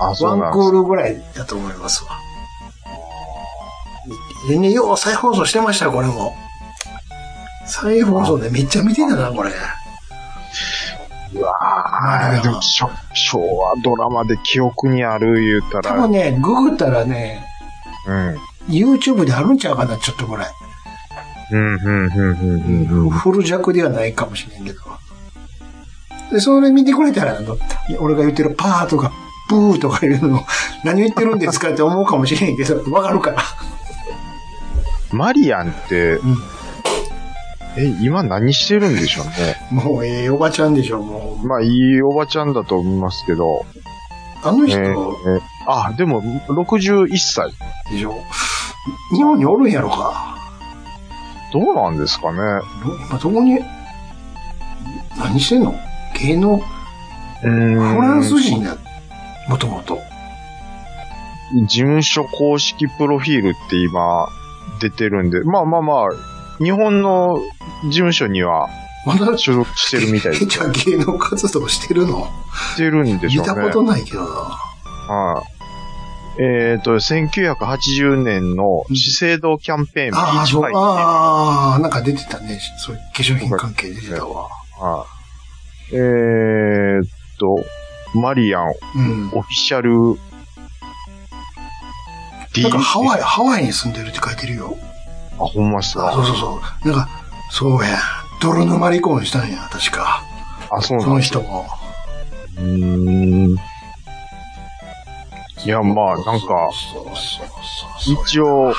あ、そう
ワ
な
ン
んで
クー
す
ルぐらいだと思いますわ。でね、よう再放送してましたよ、これも。再放送でめっちゃ見てたな、これ。
うわーでも、しょ昭和ドラマで記憶にある言うた
多
ら、
分ね、ググったらね、
うん。
YouTube であるんちゃうかな、ちょっとぐらい。
うん、うん、うん、うん、うん。
フル弱ではないかもしれんけど。で、それ見てくれたら、あの、俺が言ってるパーとかブーとか言うの、何を 言ってるんですかって思うかもしれんけど、わかるから。
マリアンって、
ん
え、今何してるんでしょうね。
もうええおばちゃんでしょ、もう。
まあ、いいおばちゃんだと思いますけど。
あの
え
人
ーあ、でも、61歳。
でしょ。日本におるんやろか。
どうなんですかね。
ど今どこに、何してんの芸能、
うーん
フランス人だ。もともと。
事務所公式プロフィールって今、出てるんで。まあまあまあ、日本の事務所には
まだ、
所属してるみたいで
え、 じゃあ芸能活動してるの
してるんでしょ
見た
うね。
ことないけどな。
はい。えっ、と、1980年の資生堂キャンペーン、ビ
あ
ー
あ、
チ
そう、
パイ
ああ、なんか出てたね。そういう化粧品関係出てたわ。
はい。えっ、と、マリアン
うん。
オフィシャル、D
なんかハワイ、ハワイに住んでるって書いてるよ。
あ、ほんまっす
あ、そ
か。
うそうそう。なんか、そうや。泥沼離婚したんや、確か。
あ、そう
そ
なん
の
だ
人も。
うーん。いや、まあ、なんか、
そうそうそうそう。
一応、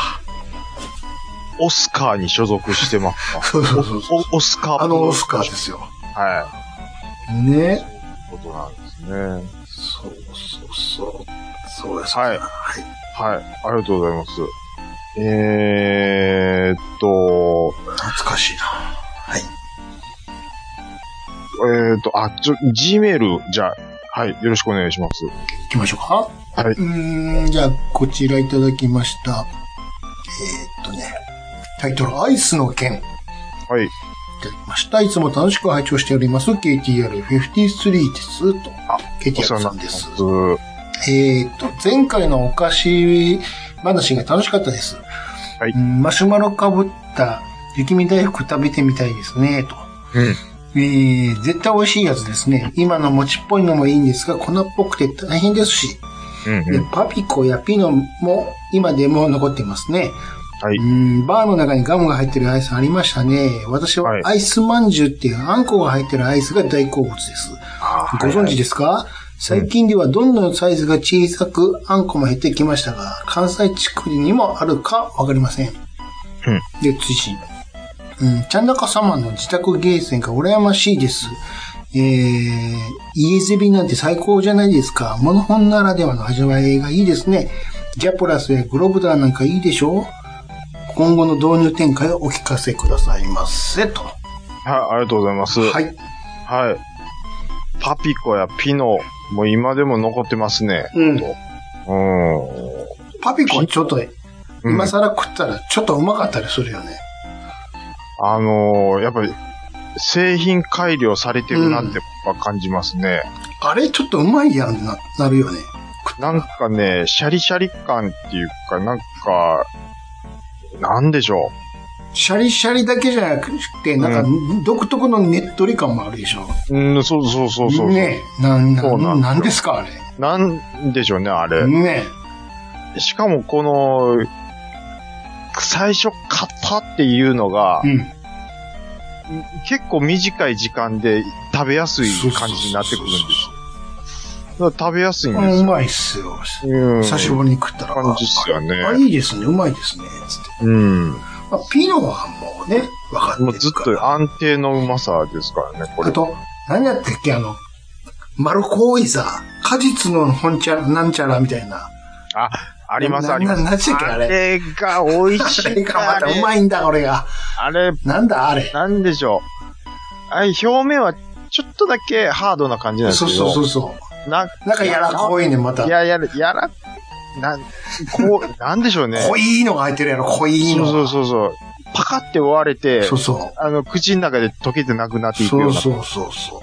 オスカーに所属し てますか。
そうそうそうそう。
おオスカー
あのオスカーですよ。
は
ね。
い。ことなんですね。
そうそうそう。そうです。
はいはい、ありがとうございます。えーっと、
懐かしいな。はい。
えーっと、あ、ちょ、Gmail、じゃあ、はい、よろしくお願いします。
行きましょうか。
はいう
ーん、じゃあ、こちらいただきました。えーっとね、タイトル、アイスの剣。い
はい、
ただきました。いつも楽しく拝聴しております。KTR53 です。と。KTR さんです。
お世話になって
えーっと、前回のお菓子話が楽しかったです。
い
うんマシュマロかぶった雪見大福食べてみたいですね、と。
うん
えー絶対美味しいやつですね。今の餅っぽいのもいいんですが、粉っぽくて大変ですし。
ますうん
で
うん。
パピコやピノも今でも残ってますね。
はいう
ーんバーの中にガムが入ってるアイスありましたね。私ははいアイスまんじゅうっていうあんこが入ってるアイスが大好物です。
あ
ご
ーは
存
い
知ですか、最近ではどんどんサイズが小さく、あんこも減ってきましたが、関西地区にもあるかわかりません。で、追伸。うん、ちゃんなか様の自宅ゲーセンが羨ましいです。えー、家ゼビなんて最高じゃないですか。モノホンならではの味わいがいいですね。ジャポラスやグロブダーなんかいいでしょう今後の導入展開をお聞かせくださいませ、と。
はい、ありがとうございます。は。
はいい。
パピコやピノ、もう今でも残ってますね。
うん。
うん。
パピコンちょっと
うん
今更食ったらちょっとうまかったりするよね。
あのー、やっぱり、製品改良されてるなってやっぱ感じますね。
あれちょっとうまいやんな、なるよね。
なんかね、シャリシャリ感っていうか、なんか、なんでしょ
シャリシャリだけじゃなくて、なんか独特のねっとり感もあるでしょ。
う。うん、そうそうそうそう。
ねえ、なん、な、
そうんなんですよ
なんですかあれ。
なんでしょうね、あれ。
ね
しかも、この、最初、型っていうのが
え。う、ん。
結構短い時間で食べやすい感じになってくるんですよ。だから食べやすいん
そうそう
です
う
よ。
まいっすよ。
うん。
久しぶりに食ったら。
感じっすよね
あ、いいですね。うまいですね。つって。
うん。
まあ、ピノはもうね、分かってるから。
もうずっと安定のうまさですからね、こ
あ
れ。
と、何やったっけあの、マルコーイザー、果実の本ちゃら、なんちゃらみたいな。
あ、あります、
な
あります。
ななんでしたっけあれ
が美味しい。
あれがまたうまいんだ、これが。
あれ、
なんだ、あれ。
なんでしょう。あれ、表面はちょっとだけハードな感じなんです
そう
けど。
そうそうそ
な
う。なんかやら濃いね、また。
いや、やる、やら、なん、こう、 なんでしょうね。
濃いのが入ってるやろ、濃い
そう
の。
そうそうそう。パカって割れて
そ、うそう。
あの、口の中で溶けてなくなっていく
そ
よう
う
な。
そうそうそう。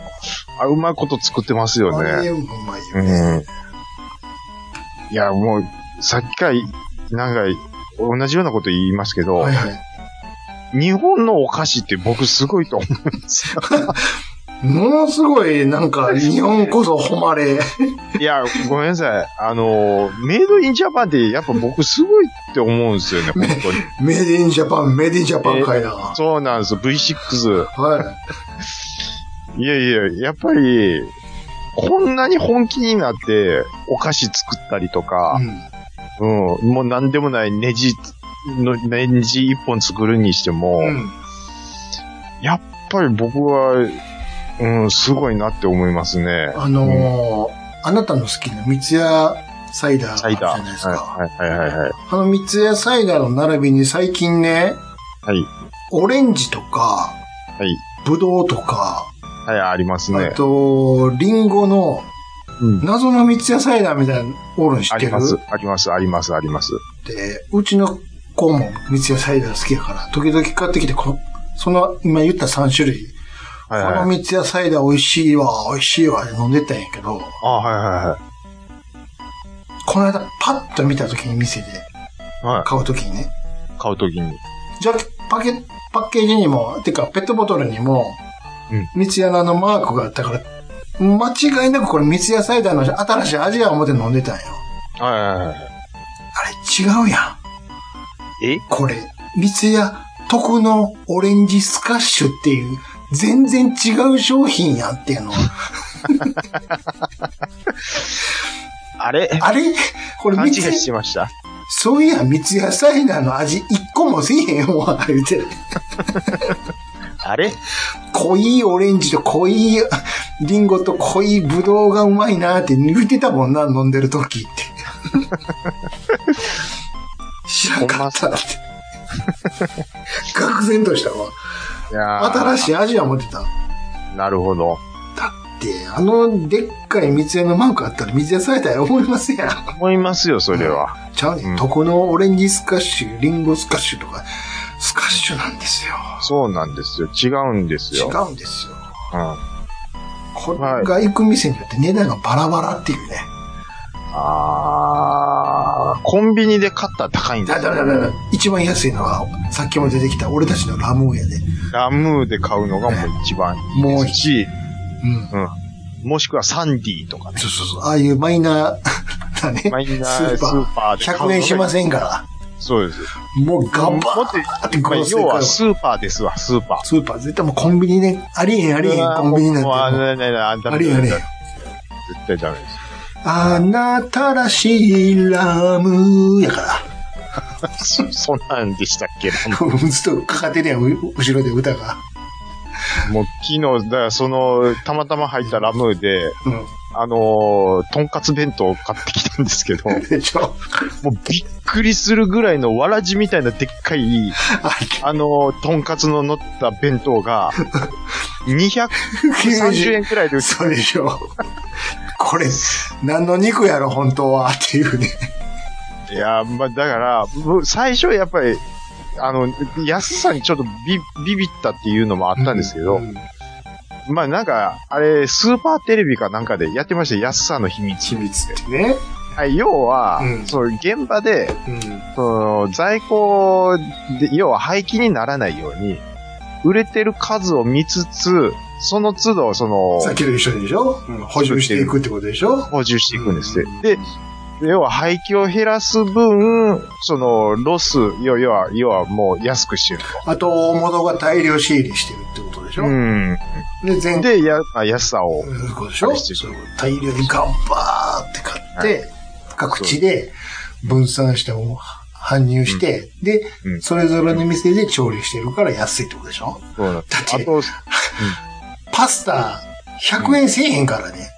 あうまいこと作ってますよ
あ
ね。
れうまいよ
う
ね。
ん。いや、もう、さっきから、なんか、同じようなこと言いますけど、
はいはい。
日本のお菓子って僕すごいと思うんで すよ。
ものすごい、なんか、日本こそ誉れ。
いや、ごめんなさい。あの、メイドインジャパンってやっぱ僕すごいって思うんですよね、本当に。
メイデンジャパン、メイデンジャパン会だ。は
そうなんです、V6。
い。
いやいや、やっぱり、こんなに本気になって、お菓子作ったりとか、
う
うん、もう何でもないネジの、ネジ一本作るにしても、
ん。う
やっ
ん。
ぱり僕は、うん、すごいなって思いますね。
あのー、あなたの好きな三ツ矢サイダー
サイ
じ
ダ
ゃ
ー。
ないですか。
はいはいはいはい。
あの三ツ矢サイダーの並びに最近ね、
はい。
オレンジとか、
はい。
ブドウとか、
はい、あります
あ
ね。
と、リンゴの
うん。
謎の三ツ矢サイダーみたいなのオールン知
あ
って
り
る
ます、あります、あります、あります。
って、うちの子も三ツ矢サイダー好きやから、時々買ってきて、こその、今言った3種類、
はいはい
この。三ツ矢サイダー美味しいわ、美味しいわ、飲んでたんやけど、
あ、はいはいはい。
この間パッと見た時に店で
は
買う時にね、
い。買うときに。
じゃパケ、パッケージにも、てかペットボトルにも
うん、
三ツ矢のあのマークがあったから、間違いなくこれ三ツ矢サイダーの新しい味や思って飲んでたんよ。
はいはいは
あ
い。
れ違うやん。
え
これ、三ツ矢特のオレンジスカッシュっていう、全然違う商品やんっていう の。
あれ
あれこれ
勘
三
違い
ツ矢、
してました。
そういや三ツ矢サイダーの味一個もせえへんわ、言うて。
あれ
濃いオレンジと濃いリンゴと濃いブドウがうまいなーって抜いてたもんな、飲んでる時って。知らんかったって。愕然としたわ。
いやー
新しい味は持ってた。
なるほど。
で、あのでっかい三ツ矢のマークあったら三ツ矢サイダーや思いますやん。
思いますよ、それは。
ちゃうね、
うん
ん、特のオレンジスカッシュ、リンゴスカッシュとか、スカッシュなんですよ。
そうなんですよ。違うんです
違
よ。
うんですよ。
うん。あ
これが行く店によって値段がバラバラっていうね。
あー、コンビニで買ったら高いんで
だ
すよ
だだだだ一番安いのは、さっきも出てきた俺たちのラムーやで。
ラムーで買うのがもう一番いいですし、
うん。
もしくはサンディとかね。
そうそうそう。ああいうマイナー だね。
マイナー
スー
ス
パー
ーパーで買うの
100
が
円しませんか
そうです。
ら。もうガバーって
まあ
殺して
要
いから。
は
ス
スーパーですわ、スーパ
ー
ー。
パー絶対もうコンビニで、ありえへんありえへんコンビニなん
もうあ
て。
れね、あんた
ありえへんありえへん
絶。対ダメです。
あなたらしいラムーやから。
そ そんなんでしたっけ
ずっとかかってるやん、う後ろで歌が。
もう昨日、だからその、たまたま入ったラムーで、
うん。
あのーとんかつ弁当を買ってきたんです けど、もう
でしょ。
びっくりするぐらいのわらじみたいなでっかい、
あ
あのーとんかつの乗った弁当 が、230
90
円くらいで売って
そうでしょ。これ、何の肉やろ、本当は。っていうね。
いやー、まあ、だから、僕最初やっぱり、あの、安さにちょっとビビビったっていうのもあったんですけど、
うん
まあなんか、あれ、スーパーテレビかなんかでやってましたよ安さの秘密。
秘密ってね。
はい、要は、
うん
その現場で、
うん。
その在庫で、要は廃棄にならないように、売れてる数を見つつ、その都度、その、
さっきと一緒でしょ、うん、補充していくってことでしょ
補充していくんですっ
うん
て。で、要は廃棄を減らす分、その、ロス、要要は、要はもう安くしてる
あと、大物が大量仕入れしてるってことでし
と。
ょ、
うん。
で、全
で、や、あ安さを
そう。いうことでしょ
試していく
そういうこと大量にガンバーって買って、各地で分散しても搬入して、で、
うん
それぞれの店で調理してるから安いってことでしょ
そうなんです
だっ
あ
て
と、
パスタ100円せえへんからね。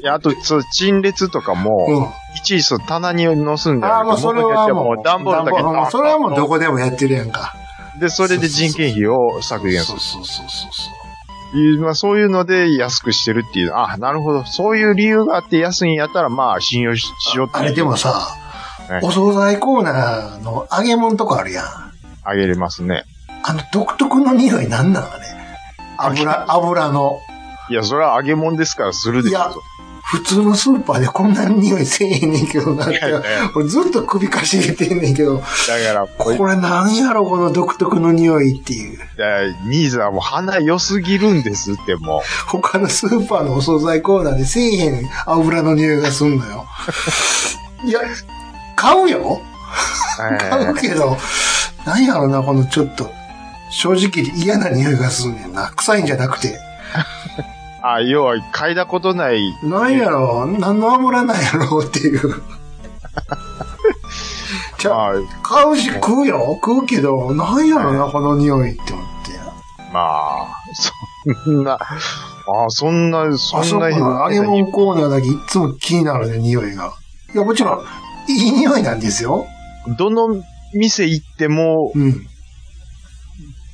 いやあと、そう、陳列とか
う
も、
ん。
いちいちそう棚に載すんだよ。
ああ、もうそれはもう、
段ボールだけ
段ボールそれはもうどこでもやってるやんか。
で、それで人件費を削減す
そ
る
う。そうそうそうそう。
いうまあ、そういうので安くしてるっていう。あ、なるほど。そういう理由があって安いんやったら、まあ、信用ししようって
あれでもさ
ね、
お惣菜コーナーの揚げ物とかあるやん。
あげれますね。
あの独特の匂いなんなのあれ。油、油の。
いや、それは揚げ物ですからするでし
いや
ょ。
普通のスーパーでこんな匂いせえへんねんけどなって。
いやいや
俺ずっと首かしげてんねんけど、
だから、
こ
こ
れなんやろこの独特の匂いっていう。
いやニーズはもう鼻良すぎるんですって、 も
他のスーパーのお惣菜コーナーでせえへん油の匂いがすんのよ。いや、買うよ
う。はいはい
買
は
う
い
けど、なんやろな、このちょっと、正直嫌な匂いがすんねんな。臭いんじゃなくて。
あ、要は、嗅いだことない、
なんやろ何の油なんやろっていう。ちゃ、
ま
買うし食うよ食うけど、なんやろな、この匂いって思って。
あ、まあ、そんな、あそんな、そ
あ、そ
ん
う
な
かな。揚げ物コーナーだけいつも気になるね、匂いが。いや、もちろん、いい匂いなんですよ。
どの店行っても
うん。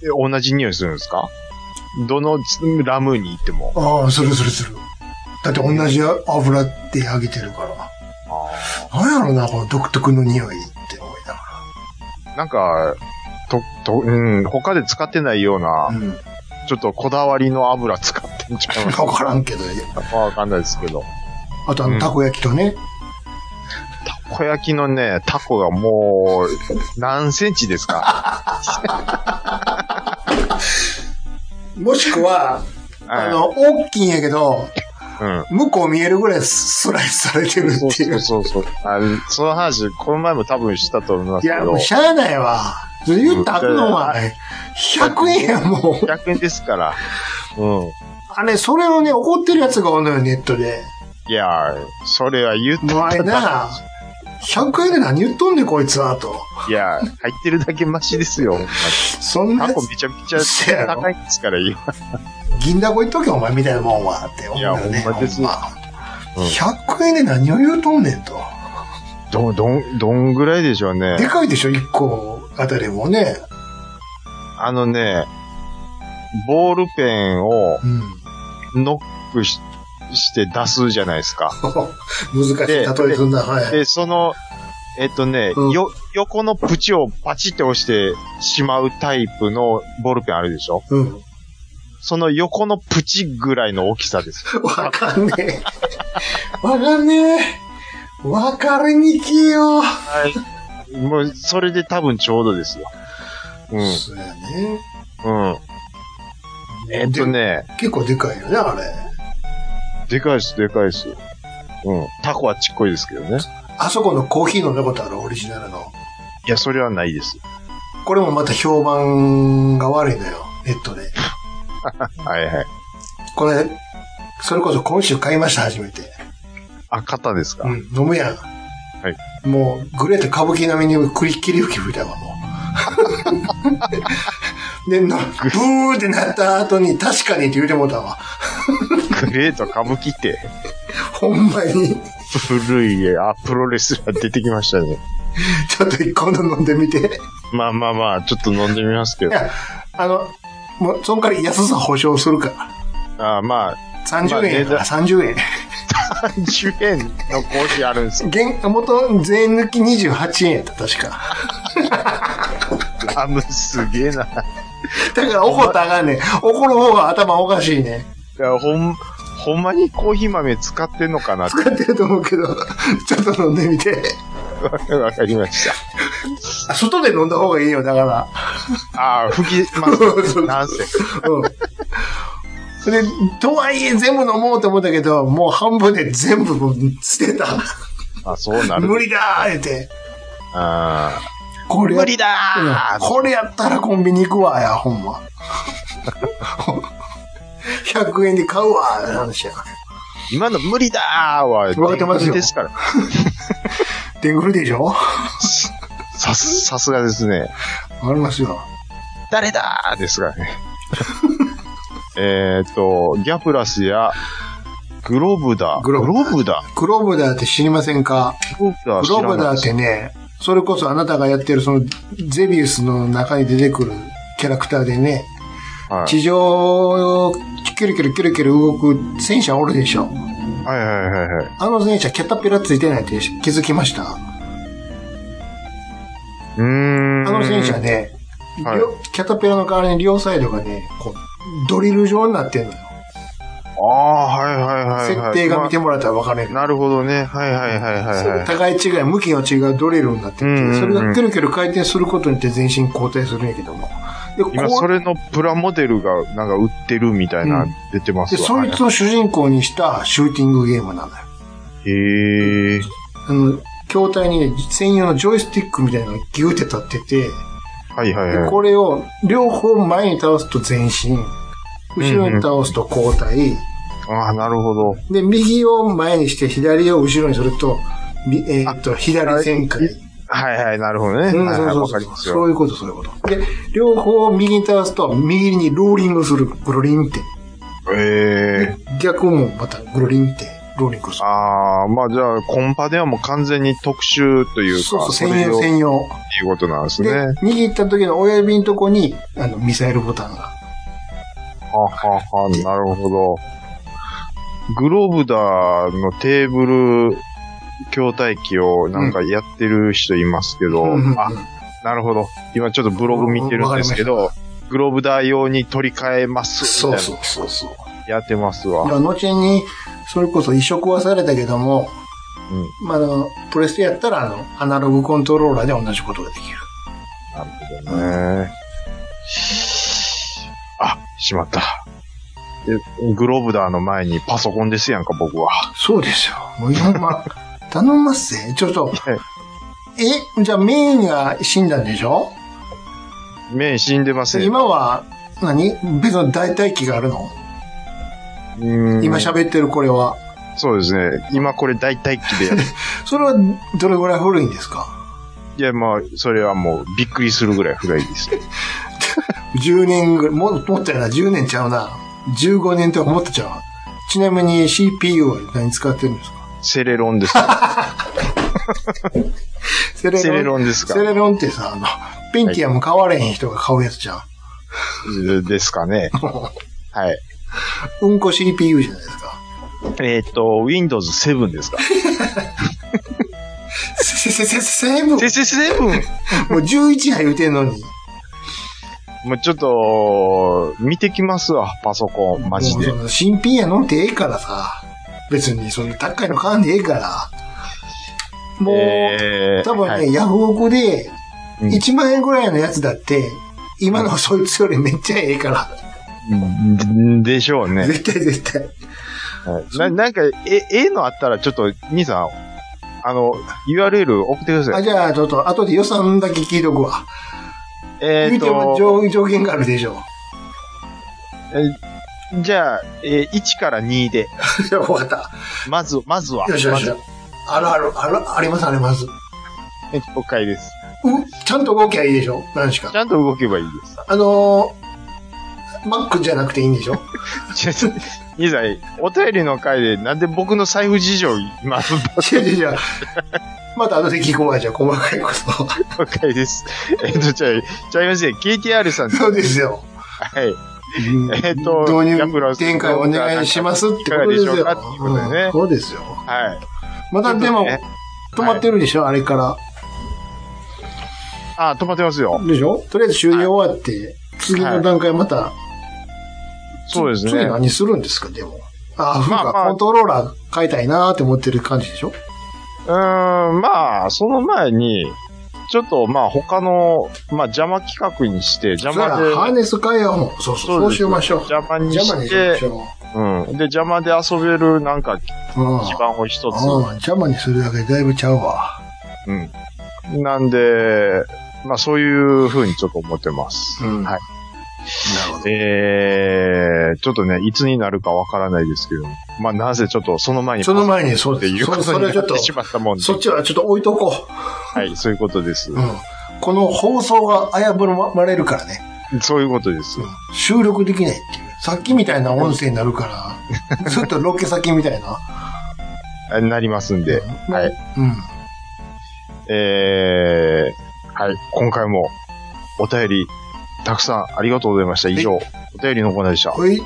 え同じ匂いするんですかどのラムーに行っても。
ああ、するするする。だって同じ油で揚げてるから。なんやろな、この独特の匂いって思いなが
なんか、と、と、うん、他で使ってないような、
ら。うん。
ちょっとこだわりの油使ってんちゃ う
わからんけど。
かわかんないですけど。
あとあ
うん
の、たこ焼きとね。
たこ焼きのね、タコがもう、何センチですか
もしくは、 あの、大きいんやけど、
うん。
向こう見えるぐらいスライスされてる
そう
ってい
そう
う。
そうそうあの。その話、この前も多分したと思います
い
け
や、
ど。
もうしゃあないわ。それ言ったらあかんわ。100円や、もう。
100円ですから。うん。
あれ、それをね、怒ってるやつがおるのよ、ネットで。
いやー、それは言っ
もうあれな、100円で何言っとんねん、こいつは、と。
いや、入ってるだけマシですよ。 ほんま
そんな
タ
や
コ
つ、
めちゃくちゃ
せやろ
高いですから、今。
銀だこ言っとけ、お前みたいなもんは、って思うよね。
いやほんまです
ほん
うん
ま100円で何を言うとんねんと。
どん、どん、どんぐらいでしょうね
で。かいでしょ、1個あたりもね。
あのね、ボールペンを
うん。
ノックしして出すじゃないですか。
難しい
で
例えすんな、はい。
で、その、えっとね、
うん
よ、横のプチをパチって押してしまうタイプのボールペンあるでしょ
うん。
その横のプチぐらいの大きさです。
わかんねえ。 わかんねえ。わかりにきよ。
もう、それで多分ちょうどですよ。う
そうやね。
ん、うん。えっとね、
で。結構でかいよね、あれ。
でかいっす、でかいっす。うん。タコはちっこいですけどね。
あそこのコーヒー飲んだことあるオリジナルの。
いや、それはないです。
これもまた評判が悪いのよ、ネットで。
はいはい。
これ、それこそ今週買いました、初めて。
あ、肩です
う
か。
ん、飲むやん。はい。もう、グレート歌舞伎並みにクリッキリ吹き吹いたわ、もう。 で、のブーってなった後に、確かにって言うてもうたわ。
グレート歌舞伎って、
ほんまに。
古い、あ、プロレスラー出てきましたね。
ちょっと今度飲んでみて。
まあまあまあ、ちょっと飲んでみますけ
い
ど。
や、あの、もう、そんから安さ保証するから。
あまあ、
30円やから、
まあ
30円。
30円のコーヒーあるんです よ。
現、元税抜き28円やった、確か。
ラムすげえな。
だから怒ったらあかんねん。怒る方が頭おかしいねん。
いや、ほん、ほんまにコーヒー豆使ってんのかなっ
使ってると思うけど、ちょっと飲んでみて。
てわかりました。
あ外で飲んだ方がいいよ、だから。
ああ、吹きます。なんせ。
うん。それ、とはいえ全部飲もうと思ったけど、もう半分で全部もう捨てた。
あそうなる。
無理だー言って。
あ
これ
ー無理だ
うんこれやったらコンビニ行くわ、や、ほんま。100円で買うわ、って話や。
今の無理だーは、
わかってますよ
ですから。
でんぐるでしょ
さす、さすがですね。
ありますよ。
誰だーですからね。 えーっと、ギャプラスや、グロブダ。
グロブダ
ブダ。
グローブダーって知りませんか
グロブダ
グローブダーっ
知らない
てね、それこそあなたがやってるそのゼビウスの中に出てくるキャラクターでね、
はい
地上をキュルキュルキュルキュル動く戦車おるでしょ。
はいはいはいはい。
あの戦車キャタピラついてないって気づきました
うーん。
あの戦車ね、
はい
両キャタピラの代わりに両サイドがね、こう、ドリル状になってんのよ。
ああー、はいはいはい、は
設
い。
定が見て
ま
もらったら分かる
あ
けど。
なるほどね。はいはいはいはい、はい。
互い違い、向きの違うドリルになってて、
うんうんうん
それがキュルキュル回転することによって全身交代するんやけども。で、こ
今、それのプラモデルが、なんか売ってるみたいな
うん、
出てます
で、
わ。
そいつ
は
を主人公にしたシューティングゲームなのよ。
いへえ。
あの、筐体にね専用のジョイスティックみたいなのがギューって立ってて、
はいはい
で
はい。
これを両方前に倒すと前進、後ろに倒すと後退、
ああ、なるほど。
で、右を前にして左を後ろにすると、みえーっと、左旋回。
はいはい、なるほどね。
うん
はいはい、
そう
わ
そ
か
う
り
そ
ま
う。
す
そ
よ。
ういうこと、そういうこと。で、両方右に倒すと、右にローリングする。グロリンって。
ええ
逆もまたグロリンって、ローリングする。
ああ、まあじゃあ、コンパではもう完全に特集というか、
そうそう、
れ
専
を
用、
ってい
専用。
うことなんですね。
で、握った時の親指のとこに、あの、ミサイルボタンが。
ははは、なるほど。グローブダーのテーブル筐体機をなんかやってる人いますけど、
うんうん
あ、なるほど。今ちょっとブログ見てるんですけ
うんわ
ど、グローブダー用に取り替えます。み
そ
た
う
い
そうそうそう。
なやってます
だか
わ。
ら後に、それこそ移植はされたけども、
う
まあ、あの、プレステやったら、あの、アナログコントローラーで同じことができる。
なるほどね。あ、しまった。えグローブダーの前にパソコンですやんか、僕は。
そうですよ。もういろん な、頼みますぜ。ちょっと
は、
え、じゃあメインが死んだんでしょ
目死んでますね。
今は何、別の代替機があるの、
うん
今喋ってるこれは。
そうですね。今これ大体機でやっ
それはどれぐらい古いんですか
いや、まあ、それはもう、びっくりするぐらい古いです。
?10 年ぐらい、も、もったいない。10年ちゃうな。15年とかもっとちゃうわ。ちなみに CPU は何使ってるんですか
セレロンです。
セレ
セレロンですか
セレロンってさ、あの、ペンティアム買われへん人が買うやつじゃん。
ですかね。はい。
うんこ CPU じゃないですか。
えっ、と、Windows 7で すか。
せ、せ、せ、せ、セブン
セセ 7!
もう11杯言うてんのに。
もうちょっと、見てきますわ、パソコン、マジで
もう。その新品やのんてええからさ。別に、その高いの買わんでええから。もう、
えー
多分ね、
はい
ヤフオクで、
うん
1万円ぐらいのやつだって、今のそいつよりめっちゃええから。
うんでしょうね。
絶対絶対。
はいななんか、え、ええのあったら、ちょっと、兄さん、あの、URL 送ってくださ
あ、
い。
じゃあちょっと、後で予算だけ聞いとくわ。
え
言
っ、
うても
と、
上上限があるでしょ。
じゃあ、えー1から2で、
いやわかった。
まず、まずは、
よしよしよし。あるある、ある、ありますあります。
まず、了解です。
うん、ちゃんと動きゃいいでしょ何しか
ち。ゃんと動けばいいです。
あのー、マックじゃなくていいんでし ょ
ちょっと兄さん、お便りの回で、なんで僕の財布事情、今、
違う違う違う。また後で聞こうわ、じゃあ、細かいこと。
の回です。えっと、ちゃい、ちゃいますね。KTR さんです。
そうですよ。
はい。えっと
導
ヤプロ
入
ス
展開お願いしますってことですよ。
いかがでしょうかっていうことでね
うんそうですよ。
はい。
またでも、
ね
止まってるでしょ、あれから。
あ、止まってますよ。
でしょとりあえず修理終わって、次の段階また、
そうです
次
ね。
何するんですか、でも。ああ、そう
まあま
か、
あ
コントローラー買いたいなーって思ってる感じでしょ
うーん、まあ、その前に、ちょっと、まあ、他の、まあ、邪魔企画にして、邪
そら、
魔
ハー
で、
ネス買えよ。そうそう、
そ
そうう
です
しましょう。
邪魔に
邪魔に
し、
しましてょ
うん。で、邪魔で遊べる、なんか、基
う。うん。
盤を一つ、
うん邪魔にするだけでだいぶちゃうわ。
うん。なんで、まあ、そういうふうにちょっと思ってます。
うん
はい。
なるほど。
えー、ちょっとね、いつになるかわからないですけど、まあ、なぜちょっとその前に。
その前にそう
っ
で
て
す
いうこ
そ
と
それは
に
ち
な
ょ
っ
ってと、
しまったもんで。
そっちはちょっと置いとこ
はい、そういうことです
う。う。ん。この放送が危ぶまれるからね。
そういうことです。
収録できないっていう。さっきみたいな音声になる から、ずっとロケ先みたいな。
あなりますんで、はい。
うん。
えー、はい、今回もお便り、たくさんありがとうございました。以上、お便りのコーナーでした。
ほい。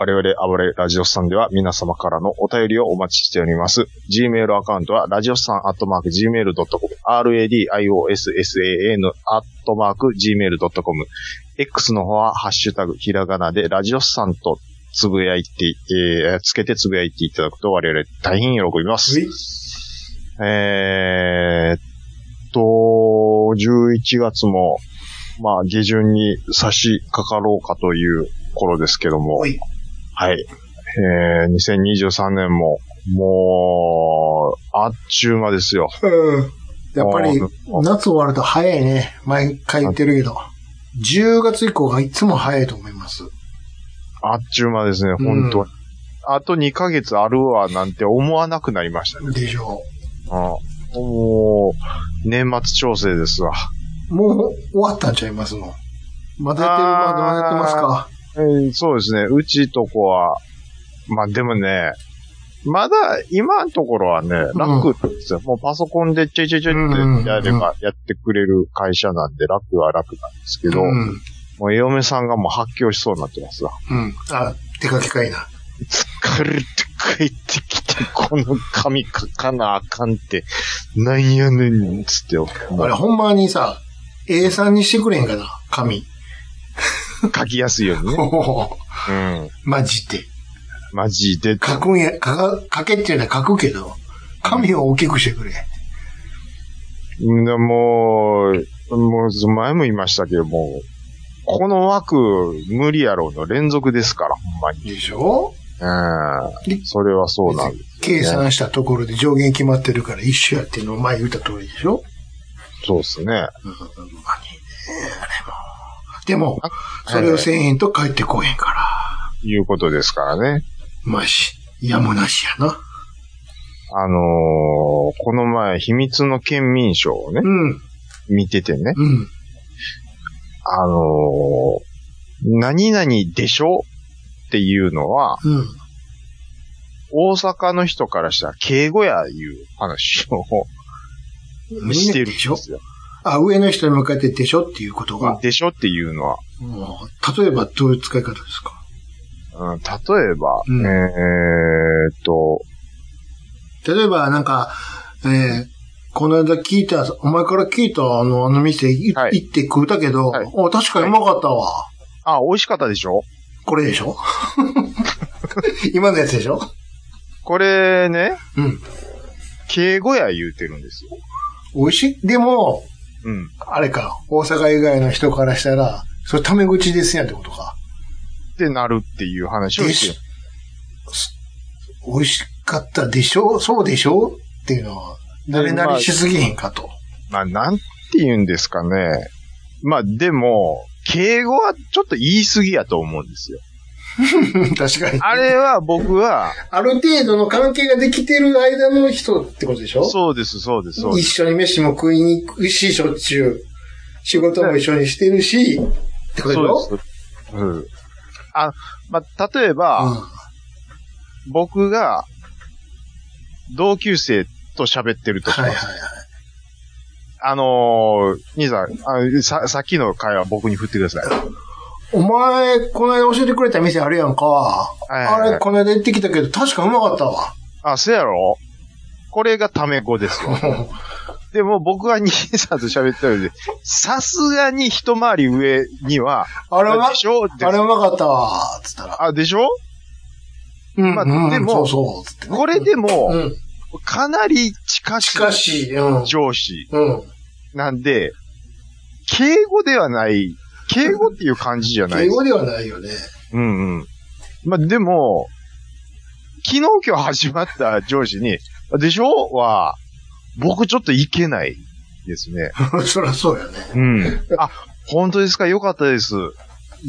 我々、暴れラジオスさんでは皆様からのお便りをお待ちしております。Gmail アカウントは、ラジオスさんアットマーク Gmail.com、radiossan アットマーク Gmail.com、X の方は、ハッシュタグ、ひらがなで、ラジオスさんとつぶやいて、えーつけてつぶやいていただくと我々大変喜びます。えーっと、11月も、まあ、下旬に差し掛かろうかという頃ですけども、
ほい。
はい。えー、2023年も、もう、あっちゅう間ですよ。
うん。やっぱり
あ、ー
夏終わると早いね。毎回言ってるけど。10月以降がいつも早いと思います。
あっちゅう間ですね、本当に。あと2ヶ月あるわ、なんて思わなくなりましたね。
でしょ
うんもう、年末調整ですわ。
う。もう終わったんちゃいますの。まだやってる、
あー
まだやってますか。
えーそうですね。うちとこは、まあでもね、まだ今のところはね、楽ですよ。もうパソコンでちょいちょいちょいってやれ
うんうんうん
ばやってくれる会社なんで楽は楽なんですけど、
うん。
もう嫁さんがもう発狂しそうになってますわ。
うん。あ、手かけかいな。
疲れて帰ってきて、この紙書かなあかんって、なんやねん、つって。
あれ、ほんまにさ、A さんにしてくれへんかな、紙。
書きやすいようにね。うん。
マジで。
マジで。
書くんや、書か、書けって言うのは書くけど、紙を大きくしてくれ。
んでもう、もう前も言いましたけども、この枠無理やろうの連続ですから、ほんまに。
でしょ
うん。それはそうなんです。
計算したところで上限決まってるから一緒やっていうのを前言った通りでしょ
そうですね。
うん、ほんまにね、あれも。でも、それをせえへんと帰ってこへんから。
いうことですからね。
まあし、やむなしやな。
あのーこの前、秘密の県民賞をね
う、ん、
見ててね、
うん。
あのー何々でしょっていうのは、
うん。
大阪の人からしたら敬語やいう話をしてるん
で
で
し
す
ょ
よ。
あ、上の人に向かってでしょっていうことが。
でしょっていうのは、
うん例えばどういう使い方ですか
うん例えば、
うん
えーっと、
例えば、なんか、えーこの間聞いた、お前から聞いたあの、あの店い
はい
行って食うたけど、
はい
お確かにうまかったわ。
あ、美味しかったでしょ
これでしょ今のやつでしょ
これね、
うん。
敬語や言うてるんですよ。
美味しい。でも、
うん。
あれか、大阪以外の人からしたら、それタメ口ですやんってことか。
ってなるっていう話を
で
し
し
てる。、
す美味しかったでしょそうでしょっていうのは、慣れ慣れしすぎへんかと。
まあ、なんて言うんですかね。まあ、でも、敬語はちょっと言い過ぎやと思うんですよ。
確かに。
あれは僕は、
ある程度の関係ができてる間の人ってことでしょ
そうです、そうです、そうで
一
す。
緒に飯も食いに行くし、しょっちゅう。仕事も一緒にしてるし、ってことでしょ
そうです。うん。あ、まあ、例えば、僕が、同級生と喋ってる
うん
とし
は
ま
いはい
す。
はい。
あのー、兄さんあさ、さっきの会話僕に振ってください。
お前、この間教えてくれた店あるやんか。
いはいはい
あれ、この間行ってきたけど、確かうまかった わ。
あ、せやろこれがタメ語ですよ。でも僕は兄さんと喋ってるんで、さすがに一回り上には、
あれは
で、しょです
あれうまかったわ、つったら。
あ、でしょ
うん、
まあ
うん
でも
そうそう、つってね。
これでも、
うん。
かなり近し
しかし、うん。
上司
うん。
なんで、敬語ではない、敬語っていう感じじゃない
敬語ではないよね。
うんうん。まあ、でも、昨日今日始まった上司に、でしょは、僕ちょっといけないですね。
そりゃそうやね。
うん。あ、本当ですかよかったです。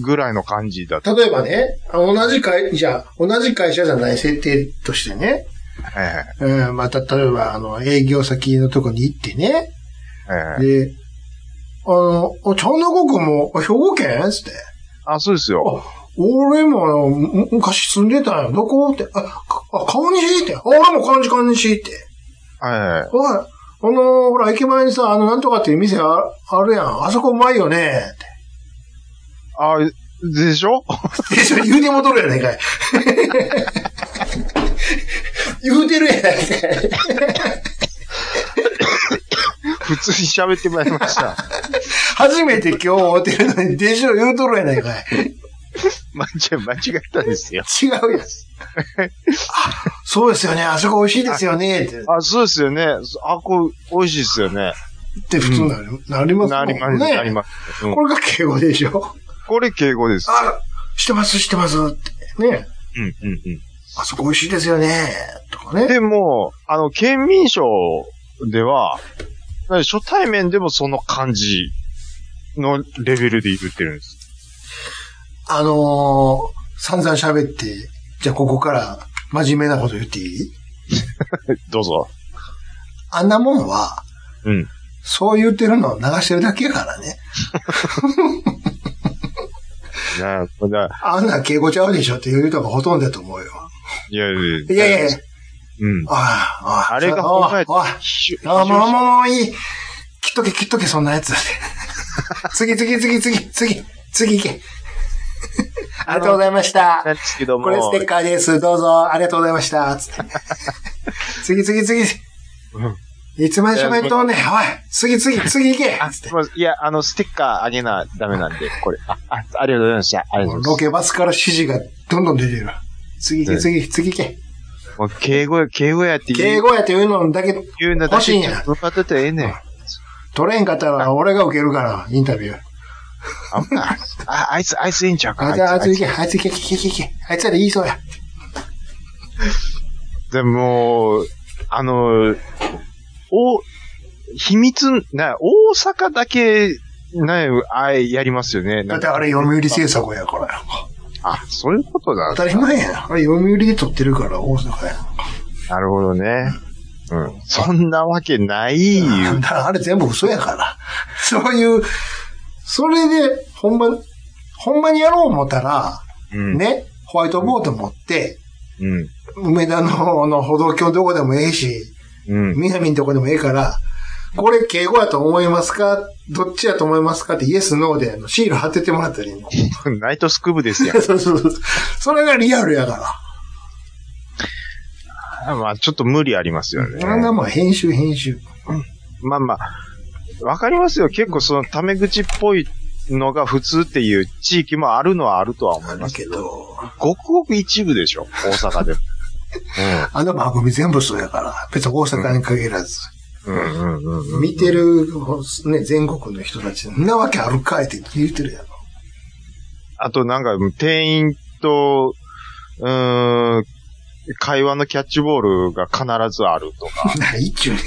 ぐらいの感じだった。
例えばね、あ同じ会、じゃあ同じ会社じゃない設定としてね、
はいはい
うん、また、例えば、あの、営業先のとこに行ってね、
はいはい。
で、あの、おちゃんなこくんも、あ兵庫県つって。
あ、そうですよ。
俺も、あの、む昔住んでたんよ。どこって。あ、かあ川西って。あ、俺も漢字川西って。
はいはいはい。
おい、あのーほら、駅前にさ、あの、なんとかっていう店ああるやん。あそこうまいよね。
あ、でしょ
って。でそれ言うて戻るやないか い。言うてるやないかい。
普通に喋ってまいりました。
初めて今日会うてるのに、でしょ言うとるやないかい。
間違え、間違えたんですよ。
違うやん。あそうですよね。あそこ美味しいですよね。って
あ、そうですよね。あ、こう、美味しいですよね。
って普通なる、なりますも
なんり
ね。
ます、なります。うん
これが敬語でしょ。
これ敬語です。
あ、してます、してますって。ね。
うんうんうん。
あそこ美味しいですよね。とかね。
でも、あの、県民賞では、初対面でもその感じのレベルで言ってるんです。
あのー、散々喋って、じゃあここから真面目なこと言っていい
どうぞ。
あんなもんは、
うん。
そう言ってるのを流してるだけやからね。
なこれだ
あんなん敬語ちゃうでしょって言う人がほとんどだと思うよ。
いやいやい
いやいやいや、
うん。
ああ、あ
あれが
おい
考
おい、
えひ
ああ、もう、もう、もういい。切っとけ、切っとけ、そんなやつ。 次、次、次、次、次、次行け。ありがとうございました
なん。ですけども。
これステッカーです。どうぞ、ありがとうございました。つ って。次、次、次。いつまで喋っとんねん。おい、次、次、次行 け。つって。
まあいや、あの、ステッカーあげな、ダメなんで、これ。あ、あ、ありがとうございました。ありがとうご
ロ
ざい
ケバスから指示がどんどん出てるわ。次行け、次、次行け。
ます。もう、敬語や、敬語やって言う
敬語やって言うのだけ
言うなだ
欲し
け、
いんや
分かってたらええねん。
取れんかったら俺が受けるから、インタビュー。
あんま、あ、あいつ、あいついいんちゃうか。
あいつ、あいつ行け、あいつ行け、行け、行け、行け。あいつらでいいそうや。
でも、あの、お、秘密、な、大阪だけ、な、あい、やりますよ
だ
ね。な
ってあれ読売制作やから。
あ、そういうことだ
当。たり前やん。あれ読売で撮ってるから大阪や
なるほどね。うん。そんなわけないよ。
ん。だからあれ全部嘘やから。そういう、それで、ほんま、ほんまにやろう思ったら、
うん。
ね、ホワイトボード持って、
うん。
梅田のあの歩道橋どこでもええし、
うん。
南のとこでもええから、これ敬語やと思いますかどっちやと思いますかってイエス、ノーであのシール貼っててもらったらいい の。
ナイトスクーブ ですよ。
そうそうそう。それがリアルやから。
まあ、ちょっと無理ありますよね。
あんなもん編集編集。
まあまあ、わかりますよ。結構その、タメ口っぽいのが普通っていう地域もあるのはあるとは思い
なん
ま
だ
す。
けど、
ごくごく一部でしょ。大阪 でも。
あの番組全部そうやから、別に大阪に限らず、
うん。うんうんうんうん。
見てる、ね、全国の人たち、んなわけあるかいって言ってるやろ。
あとなんか、店員と、うーん、会話のキャッチボールが必ずあると か。
ないっちゅうね。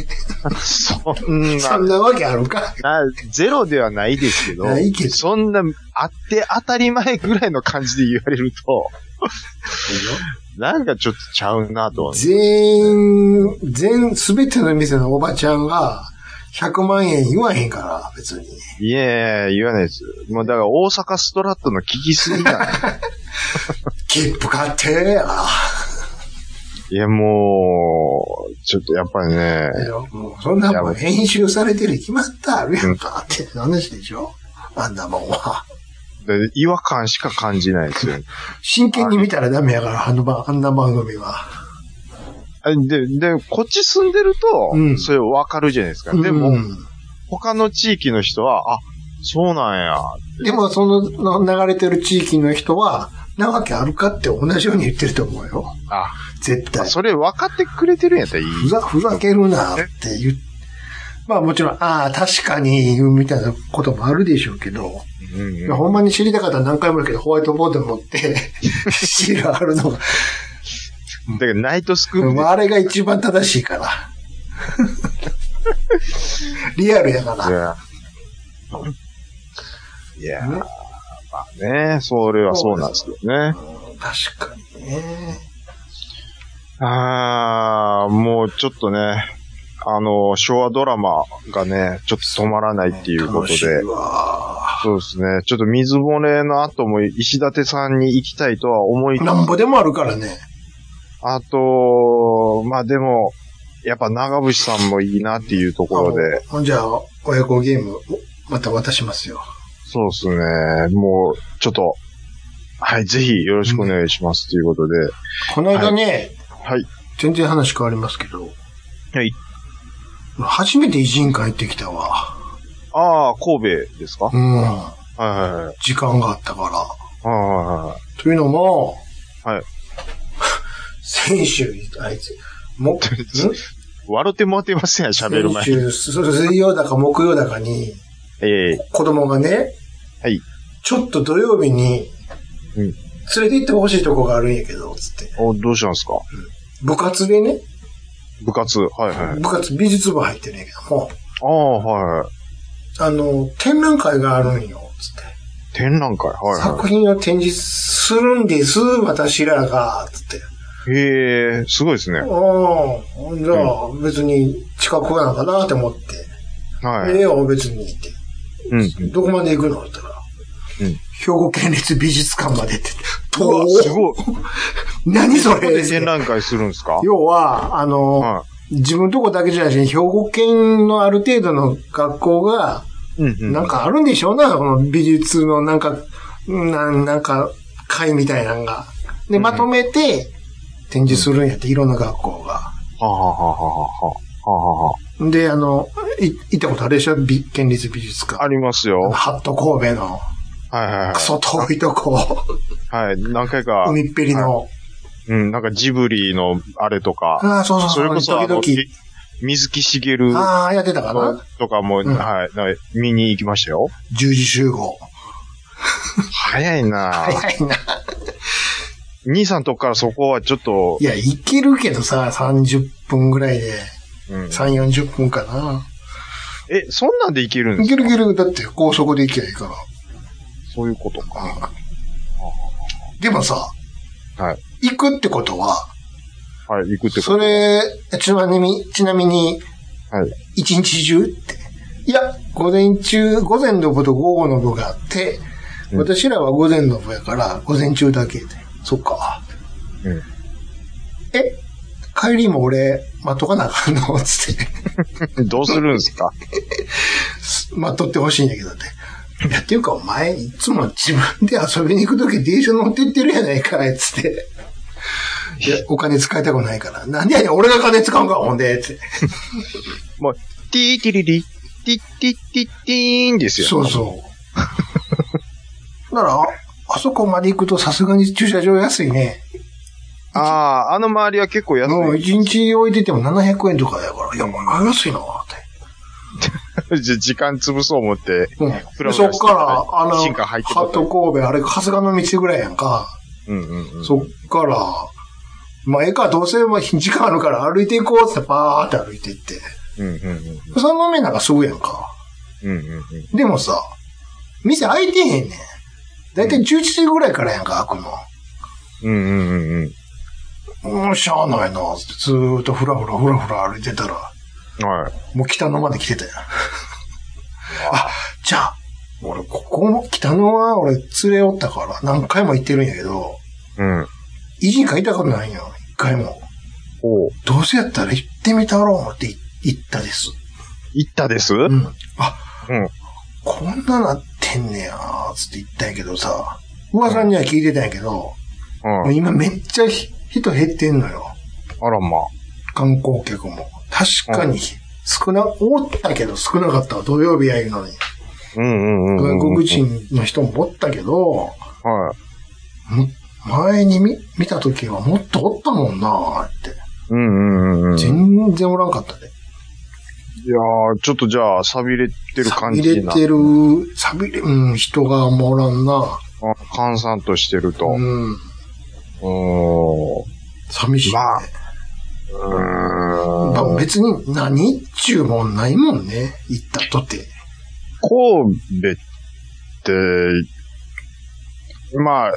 そん
そ
な。
んなわけあるかい。
なゼロではないですけど、
ないけど
そんな、あって当たり前ぐらいの感じで言われると、なんかちょっとちゃうなと思う。
全員、全、すべての店のおばちゃんが、100万円言わへんから、別に。
いやいや、言わないです。もうだから大阪ストラットの聞きすぎ だ。
切符買ってや。
いや、もう、ちょっとやっぱりね、
もうそんなもん編集されてるに決まったあるやんかって話でしょ。あんなもんは。
で違和感しか感じないですよね。
真剣に見たらダメやから、あの番、あんな番組は。
あで、で、こっち住んでると、
うん
それわかるじゃないですか。で
う
も、
ん
他の地域の人は、あ、そうなんや。
でもその流れてる地域の人は、なわけあるかって同じように言ってると思うよ。
あ、
絶対。
それ分かってくれてるんやったらいい。
ふざ、ふざけるなって言う。まあもちろん、ああ、確かに、みたいなこともあるでしょうけど、
うんうん
ほんまに知りたかったら何回も言うけど、ホワイトボード持って、 シール貼るのが、
だからナイトスクープ
まああれが一番正しいから。 リアルやから。
いやー、まあね、それはそうなんですけどね。
確かにね。
あー、もうちょっとね、あの、昭和ドラマがね、ちょっと止まらないっていうこと
楽しい
で、
わ
そうですね、ちょっと水漏れの後も石立さんに行きたいとは思い、
なんぼでもあるからね。
あと、まあでも、やっぱ長渕さんもいいなっていうところで、
あのじゃあ、親子ゲーム、おまた渡しますよ。
そうですね。もう、ちょっと、はい、ぜひよろしくお願いしますということで。
この間ね、
はい。
全然話変わりますけど、
はい。
初めて偉人館行ってきたわ。
ああ、神戸ですかはい
うん。
はいはい。はい
時間があったから。
はいはい。
というのも、
はい。
先週、あいつ、 も、ん
笑ってもらってませんよ、喋る前
先。週、す水曜だか木曜だかに、
ええ
子供がね、
はい。
ちょっと土曜日に、
うん
連れて行ってほしいとこがあるんやけど、つって。
お、どうしたんですか
部活でね、
部活。はいはい。
部活美術部入ってるんやけども、
ああ、はい。
あの、展覧会があるんよ、つって。
展覧会。はいは
作品を展示するんです、私らが、つって。
い。へえ、すごいですね。は
うん。じゃあ、別に近くなのかなって思って。ええ
い。
よ、別にって。
うん。
どこまで行くのって言ったら。
うん
兵庫県立美術館までって。
うわ、すごい。こ
何そ
こ
れ
で展覧会するんですか
要は、あの、
は
自分のとこだけじゃないし、兵庫県のある程度の学校が、
い。うんうん。
なんかあるんでしょうな、この美術のなんか、なんなんか、会みたいなのが。で、
うん
まとめて展示するんやって、いろんな学校が。
はあはあはあはあはあはあは
で、あの、い行ったことあるでしょ美県立美術
あ。あ
館。
りますよ。はい
ハット神戸の、
はいはい
ク。ソ遠いとこ、
はい。何回か、
海っぺりの。
うん、なんかジブリのあれとか、
ああ、そうそう
それこそあの、
時
き水木しげる
々。ああ、やってたかな
とかも、
ん
はい、なんか見に行きましたよ。
十字集合。
早いなぁ
早いな。
兄さんとこからそこはちょっと
い、や、行けるけどさ、30分ぐらいで、
うん
3、40分かな。
え、そんなんで行けるんで
行け
すか
る行ける、だって高速で行けばいいから。
そういうことか。
うんでもさ、
はい。
行くってことは、
はい、行くってこと。
それ、ちなみに、ちなみに、
はい。
一日中って。いや、午前中、午前の部と午後の部があって、
うん
私らは午前の部やから、午前中だけで。そっか。
うん
え帰りも俺、待っとかなあかんのつって。
どうするんですか
待っとってほしいんやけどね。いや、っていうかお前、いつも自分で遊びに行くとき電車乗ってってるやないかい、つって。いや、お金使いたくないから。なんでやねん、俺が金使うんか、ほんで、つって。
もう、ティーティリリ、ティッティッティッティーンですよ。
そうそう。なら、ああそこまで行くとさすがに駐車場安いね。
ああ、あの周りは結構安
もう
い。
一日置いてても700円とかだから、いや、もう安いなって。
じゃ時間潰そう思って。
うん
フラフラ
でそっか
して
ら、あの、
新華入ってこ
ハ
ない
ット神戸、あれ、春日の道ぐらいやんか。
うんうんうん。
そっから、まあ、ええか、どうせ、まあ、時間あるから歩いていこうって、パーって歩いていって。
うんうんうん。
その目なんかすぐやんか。
うんうんうん。
でもさ、店開いてへんねん。だいたい11時ぐらいからやんか、開くの。
うんうんうんう
うん、しゃあないな、つってずーっとふらふらふらふら歩いてたら、
ん。はい。
もう北野まで来てたよ。あ、じゃあ、俺、ここも、北野は俺連れおったから、何回も行ってるんやけど、
うん。
維持会いたことないんよ、一回も。
おう
どうせやったら行ってみたろう思って行ったです。
行ったですう。
うんん。あ、こんななってんねやつって言ったんやけどさ、噂には聞いてたんやけど、
うん
もう今めっちゃひ人減ってんのよ。
あらまあ。
観光客も。確かに、少な、おったけど少なかったわ土曜日やいうのに。
うんうんうんうん。
外国。人の人もおったけど、
はい。
前に見見た時はもっとおったもんなって。
うんうんうんうん。いや
全然おらんかったで。
ー、ちょっとじゃあ、錆びれてる感じ
入れ
な。
てる、錆びれ、うん、人がもうおらんな
あ閑散としてると。
うん。
うーん。
寂しい、ね。
まあ
まあ
うーん
別に何っちゅうもんないもんね。行ったとて。
神戸って、まあ、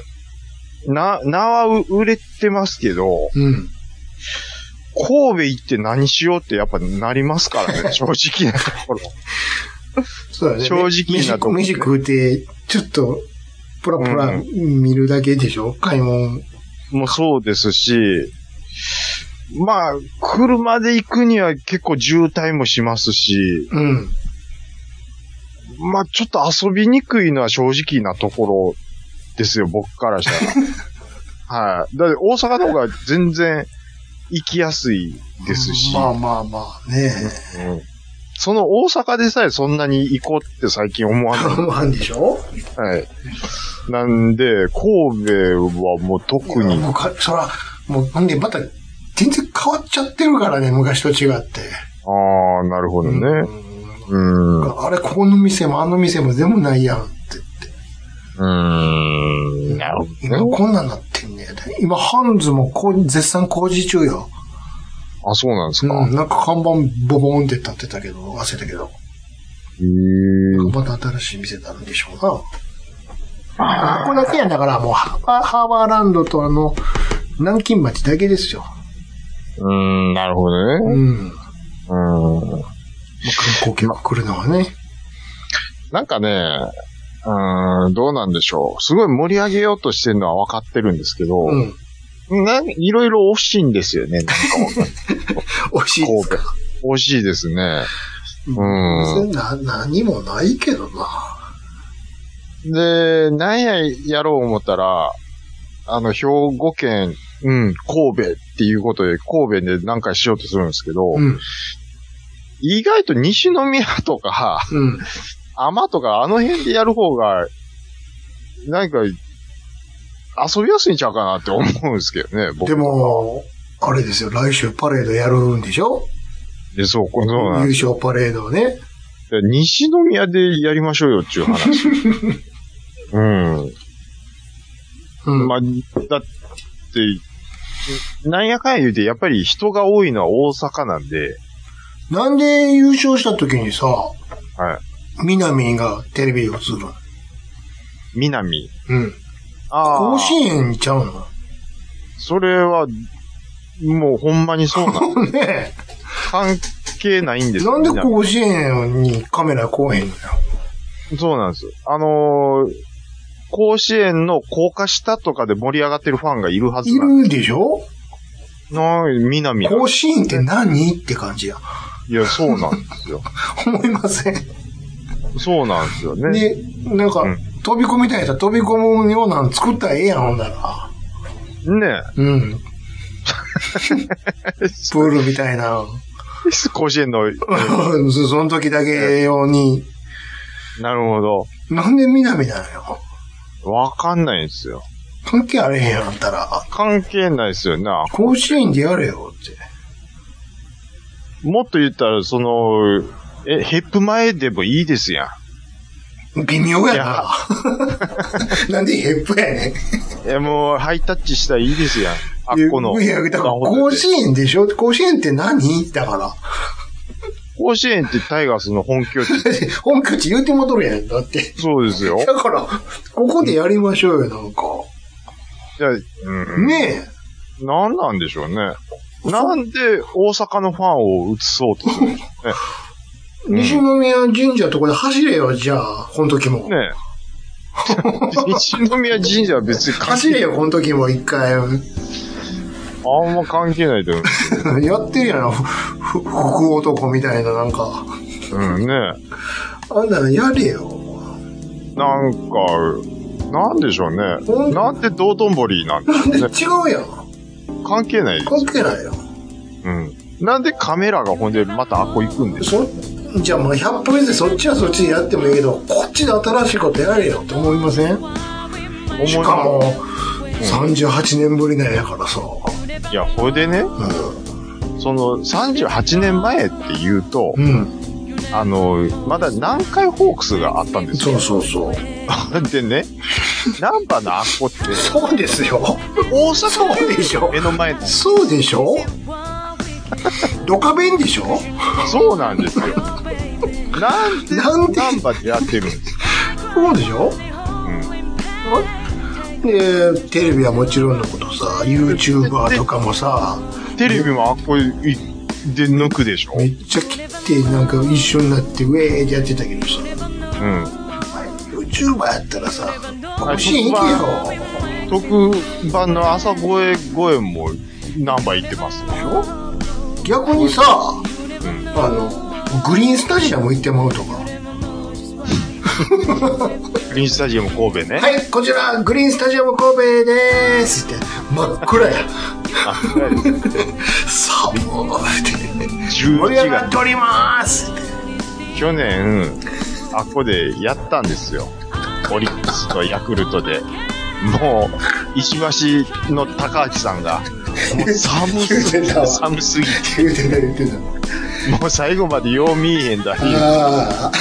な、名は売れてますけど、
うん。
神戸行って何しようってやっぱなりますか らね、正直なところ。
そうだね。
正直な
飯
とこね
飯食うて、ちょっと、プラプラ見るだけでしょ、買い物。
もそうですし、まあ、車で行くには結構渋滞もしますし、
うん。
まあちょっと遊びにくいのは正直なところですよ、僕からした ら。はい。だって大阪の方が全然行きやすいですし、
まあまあまあね。
うんその大阪でさえそんなに行こうって最近思わない。
まあんでしょ
はい。なんで、神戸はもう特
いや
に、
もうか、そら、もう、ほんでまた、全然変わっちゃってるからね、昔と違って。
ああ、なるほどね。うん。
あれ、ここの店もあの店も全部ないやんって。
うーんなる
今
ほどね。
こんなんなってんね。今、ハンズもこう絶賛工事中よ。
あ、そうなんですか。
うん、なんか看板ボボーンって立ってたけど、忘れたけど。
へー
また新しい店になるんでしょうな。ここだけやんだから、もうハーバー、ハーバーランドとあの、南京町だけですよ。
うーん、なるほど
うん。
ね。うん。
まあ観光客来るのはね。
なんかね、うーん、どうなんでしょう。すごい盛り上げようとしてるのは分かってるんですけど、
うん。
なんいろいろ惜しいんですよね。なんか
美味しいですか。
惜しいですね。
うん
う
別にな、何もないけどな。
で、なんややろう思ったら、あの、兵庫県、うん、神戸っていうことで、神戸で何回しようとするんですけど、
うん。
意外と西宮とか、
うん。
天とか、あの辺でやる方が、なんか、遊びやすいんちゃうかなって思うんですけどね、僕。
でも、あれですよ、来週パレードやるんでしょ
で、そう、こ
優
の、
勝パレードをね。
で西宮でやりましょうよっていう 話。うん。
うん。
まあ、だって、なんやかんや言うて、やっぱり人が多いのは大阪なんで、
なんで優勝した時にさ、
は
南がテレビで映るの
南。
うん。
あ
甲子園ちゃうの
それは、もうほんまにそうな の。
ね
関係ないんで
え。
す
な
よ
んで
南
甲子園にカメラ来へんのよ。
そうなんです。あのー甲子園の高架下とかで盛り上がってるファンがいるはず
い
なんで
るでしょ
す。なん南なん
甲子園って何って感じや。
いや、そうなんですよ。
思いません。
そうなんですよね。
で、なんか
うん、
飛び込みたいやったら飛び込むようなの作ったらええやん、ほんなら。
ね
うん。プ
え。
ールみたいな。
甲子園の、
うんそその時だけ用に。
なるほど。
なんで南なのよ。
わかんないんですよ。
関係あれへんやん、あんたら。
関係ないですよね。
甲子園でやれよって。
もっと言ったら、その、え、ヘップ前でもいいですやん。
微妙やな。 なんでヘップやねん。
え、もう、ハイタッチしたらいいですやん。あっこの。
いや、だから
ホ
甲
テル
子園でしょ甲子園って何だから。
甲子園ってタイガースの本拠地。
本拠地言うてもとるやん、だって。
そうですよ
だ。から、ここでやりましょうよ、なんか。
いやうん、
ね
なんなんでしょうね。なんで大阪のファンを移そうとするんでしょう
え。
ね。
西宮神社とかで走れよ、じゃあ、この時も。
ね え。西宮神社は別に関
走
係
れよ、この時も一回。
あんま関係ないと思
やってるやん、ふふ福男みたいな、なんか。
う。うん、ね
あんなのやれよ。
えなんか、なんでしょ
う
うね。
ん
なんで道頓堀なんでし
なんで
ょう
違う
ね。
やん。
関係ない。
関係ないよ。
うん。なんでカメラがほんでまたあっこ行くんでしょ
そじゃあもう100歩譲ってそっちはそっちでやってもいいけどこっちで新しいことやれよって思いません
思い
しかも38年ぶりなんやからさ、
いや、ほいでね、その38年前って言うと、
うん、うん、
あの、まだ南海ホークスがあったんです
そ
よ
う。そうそう
でね、ナンバのあっこって、
そうですよ
大阪
そうでしょ
目の前なんです
そうでしょドカベンでしょ
そうなんですよ。なんで
なんで
難波でやってるんです
そうでしょ
うん
でテレビはもちろんのことさ YouTuber とかもさ
テレビもあっこいで抜くでしょう
めっちゃ切ってなんか一緒になってウェーってやってたけどさ
ん。
YouTuber やったらさ甲子園行けよ
特番の朝声声もナンバ行ってますよ。
逆にさ、
ん
あのグリーンスタジアム行ってもらうとか
グリーンスタジアム神戸ね。
はいこちらグリーンスタジアム神戸でーすって真っ暗や
あ
寒いって盛り上
11
がっ
月、
ております
去年、あっこでやったんですよ。オリックスとヤクルトで。もう、石橋の高橋さんが、もう寒すぎ
言うてたわ
て、寒すぎて、
言うてた言うてた
もう最後までよう見えへんだり、
あ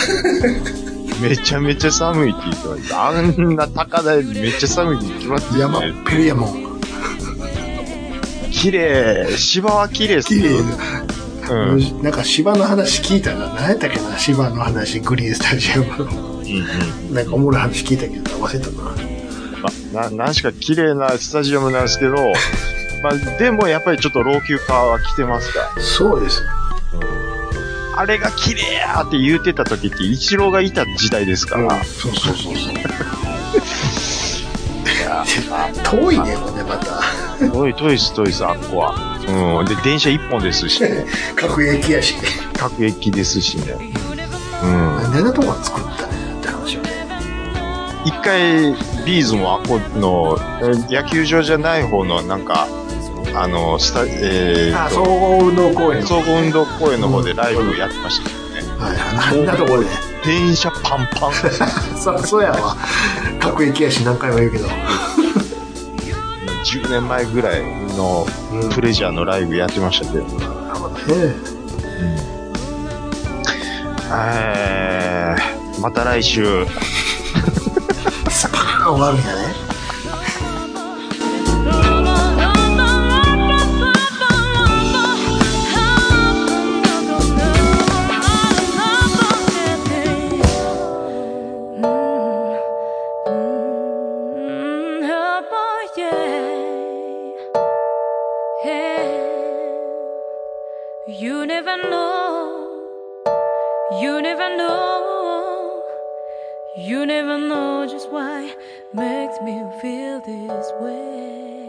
めちゃめちゃ寒いって言ってました。あんな高台にめっちゃ寒いって言ってましたよ
山
ね。、
ペリやもん。
綺麗。芝は綺麗っす
綺
ね。
麗
うん。うん
なんか芝の話聞いたな。何やったっけな芝の話、グリーンスタジアムの。
うん。
なんかおもろい話聞いたけど、忘れたな。
まあ、な、なんしか綺麗なスタジアムなんですけど、まあ、でもやっぱりちょっと老朽化は来てますから。
そうです。
あれが綺麗やーって言うてた時って、イチローがいた時代ですから。
そうそうそう そう。遠いね、もうね、また。
遠い、遠いです、遠いです、あっこは。うん。で、電車一本です し、
各駅やし。
各駅ですしね。うん。
なんであんなとこ作ったねって話よね。
一回、ビーズもあっこの、え野球場じゃない方の、なんか、あの、スタ、えー
あ、
と
総合運動公園。
総合運動公園の方でライブやってましたけどね。
はい、あんなとこで。
電車パン パン。
そ、そうやわ。各駅やし何回も言うけど。
10年前ぐらいの
うん
プレジャーのライブやってましたけど。
なるほどね。
えー、また来週。
スパーン終わるんやね。
You never know, you never know. You never know just why makes me feel this way.